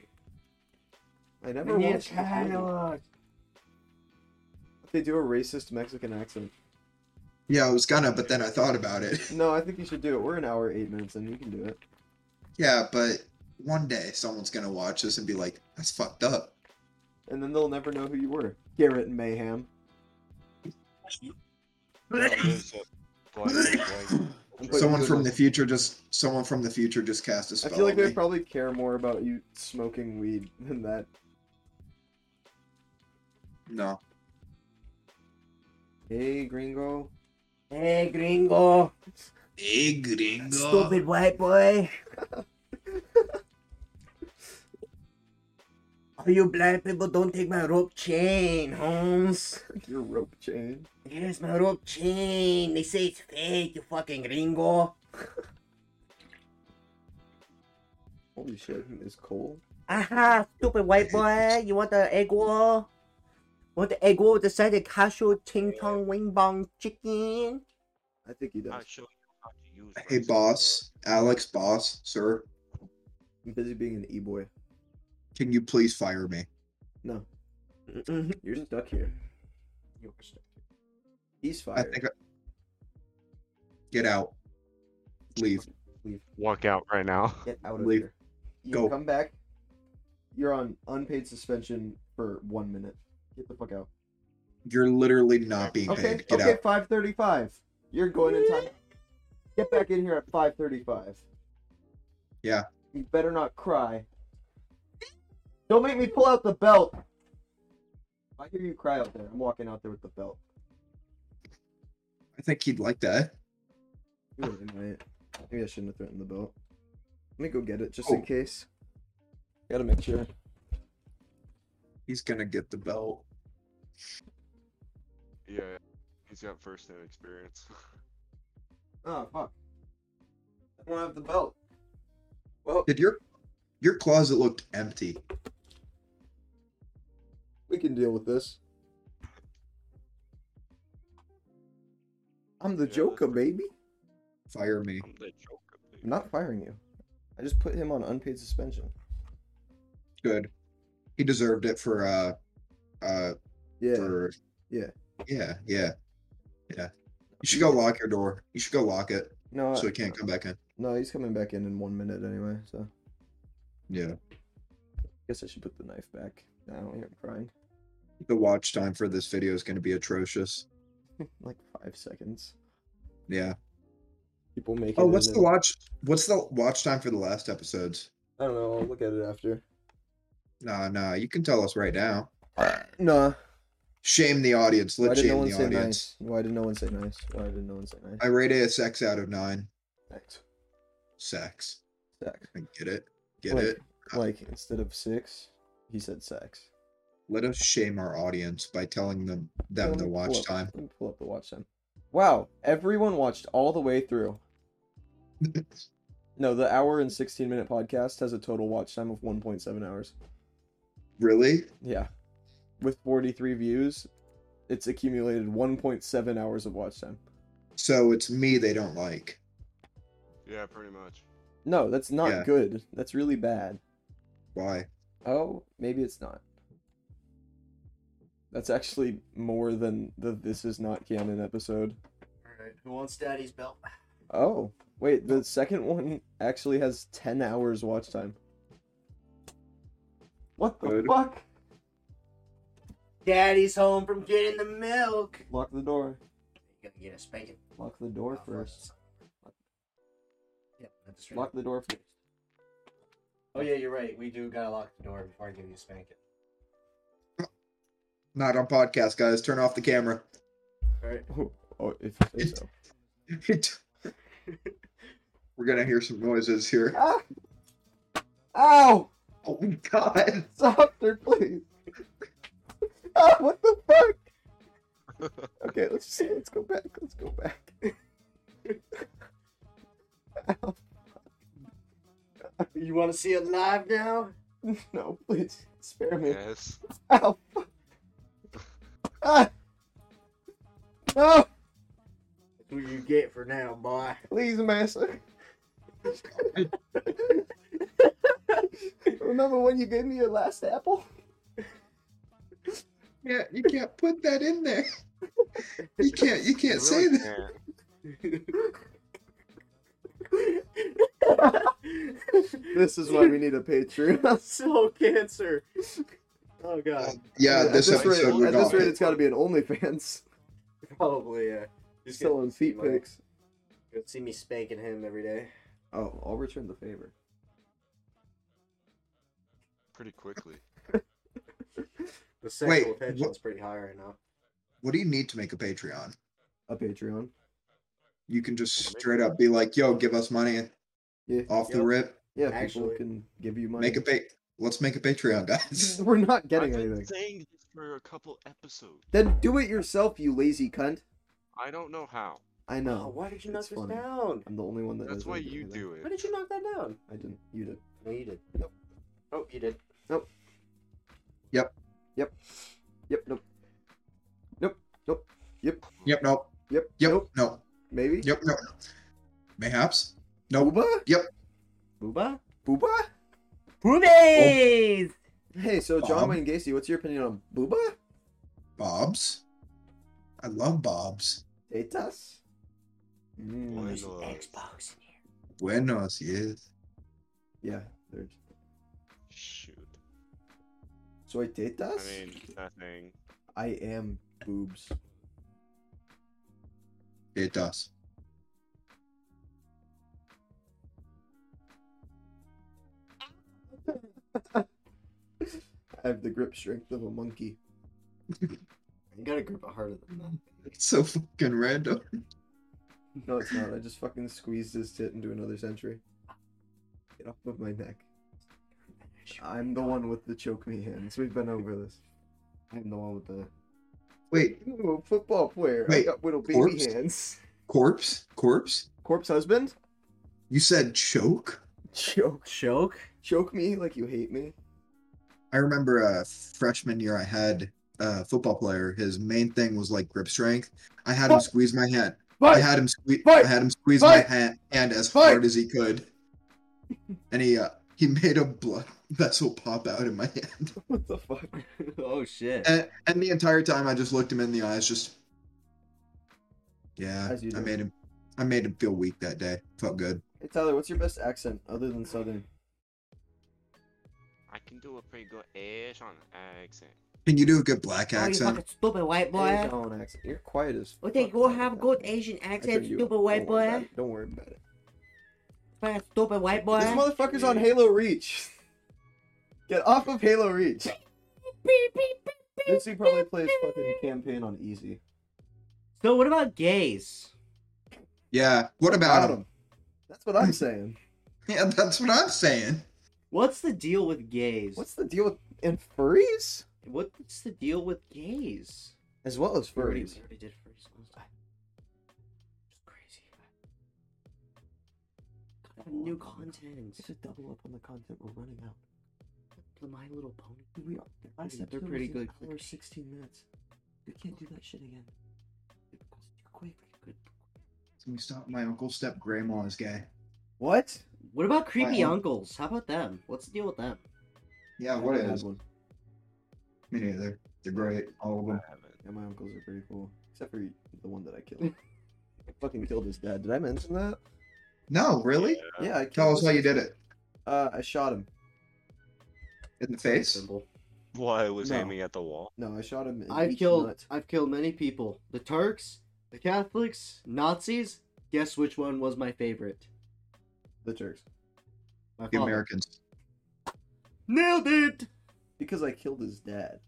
Speaker 2: I never
Speaker 4: And yeah,
Speaker 2: watched. this movie.
Speaker 4: Cadillac.
Speaker 2: They do a racist Mexican accent.
Speaker 3: Yeah, I was gonna, but then I thought about it.
Speaker 2: No, I think you should do it. We're an hour eight minutes, and you can do it.
Speaker 3: Yeah, but one day someone's gonna watch this and be like, "That's fucked up."
Speaker 2: And then they'll never know who you were. Garrett Mayhem.
Speaker 3: [laughs]
Speaker 1: That is a blank, blank.
Speaker 2: But
Speaker 3: someone
Speaker 2: you-
Speaker 3: from the future just someone from the future just cast a
Speaker 2: I
Speaker 3: spell.
Speaker 2: feel like
Speaker 3: on
Speaker 2: they
Speaker 3: me.
Speaker 2: probably care more about you smoking weed than that.
Speaker 3: no.
Speaker 2: Hey, gringo.
Speaker 5: Hey, gringo,
Speaker 3: Hey, gringo.
Speaker 5: stupid
Speaker 3: [laughs]
Speaker 5: white boy. All you black people don't take my rope chain, Holmes.
Speaker 2: Your rope chain.
Speaker 5: Here's my rope chain. They say it's fake, you fucking gringo.
Speaker 2: Holy shit, it's cold.
Speaker 5: Aha, stupid white boy. You want the egg roll? Want the egg roll with the side of cashew, ching chong, wing bong, chicken?
Speaker 2: I think he does.
Speaker 1: I'll show you how to use
Speaker 3: Hey,
Speaker 1: racism.
Speaker 3: boss, Alex, boss, sir,
Speaker 2: I'm busy being an e-boy.
Speaker 3: can you please fire me?
Speaker 2: No, you're stuck here.
Speaker 4: You were stuck.
Speaker 2: He's
Speaker 3: I
Speaker 2: fired.
Speaker 3: think. I... Get out. Leave.
Speaker 1: Walk out right now.
Speaker 2: Get out of
Speaker 3: Leave.
Speaker 2: here. You
Speaker 3: Go.
Speaker 2: come back. You're on unpaid suspension for one minute. Get the fuck out.
Speaker 3: You're literally not being
Speaker 2: Okay.
Speaker 3: paid. Get
Speaker 2: okay.
Speaker 3: out.
Speaker 2: Five thirty-five. You're going in time. Get back in here at five thirty-five.
Speaker 3: Yeah.
Speaker 2: You better not cry. Don't make me pull out the belt. I hear you cry out there. I'm walking out there with the belt.
Speaker 3: I think he'd like that.
Speaker 2: You really might. Maybe I shouldn't have threatened the belt. Let me go get it just in
Speaker 3: Oh.
Speaker 2: case. Gotta make sure.
Speaker 3: He's gonna get the belt.
Speaker 1: Yeah, he's got first-hand experience. [laughs]
Speaker 2: Oh fuck! I don't have the belt. Well,
Speaker 3: Did your your closet looked empty?
Speaker 2: we can deal with this. I'm the
Speaker 1: Yeah,
Speaker 2: Joker,
Speaker 1: that's-
Speaker 2: baby.
Speaker 3: Fire me.
Speaker 1: I'm the Joker. dude.
Speaker 2: I'm not firing you. I just put him on unpaid suspension.
Speaker 3: Good. He deserved it for uh uh
Speaker 2: Yeah.
Speaker 3: for
Speaker 2: Yeah.
Speaker 3: yeah yeah yeah. You should go lock your door. You should go lock it
Speaker 2: No.
Speaker 3: so
Speaker 2: I,
Speaker 3: it can't come back in.
Speaker 2: no, he's coming back in in one minute anyway. So I
Speaker 3: Yeah.
Speaker 2: guess I should put the knife back. I don't hear him crying.
Speaker 3: The watch time for this video is gonna be atrocious.
Speaker 2: like five seconds.
Speaker 3: Yeah.
Speaker 2: People make it.
Speaker 3: Oh, what's
Speaker 2: and
Speaker 3: the
Speaker 2: then-
Speaker 3: watch? What's the watch time for the last episodes?
Speaker 2: I don't know. I'll look at it after.
Speaker 3: Nah, nah. You can tell us right now.
Speaker 2: Nah.
Speaker 3: Shame the audience.
Speaker 2: Why
Speaker 3: Let's
Speaker 2: did no
Speaker 3: shame
Speaker 2: one
Speaker 3: the
Speaker 2: say
Speaker 3: audience.
Speaker 2: nice? Why did no one say nice? Why did no one say nice?
Speaker 3: I rate it a six out of nine.
Speaker 2: Sex.
Speaker 3: Sex.
Speaker 2: Sex.
Speaker 3: I get it. Get
Speaker 2: Like-
Speaker 3: it.
Speaker 2: Like instead of six, he said sex.
Speaker 3: Let us shame our audience by telling them them
Speaker 2: Let
Speaker 3: the
Speaker 2: me pull
Speaker 3: watch
Speaker 2: up-
Speaker 3: time. [laughs]
Speaker 2: Let me pull up the watch time. Wow, everyone watched all the way through. No, the hour and sixteen minute podcast has a total watch time of one point seven hours.
Speaker 3: really?
Speaker 2: Yeah, with forty three views, it's accumulated one point seven hours of watch time.
Speaker 3: So it's me they don't like.
Speaker 1: Yeah, pretty much.
Speaker 2: No, that's not
Speaker 3: Yeah.
Speaker 2: good. That's really bad.
Speaker 3: Why?
Speaker 2: Oh, maybe it's not. That's actually more than the "This Is Not Canon" episode.
Speaker 5: Alright, who wants daddy's belt?
Speaker 2: Oh, wait, the second one actually has 10 hours watch time. What the
Speaker 3: Good.
Speaker 2: fuck?
Speaker 5: Daddy's home from getting the milk.
Speaker 2: Lock the door.
Speaker 5: You gonna get a spanking uh,
Speaker 2: Lock the door first.
Speaker 5: Yep, that's right.
Speaker 2: Lock the door first.
Speaker 5: Oh yeah, you're right. We do gotta lock the door before I give you a spanking.
Speaker 3: Not on podcast, guys. Turn off the camera. [laughs]
Speaker 5: Alright.
Speaker 2: Oh, oh, if you say so.
Speaker 3: We're gonna hear some noises here.
Speaker 2: Ah! Ow!
Speaker 3: Oh my god.
Speaker 2: Softer, please. ah, what the fuck? Okay, let's just, let's go back. Let's go back. [laughs] Ow.
Speaker 5: You wanna see it live now?
Speaker 2: [laughs] No, please spare me.
Speaker 1: yes.
Speaker 2: Ow! Ah! No!
Speaker 5: That's what you get for now, boy.
Speaker 2: Please, master. Remember when you gave me your last apple?
Speaker 3: Yeah, you can't put that in there. You can't. You can't
Speaker 1: You really
Speaker 3: say that.
Speaker 1: can't.
Speaker 2: This is why we need a
Speaker 5: [laughs]
Speaker 2: Patreon.
Speaker 5: so cancer. Oh god.
Speaker 3: Yeah, this
Speaker 1: this rate-
Speaker 3: episode we
Speaker 1: at
Speaker 3: got
Speaker 1: this rate,
Speaker 3: it.
Speaker 2: it's got to be an OnlyFans.
Speaker 5: [laughs] Probably uh, yeah. Just gonna,
Speaker 2: Selling feet
Speaker 5: Right.
Speaker 2: pics.
Speaker 5: gonna see me spanking him every day.
Speaker 2: Oh, I'll return the favor.
Speaker 1: Pretty quickly.
Speaker 5: The sexual
Speaker 3: Wait,
Speaker 5: tension's pretty high right now.
Speaker 3: What do you need to make a Patreon?
Speaker 2: A Patreon.
Speaker 3: You can just straight up be like, "Yo, give us money
Speaker 2: Yeah.
Speaker 3: off the
Speaker 5: Yep.
Speaker 3: rip.
Speaker 2: Yeah,
Speaker 5: Actually-
Speaker 2: people can give you money. [laughs]
Speaker 3: Make a pa- Let's make a Patreon, guys." [laughs]
Speaker 2: We're not
Speaker 1: I've
Speaker 2: getting
Speaker 1: been
Speaker 2: anything.
Speaker 1: saying this for a couple episodes.
Speaker 2: Then do it yourself, you lazy cunt.
Speaker 1: I don't know how.
Speaker 2: I
Speaker 5: Oh,
Speaker 2: know.
Speaker 5: why did you knock
Speaker 2: it's
Speaker 5: this
Speaker 2: funny.
Speaker 5: down?
Speaker 2: I'm the only one that.
Speaker 1: That's
Speaker 2: doesn't
Speaker 1: why
Speaker 2: do
Speaker 1: you
Speaker 2: anything.
Speaker 1: do
Speaker 5: Why
Speaker 1: it.
Speaker 5: did you knock that down?
Speaker 2: I didn't. You did.
Speaker 5: No, you did.
Speaker 2: Nope.
Speaker 5: Oh, you did.
Speaker 2: Yep. Nope. Nope. Nope. Yep.
Speaker 3: yep. Nope.
Speaker 2: Yep.
Speaker 3: Yep.
Speaker 2: Nope.
Speaker 3: No.
Speaker 2: Maybe.
Speaker 3: Yep. No. Mayhaps. Nope.
Speaker 2: Booba.
Speaker 3: Yep.
Speaker 5: Booba?
Speaker 2: Booba.
Speaker 5: Boobies!
Speaker 2: Hey, so John
Speaker 3: Bob?
Speaker 2: Wayne Gacy, what's your opinion on Booba?
Speaker 3: Bob's. I love Bob's.
Speaker 2: Tetas.
Speaker 1: Why
Speaker 2: Mm,
Speaker 5: Oh.
Speaker 1: not?
Speaker 5: Xbox in here.
Speaker 3: Buenos, yes.
Speaker 2: yeah. There's
Speaker 1: Shoot.
Speaker 2: soy
Speaker 1: I
Speaker 2: tetas.
Speaker 1: mean, nothing.
Speaker 2: I am boobs.
Speaker 3: It does.
Speaker 2: I have the grip strength of a monkey.
Speaker 5: [laughs] You gotta grip it harder than that.
Speaker 3: It's so fucking random.
Speaker 2: No, it's not. I just fucking squeezed his tit into another century. Get off of my neck. I'm the one with the choke me hands. We've been over this.
Speaker 5: I'm the one with the.
Speaker 3: Wait,
Speaker 2: Ooh, football player. I
Speaker 3: Wait,
Speaker 2: got little baby
Speaker 3: corpse?
Speaker 2: hands.
Speaker 3: corpse? Corpse?
Speaker 2: Corpse husband?
Speaker 3: You said choke?
Speaker 2: [laughs] Choke.
Speaker 5: Choke?
Speaker 2: Choke me like you hate me.
Speaker 3: I remember uh, freshman year I had a football player. His main thing was like grip strength. I had him
Speaker 2: Fight.
Speaker 3: squeeze my hand. I
Speaker 2: Fight!
Speaker 3: had him squeeze.
Speaker 2: Fight!
Speaker 3: I had him squeeze
Speaker 2: Fight!
Speaker 3: my hand, hand as
Speaker 2: Fight!
Speaker 3: hard as he could, and he uh, he made a blood vessel pop out in my hand.
Speaker 2: What the fuck? [laughs]
Speaker 5: oh shit.
Speaker 3: And, and the entire time I just looked him in the eyes, just yeah.
Speaker 2: As you
Speaker 3: I
Speaker 2: do.
Speaker 3: made him. I made him feel weak that day. Felt good.
Speaker 2: Hey Tyler, what's your best accent other than Southern?
Speaker 1: I can do a pretty good ish on accent.
Speaker 3: Can you do a good black
Speaker 5: Oh, you
Speaker 3: accent?
Speaker 5: fucking stupid white boy.
Speaker 2: Asian accent. You're quiet as.
Speaker 5: Oh, they
Speaker 2: fuck,
Speaker 5: go
Speaker 2: Tyler.
Speaker 5: have good
Speaker 2: I
Speaker 5: Asian
Speaker 2: turned
Speaker 5: accent,
Speaker 2: you
Speaker 5: stupid
Speaker 2: up.
Speaker 5: white
Speaker 2: Don't worry about
Speaker 5: boy.
Speaker 2: it. Don't worry about it.
Speaker 5: Fucking stupid white boy.
Speaker 2: This
Speaker 3: [laughs]
Speaker 2: motherfucker's on Halo Reach. Get off of Halo Reach.
Speaker 5: Beep, beep, beep.
Speaker 2: This dude probably plays fucking campaign on easy.
Speaker 5: So what about gays?
Speaker 3: Yeah. What about
Speaker 2: Got
Speaker 3: him?
Speaker 2: That's
Speaker 3: [laughs]
Speaker 2: what I'm saying.
Speaker 3: Yeah, that's what I'm saying.
Speaker 5: What's the deal with gays?
Speaker 2: What's the deal with and furries?
Speaker 5: What's the deal with gays?
Speaker 2: As well as
Speaker 5: We already,
Speaker 2: furries.
Speaker 5: we already did furries last time. It's crazy. Gotta have new content.
Speaker 2: Just double up on the content we're running out.
Speaker 5: The My Little Pony.
Speaker 2: We are.
Speaker 5: last episode was an hour
Speaker 2: Hour sixteen minutes. We can't do that shit again.
Speaker 3: Can we stop? My uncle step grandma is gay.
Speaker 2: What?
Speaker 5: What about creepy
Speaker 3: Wow.
Speaker 5: uncles? How about them? What's the deal with them?
Speaker 3: Yeah.
Speaker 2: I
Speaker 3: What
Speaker 2: haven't had
Speaker 3: is?
Speaker 2: one.
Speaker 3: Me neither. They're great. All of them.
Speaker 2: Yeah, my uncles are pretty cool, except for the one that I [laughs] killed. I fucking killed his dad. Did I mention that?
Speaker 3: No, really.
Speaker 2: Yeah, I killed
Speaker 3: Tell us
Speaker 2: his-
Speaker 3: how you did it.
Speaker 2: Uh, I shot him.
Speaker 3: In the face.
Speaker 5: Simple.
Speaker 1: Why I was
Speaker 2: No.
Speaker 1: aiming at the wall?
Speaker 2: No, I shot him. in
Speaker 5: I've
Speaker 2: each
Speaker 5: killed
Speaker 2: nut.
Speaker 5: I've killed many people. The Turks, the Catholics, Nazis. Guess which one was my favorite?
Speaker 2: the Turks
Speaker 5: My
Speaker 3: The
Speaker 5: father.
Speaker 3: Americans.
Speaker 5: Nailed it!
Speaker 2: because I killed his dad.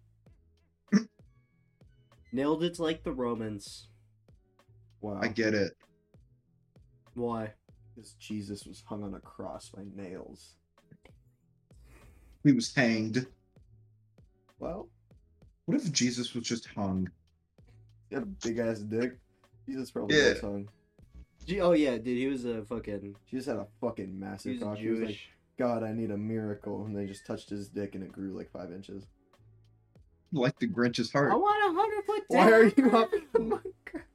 Speaker 5: Nailed it like the Romans.
Speaker 2: Wow.
Speaker 3: I get it.
Speaker 5: Why?
Speaker 2: Because Jesus was hung on a cross by nails.
Speaker 3: He was hanged.
Speaker 2: Well,
Speaker 3: What if Jesus was just hung?
Speaker 2: he had a big ass dick. Jesus probably
Speaker 3: Yeah.
Speaker 2: was hung.
Speaker 5: Gee- Oh yeah, dude, he was a fucking
Speaker 2: Jesus had a fucking
Speaker 5: he
Speaker 2: massive
Speaker 5: was
Speaker 2: cock. He was like,
Speaker 5: Jewish.
Speaker 2: God, I need a miracle. And they just touched his dick and it grew like five inches.
Speaker 3: Like the Grinch's heart.
Speaker 5: I want a hundred foot
Speaker 2: Why are you
Speaker 5: down.
Speaker 2: up in the mic?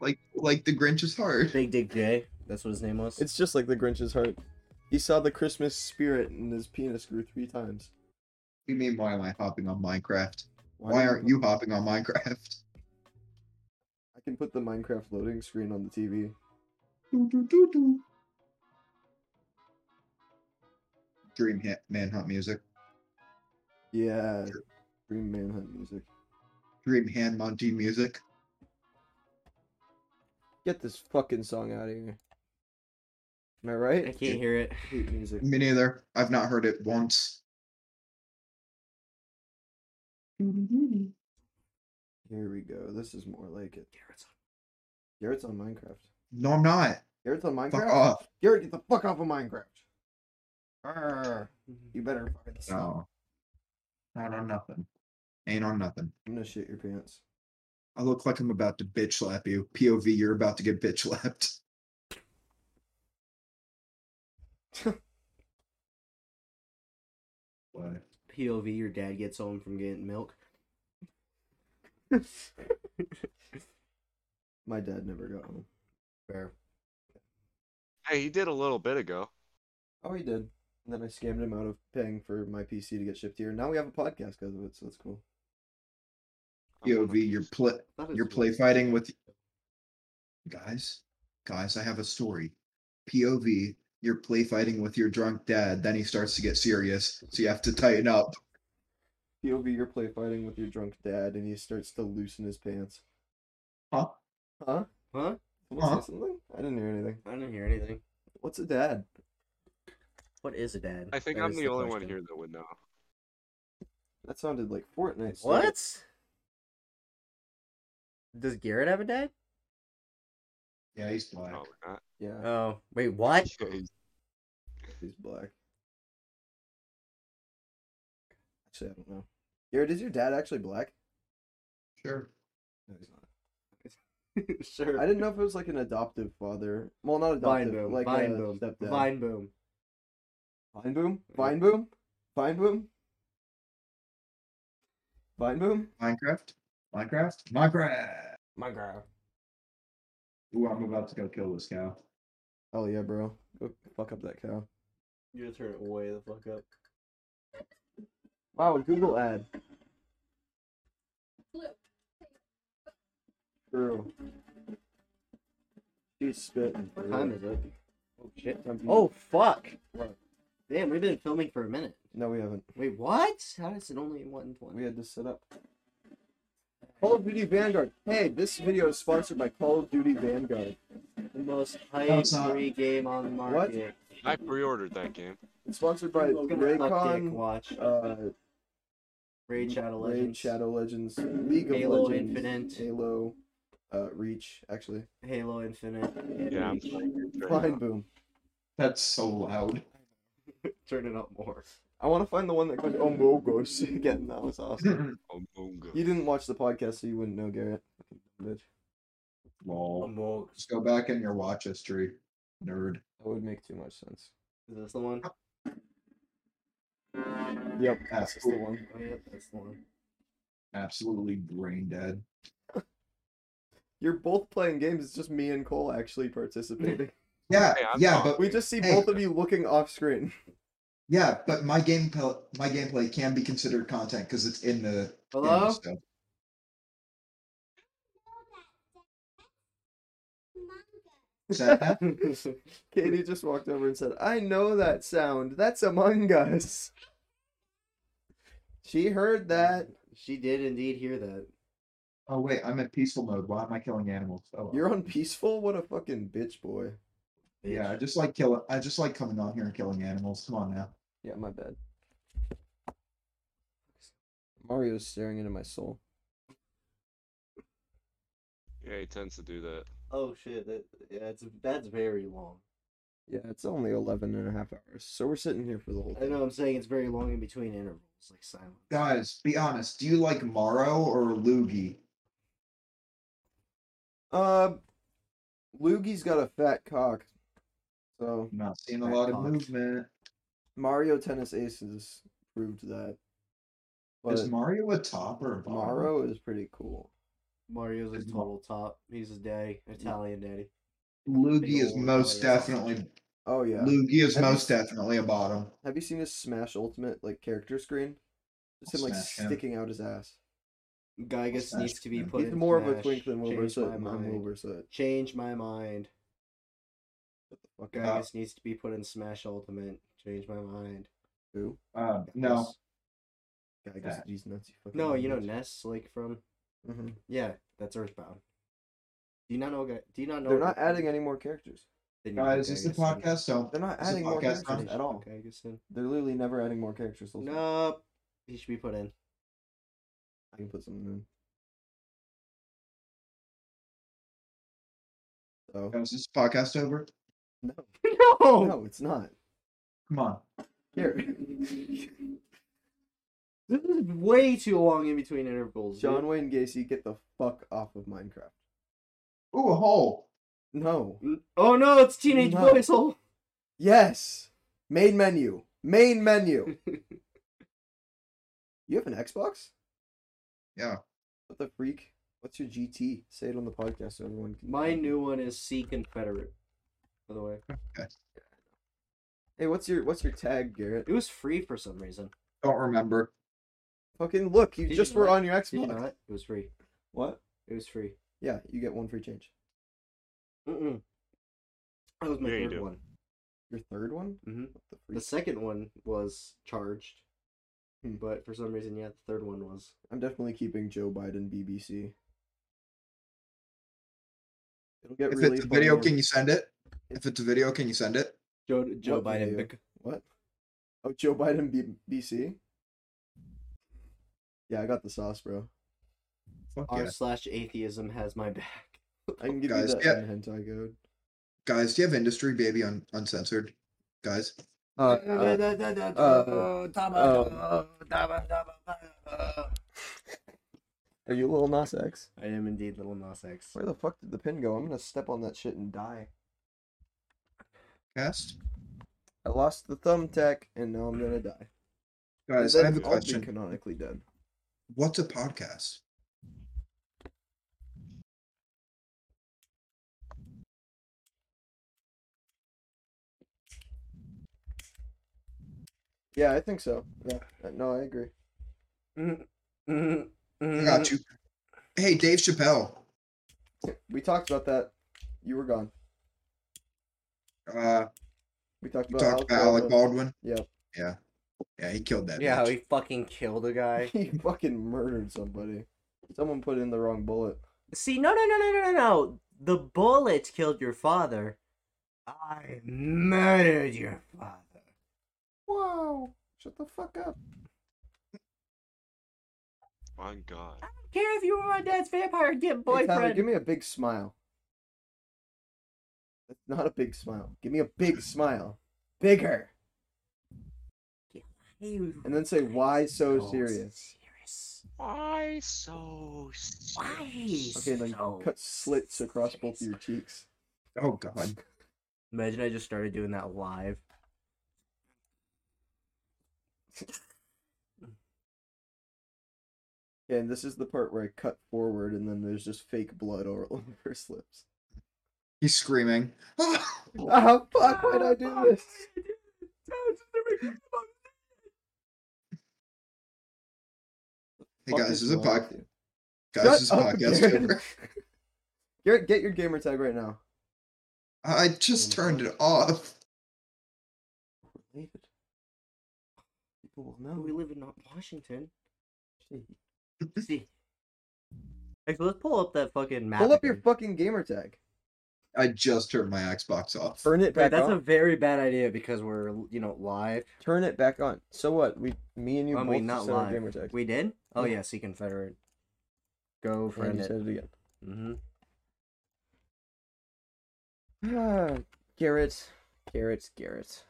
Speaker 3: Like like the Grinch's heart.
Speaker 5: Big Dick J? That's what his name was.
Speaker 2: It's just like the Grinch's heart. He saw the Christmas spirit and his penis grew three times.
Speaker 3: You mean why am I hopping on Minecraft? Why aren't you hopping on Minecraft? [laughs]
Speaker 2: I can put the Minecraft loading screen on the TV.
Speaker 3: Doo, doo, doo, doo. Dream hit manhunt music.
Speaker 2: Yeah. Dream Manhunt music.
Speaker 3: Dream hand Monty music.
Speaker 2: Get this fucking song out of here. Am I
Speaker 5: I
Speaker 2: right?
Speaker 5: can't hear it.
Speaker 2: hate music.
Speaker 3: Me neither. I've not heard it once.
Speaker 2: Here we go. This is more like it. Garrett's on Minecraft.
Speaker 3: No, I'm not.
Speaker 2: Garrett's on Minecraft.
Speaker 3: Fuck off.
Speaker 2: Garrett, get the fuck off of Minecraft. Arr, you better fucking stop.
Speaker 3: No. Not on nothing. Ain't on nothing.
Speaker 2: I'm gonna shit your pants.
Speaker 3: I look like I'm about to bitch slap you. POV, you're about to get bitch slapped. [laughs] What?
Speaker 5: POV, your dad gets home from getting milk.
Speaker 2: My dad never got home.
Speaker 5: Fair.
Speaker 1: Hey, he did a little bit ago.
Speaker 2: Oh, he did. And then I scammed him out of paying for my PC to get shipped here. Now we have a podcast because of it, so that's cool.
Speaker 1: I'm one of
Speaker 3: POV, you're
Speaker 1: those.
Speaker 3: play
Speaker 5: That is
Speaker 3: you're play fighting with guys. Guys, I have a story. POV, you're play fighting with your drunk dad. Then he starts to get serious, so you have to tighten up.
Speaker 2: POV, you're play fighting with your drunk dad, and he starts to loosen his pants.
Speaker 3: Huh?
Speaker 2: Huh?
Speaker 5: Huh?
Speaker 2: Someone say
Speaker 3: Huh?
Speaker 2: something? I didn't hear anything.
Speaker 5: I didn't hear anything.
Speaker 2: What's a dad?
Speaker 5: What is a dad?
Speaker 1: I think
Speaker 5: That
Speaker 1: I'm
Speaker 5: is
Speaker 1: the only one
Speaker 5: question.
Speaker 1: here that would know.
Speaker 2: That sounded like Fortnite. stuff.
Speaker 5: What? Does Garrett have a dad?
Speaker 3: Yeah, he's black.
Speaker 1: Probably not.
Speaker 2: Yeah,
Speaker 5: Oh, wait, what?
Speaker 2: he's black. Actually, I don't know. Garrett, is your dad actually black?
Speaker 6: Sure.
Speaker 2: No, he's not.
Speaker 5: [laughs] sure.
Speaker 2: I didn't know if it was like an adoptive father. Well, not
Speaker 5: Vine
Speaker 2: adoptive,
Speaker 5: boom.
Speaker 2: like
Speaker 5: Vine
Speaker 2: a
Speaker 5: boom.
Speaker 2: stepdad.
Speaker 5: Vine boom.
Speaker 2: Vine boom. Vine boom. Vine boom. Vine boom.
Speaker 3: Minecraft? Minecraft? Minecraft!
Speaker 5: Minecraft.
Speaker 3: Ooh, I'm about to go kill this cow.
Speaker 2: Oh yeah, bro. Go fuck up that cow.
Speaker 5: You gotta turn it way the fuck up.
Speaker 2: Wow, a Google ad. True. She's spitting.
Speaker 5: What
Speaker 2: bro.
Speaker 5: time is it? Oh shit.
Speaker 2: Time for you-
Speaker 5: Oh fuck.
Speaker 2: What?
Speaker 5: Damn, we've been filming for a minute.
Speaker 2: No, we haven't.
Speaker 5: Wait, what? How does it only one
Speaker 2: We
Speaker 5: twenty?
Speaker 2: had to set up. Call of Duty Vanguard. Hey, this video is sponsored by Call of Duty Vanguard.
Speaker 5: The most
Speaker 3: No,
Speaker 2: Oh,
Speaker 5: hype
Speaker 3: it's not.
Speaker 5: free game on the market.
Speaker 1: I pre-ordered that game.
Speaker 2: It's sponsored by
Speaker 5: We're gonna suck dick,
Speaker 2: Raycon.
Speaker 5: watch
Speaker 2: Uh,
Speaker 5: Raid Shadow
Speaker 2: Raid
Speaker 5: Legends.
Speaker 2: Shadow Legends, League of
Speaker 5: Halo
Speaker 2: Legends,
Speaker 5: Infinite.
Speaker 2: Halo, uh, Reach. Actually,
Speaker 5: Halo Infinite. and
Speaker 1: Yeah, I'm
Speaker 5: Reach.
Speaker 1: playing it right
Speaker 2: Fine
Speaker 1: now.
Speaker 2: Boom.
Speaker 3: That's
Speaker 1: [laughs]
Speaker 3: so loud. [laughs]
Speaker 5: Turn it up more.
Speaker 2: I want to find the one that goes Omogos [laughs] again. That was awesome.
Speaker 3: [laughs]
Speaker 1: Among Us.
Speaker 2: You didn't watch the podcast, so you wouldn't know, Garrett. Fucking Bitch,
Speaker 3: Lol.
Speaker 5: Among Us.
Speaker 3: Just go back in your watch history, nerd.
Speaker 2: that would make too much sense.
Speaker 5: Is this the one? Oh,
Speaker 2: Yep,
Speaker 3: That's
Speaker 2: the one.
Speaker 5: Oh, yeah, that's the one.
Speaker 3: Absolutely brain dead.
Speaker 2: You're both playing games. It's just me and Cole actually participating.
Speaker 3: [laughs] Yeah,
Speaker 1: Hey, I'm
Speaker 3: yeah,
Speaker 1: sorry.
Speaker 3: but
Speaker 2: we just see
Speaker 3: Hey.
Speaker 2: both of you looking off screen.
Speaker 3: yeah, but my game pel- my gameplay can be considered content because it's in the in the
Speaker 5: Hello?
Speaker 3: stuff. Is [laughs] that that?
Speaker 2: [laughs] Katie just walked over and said, "I know that sound. That's Among Us." She heard that.
Speaker 5: She did indeed hear that.
Speaker 3: Oh wait, I'm in peaceful mode. Why am I killing animals? Oh, well.
Speaker 2: You're on peaceful. What a fucking bitch, boy.
Speaker 3: yeah. I just like killing. I just like coming on here and killing animals. Come on now.
Speaker 2: Yeah, my bad. Mario's staring into my soul.
Speaker 1: Yeah, he tends to do that.
Speaker 5: Oh shit, that yeah, that's that's very long.
Speaker 2: Yeah, it's only 11 and a half hours, so we're sitting here for the whole
Speaker 5: I
Speaker 2: thing.
Speaker 5: know I'm saying it's very long in between intervals, like silence.
Speaker 3: Guys, be honest. Do you like Morrow or Loogie?
Speaker 2: Uh, Luigi's got a fat cock, so
Speaker 3: I'm not seeing a
Speaker 5: Fat
Speaker 3: lot of
Speaker 5: cock.
Speaker 3: movement.
Speaker 2: Mario Tennis Aces proved that. But
Speaker 3: Is Mario a top or a bottom?
Speaker 2: Mario is pretty cool.
Speaker 5: Mario's a
Speaker 3: It's
Speaker 5: total top. He's a daddy, Italian daddy.
Speaker 3: Loogie
Speaker 5: Big
Speaker 3: is
Speaker 5: old
Speaker 3: most
Speaker 5: Mario.
Speaker 3: definitely.
Speaker 2: Oh yeah.
Speaker 3: Loogie is
Speaker 2: Have you
Speaker 3: most
Speaker 2: s-
Speaker 3: definitely a bottom.
Speaker 2: Have you seen his Smash Ultimate like character screen? Just him like
Speaker 3: Smash him.
Speaker 2: sticking out his ass.
Speaker 5: Gygas
Speaker 3: Smash
Speaker 5: needs to be
Speaker 3: him.
Speaker 5: put
Speaker 2: He's
Speaker 5: in
Speaker 2: more of a
Speaker 5: Smash.
Speaker 2: twink than
Speaker 5: Change
Speaker 2: Wilbur
Speaker 5: my
Speaker 2: I'm
Speaker 5: mind.
Speaker 2: Wilbur Soot.
Speaker 5: Change my mind.
Speaker 2: Fuck
Speaker 3: Yeah.
Speaker 5: Gygas needs to be put in Smash Ultimate. Change my mind.
Speaker 2: who?
Speaker 3: Uh, no,
Speaker 2: God, I guess
Speaker 3: That.
Speaker 2: these nuts. You fucking
Speaker 5: No, you know
Speaker 2: idiots.
Speaker 5: Ness, like from
Speaker 2: Mhm.
Speaker 5: yeah, that's Earthbound. Do you not know? Gy- Do you not know?
Speaker 2: They're not adding any more characters.
Speaker 5: Then you know
Speaker 3: guys, is the
Speaker 5: Gygas and-
Speaker 3: podcast so?
Speaker 2: They're not
Speaker 3: Is the
Speaker 2: adding
Speaker 3: podcast
Speaker 2: more characters
Speaker 5: They
Speaker 2: at
Speaker 5: should
Speaker 2: all.
Speaker 5: put Gygas in.
Speaker 2: They're literally never adding more characters. Those-
Speaker 5: Nope. He should be put in.
Speaker 2: I can put something in. So
Speaker 3: Guys, is this podcast over?
Speaker 2: no,
Speaker 5: No.
Speaker 2: no, it's not.
Speaker 3: Come on.
Speaker 5: [laughs]
Speaker 2: Here,
Speaker 5: This is way too long in between intervals. dude.
Speaker 2: John Wayne Gacy, get the fuck off of Minecraft.
Speaker 3: Ooh, a hole.
Speaker 2: No.
Speaker 5: Oh no, it's Teenage
Speaker 2: No.
Speaker 5: Boys Oh. Hole.
Speaker 2: Yes. Main menu. Main
Speaker 5: [laughs]
Speaker 2: menu. you have an Xbox?
Speaker 3: Yeah.
Speaker 2: What the freak? What's your GT? Say it on the podcast so everyone can.
Speaker 5: My new one is C Confederate. By the way,
Speaker 2: Hey, what's your what's your tag, Garrett?
Speaker 5: it was free for some reason.
Speaker 3: Don't remember.
Speaker 2: Fucking look, you
Speaker 5: Did
Speaker 2: just
Speaker 5: you
Speaker 2: were
Speaker 5: not-
Speaker 2: on your Xbox.
Speaker 5: Did you not? It was free.
Speaker 2: What?
Speaker 5: It was free.
Speaker 2: Yeah, you get one free change.
Speaker 5: Mm-mm. That was my
Speaker 1: Yeah, you
Speaker 5: third
Speaker 1: do.
Speaker 5: one.
Speaker 2: Your third one?
Speaker 5: hmm
Speaker 2: What the
Speaker 5: The
Speaker 2: freak?
Speaker 5: second one was charged,
Speaker 2: Hmm.
Speaker 5: but for some reason, yeah, the third one was.
Speaker 2: I'm definitely keeping Joe Biden BBC. It'll get
Speaker 3: If
Speaker 2: really
Speaker 3: it's a video,
Speaker 2: funny
Speaker 3: can
Speaker 2: and-
Speaker 3: you send it? If it's a video, can you send it?
Speaker 5: Joe Joe
Speaker 2: What
Speaker 5: Biden.
Speaker 2: video? What? Oh, Joe Biden B- BC? Yeah, I got the sauce, bro.
Speaker 3: Fuck
Speaker 5: R
Speaker 3: yeah.
Speaker 5: slash atheism has my back.
Speaker 2: I can give
Speaker 3: Guys,
Speaker 2: you that
Speaker 3: yeah.
Speaker 2: in hentai code.
Speaker 3: Guys, do you have industry baby on uncensored? Guys,
Speaker 7: Uh, uh,
Speaker 2: Are you little Nas X?
Speaker 5: I am indeed little Nas X.
Speaker 2: Where the fuck did the pin go? I'm gonna step on that shit and die.
Speaker 3: cast.
Speaker 2: I lost the thumbtack and now I'm gonna die. And
Speaker 3: Guys,
Speaker 2: then
Speaker 3: I have a
Speaker 2: I'll be
Speaker 3: question.
Speaker 2: Canonically dead.
Speaker 3: What's a podcast?
Speaker 2: Yeah, I think so. Yeah, uh, no, I agree.
Speaker 5: Mhm,
Speaker 3: I
Speaker 5: mhm.
Speaker 2: Mm-hmm.
Speaker 3: got you. Hey, Dave Chappelle.
Speaker 2: We talked about that. You were gone.
Speaker 3: Uh,
Speaker 2: We talked
Speaker 3: we
Speaker 2: about
Speaker 3: talked about Alec Baldwin.
Speaker 2: Yep.
Speaker 3: Yeah. Yeah, he killed that.
Speaker 5: [laughs] Yeah, how
Speaker 3: bitch.
Speaker 5: he fucking killed a guy.
Speaker 2: [laughs] He fucking murdered somebody. Someone put in the wrong bullet.
Speaker 5: See, no, no, no, no, no, no, no. The bullet killed your father. I murdered your father.
Speaker 2: Whoa! Shut the fuck up.
Speaker 1: My God.
Speaker 5: I don't care if you were my dad's vampire get
Speaker 2: Hey, Tyler,
Speaker 5: boyfriend.
Speaker 2: give me a big smile. That's not a big smile. Give me a big smile. Bigger.
Speaker 5: You-
Speaker 2: And then say, why so
Speaker 5: Oh,
Speaker 2: serious?
Speaker 5: serious.
Speaker 1: Why so?
Speaker 5: Why?
Speaker 2: Okay, then
Speaker 5: so
Speaker 2: cut slits across both of your cheeks.
Speaker 3: Oh,
Speaker 2: [laughs]
Speaker 3: God.
Speaker 5: Imagine I just started doing that live.
Speaker 2: Okay, and this is the part where I cut forward and then there's just fake blood all [laughs] over his lips.
Speaker 3: He's screaming. [laughs]
Speaker 5: Oh
Speaker 2: Ah, fuck, why'd I
Speaker 5: Ah,
Speaker 2: do this?
Speaker 3: Hey
Speaker 2: Fuck
Speaker 3: guys, this is a
Speaker 2: wrong with
Speaker 3: podcast.
Speaker 2: you?
Speaker 3: Guys,
Speaker 2: Shut
Speaker 3: this is a
Speaker 2: up,
Speaker 3: podcast.
Speaker 2: Garrett.
Speaker 3: over.
Speaker 2: Garrett, get your gamer tag right now.
Speaker 3: I
Speaker 2: Mm.
Speaker 3: just turned it off.
Speaker 2: Related. People will
Speaker 5: We
Speaker 2: know.
Speaker 5: live in Washington. See. Actually, let's pull up that fucking map.
Speaker 2: Pull up your
Speaker 5: again.
Speaker 2: fucking gamer tag.
Speaker 3: [laughs] I just turned my Xbox off.
Speaker 2: Turn it
Speaker 5: Wait,
Speaker 2: back
Speaker 5: that's
Speaker 2: on.
Speaker 5: a very bad idea because we're you know live.
Speaker 2: Turn it back on. So what? We, me and you
Speaker 5: I
Speaker 2: both
Speaker 5: mean,
Speaker 2: just
Speaker 5: not
Speaker 2: said our
Speaker 5: live.
Speaker 2: gamer tag.
Speaker 5: We did. Oh
Speaker 2: Yeah.
Speaker 5: yeah, see Confederate. Go
Speaker 2: and
Speaker 5: friend
Speaker 2: you
Speaker 5: it.
Speaker 2: said it again.
Speaker 5: Mm-hmm.
Speaker 2: Ah, Garrett, Garrett, Garrett.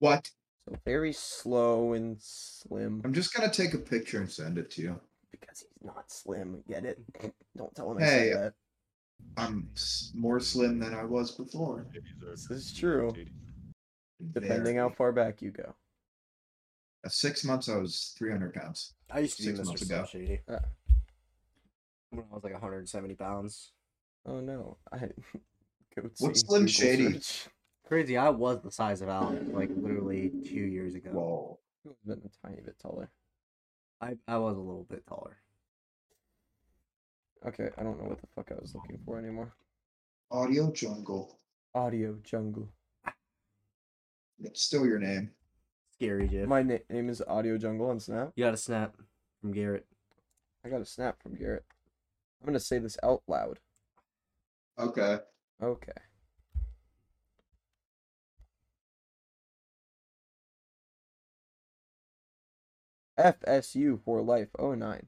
Speaker 3: What?
Speaker 2: So very slow and slim.
Speaker 3: I'm just gonna take a picture and send it to you.
Speaker 2: Because he's not slim. Get it? [laughs] Don't tell him I
Speaker 3: Hey.
Speaker 2: said that.
Speaker 3: I'm s- more slim than I was before.
Speaker 2: This is true. Depending
Speaker 3: Very.
Speaker 2: how far back you go.
Speaker 3: Uh, Six months, I was 300 pounds.
Speaker 5: I used to be
Speaker 3: Six
Speaker 5: Mr.
Speaker 3: months
Speaker 5: Slim
Speaker 3: ago.
Speaker 5: Shady.
Speaker 2: Uh.
Speaker 5: When I was like 170 pounds.
Speaker 2: Oh no. [laughs] I go
Speaker 3: What's
Speaker 2: see
Speaker 3: Slim Shady?
Speaker 2: search.
Speaker 5: Crazy, I was the size of Alec like literally two years ago.
Speaker 3: Whoa.
Speaker 2: He would've been a tiny bit taller.
Speaker 5: I, I was a little bit taller.
Speaker 2: Okay, I don't know what the fuck I was looking for anymore.
Speaker 3: Audio Jungle.
Speaker 2: Audio jungle.
Speaker 3: It's still your name.
Speaker 5: Scary Jeff.
Speaker 2: My na- name is Audio Jungle on Snap.
Speaker 5: You got a snap from Garrett.
Speaker 2: I got a snap from Garrett. I'm gonna say this out loud.
Speaker 3: Okay.
Speaker 2: Okay. FSU for life 09.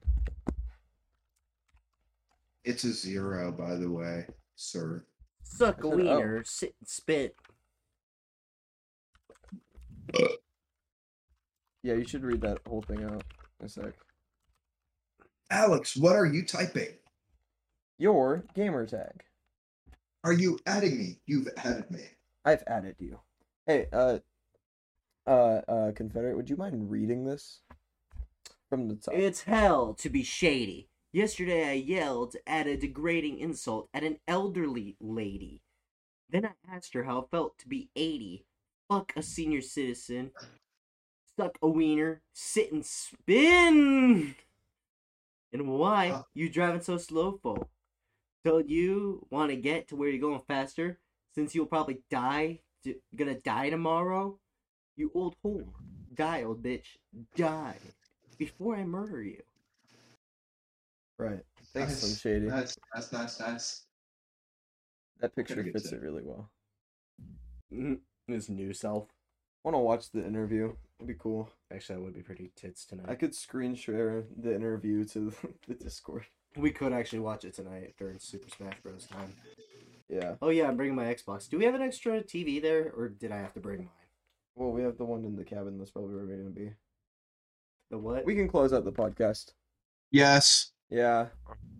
Speaker 3: It's a zero, by the way, sir.
Speaker 5: Suck a
Speaker 2: I said, oh.
Speaker 5: wiener, sit and spit.
Speaker 2: Yeah, you should read that whole thing out in a sec.
Speaker 3: Alex, what are you typing?
Speaker 2: Your gamer tag.
Speaker 3: Are you adding me? You've added me.
Speaker 2: I've added you. Hey, uh, uh, uh, Confederate, would you mind reading this from the top?
Speaker 5: It's hell to be shady. Yesterday I yelled at a degrading insult at an elderly lady. Then I asked her how it felt to be 80. Fuck a senior citizen. Suck a wiener. Sit and spin. And why you driving so slow for? Don't you want to get to where you're going faster? Since you'll probably die, to, gonna die tomorrow. You old whore. Die, old bitch. Die before I murder you.
Speaker 2: Right. Thanks, Slim
Speaker 3: Nice,
Speaker 2: Shady.
Speaker 3: Nice, nice, nice, nice.
Speaker 2: That picture
Speaker 3: Gotta get
Speaker 2: fits
Speaker 3: to
Speaker 2: it really well.
Speaker 5: Mm-hmm. His new self.
Speaker 2: Want to watch the interview It'd be cool.
Speaker 5: Actually, that would be pretty tits tonight.
Speaker 2: I could screen share the interview to [laughs] the Discord.
Speaker 5: We could actually watch it tonight during Super Smash Bros. time.
Speaker 2: Yeah.
Speaker 5: Oh yeah, I'm bringing my Xbox. Do we have an extra TV there, or did I have to bring mine?
Speaker 2: Well, we have the one in the cabin. That's probably where we're gonna be.
Speaker 5: The what?
Speaker 2: We can close out the podcast.
Speaker 3: Yes,
Speaker 2: Yeah.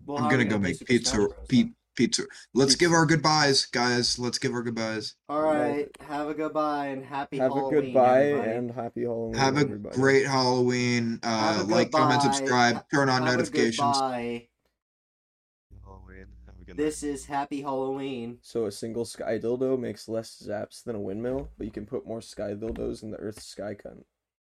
Speaker 5: Well,
Speaker 3: I'm
Speaker 5: how are
Speaker 3: gonna
Speaker 5: we
Speaker 3: go
Speaker 5: do
Speaker 3: make
Speaker 5: Super Smash
Speaker 3: pizza.
Speaker 5: Bros.
Speaker 3: Pe-
Speaker 5: then?
Speaker 3: pizza. Let's
Speaker 2: Pizza.
Speaker 3: give our goodbyes, guys. Let's give our goodbyes.
Speaker 5: All right. Have a goodbye and happy
Speaker 2: Have
Speaker 5: Halloween.
Speaker 2: a goodbye
Speaker 5: everybody.
Speaker 2: and happy Halloween.
Speaker 3: Have a
Speaker 2: everybody.
Speaker 3: great Halloween. Uh,
Speaker 5: Have a
Speaker 3: like, comment,
Speaker 5: goodbye.
Speaker 3: subscribe, turn on
Speaker 5: Have a
Speaker 3: notifications.
Speaker 5: goodbye.
Speaker 1: Halloween. Oh, Have a good night.
Speaker 5: This is Happy Halloween.
Speaker 2: So a single sky dildo makes less zaps than a windmill, but you can put more sky dildos in the Earth's sky cunt.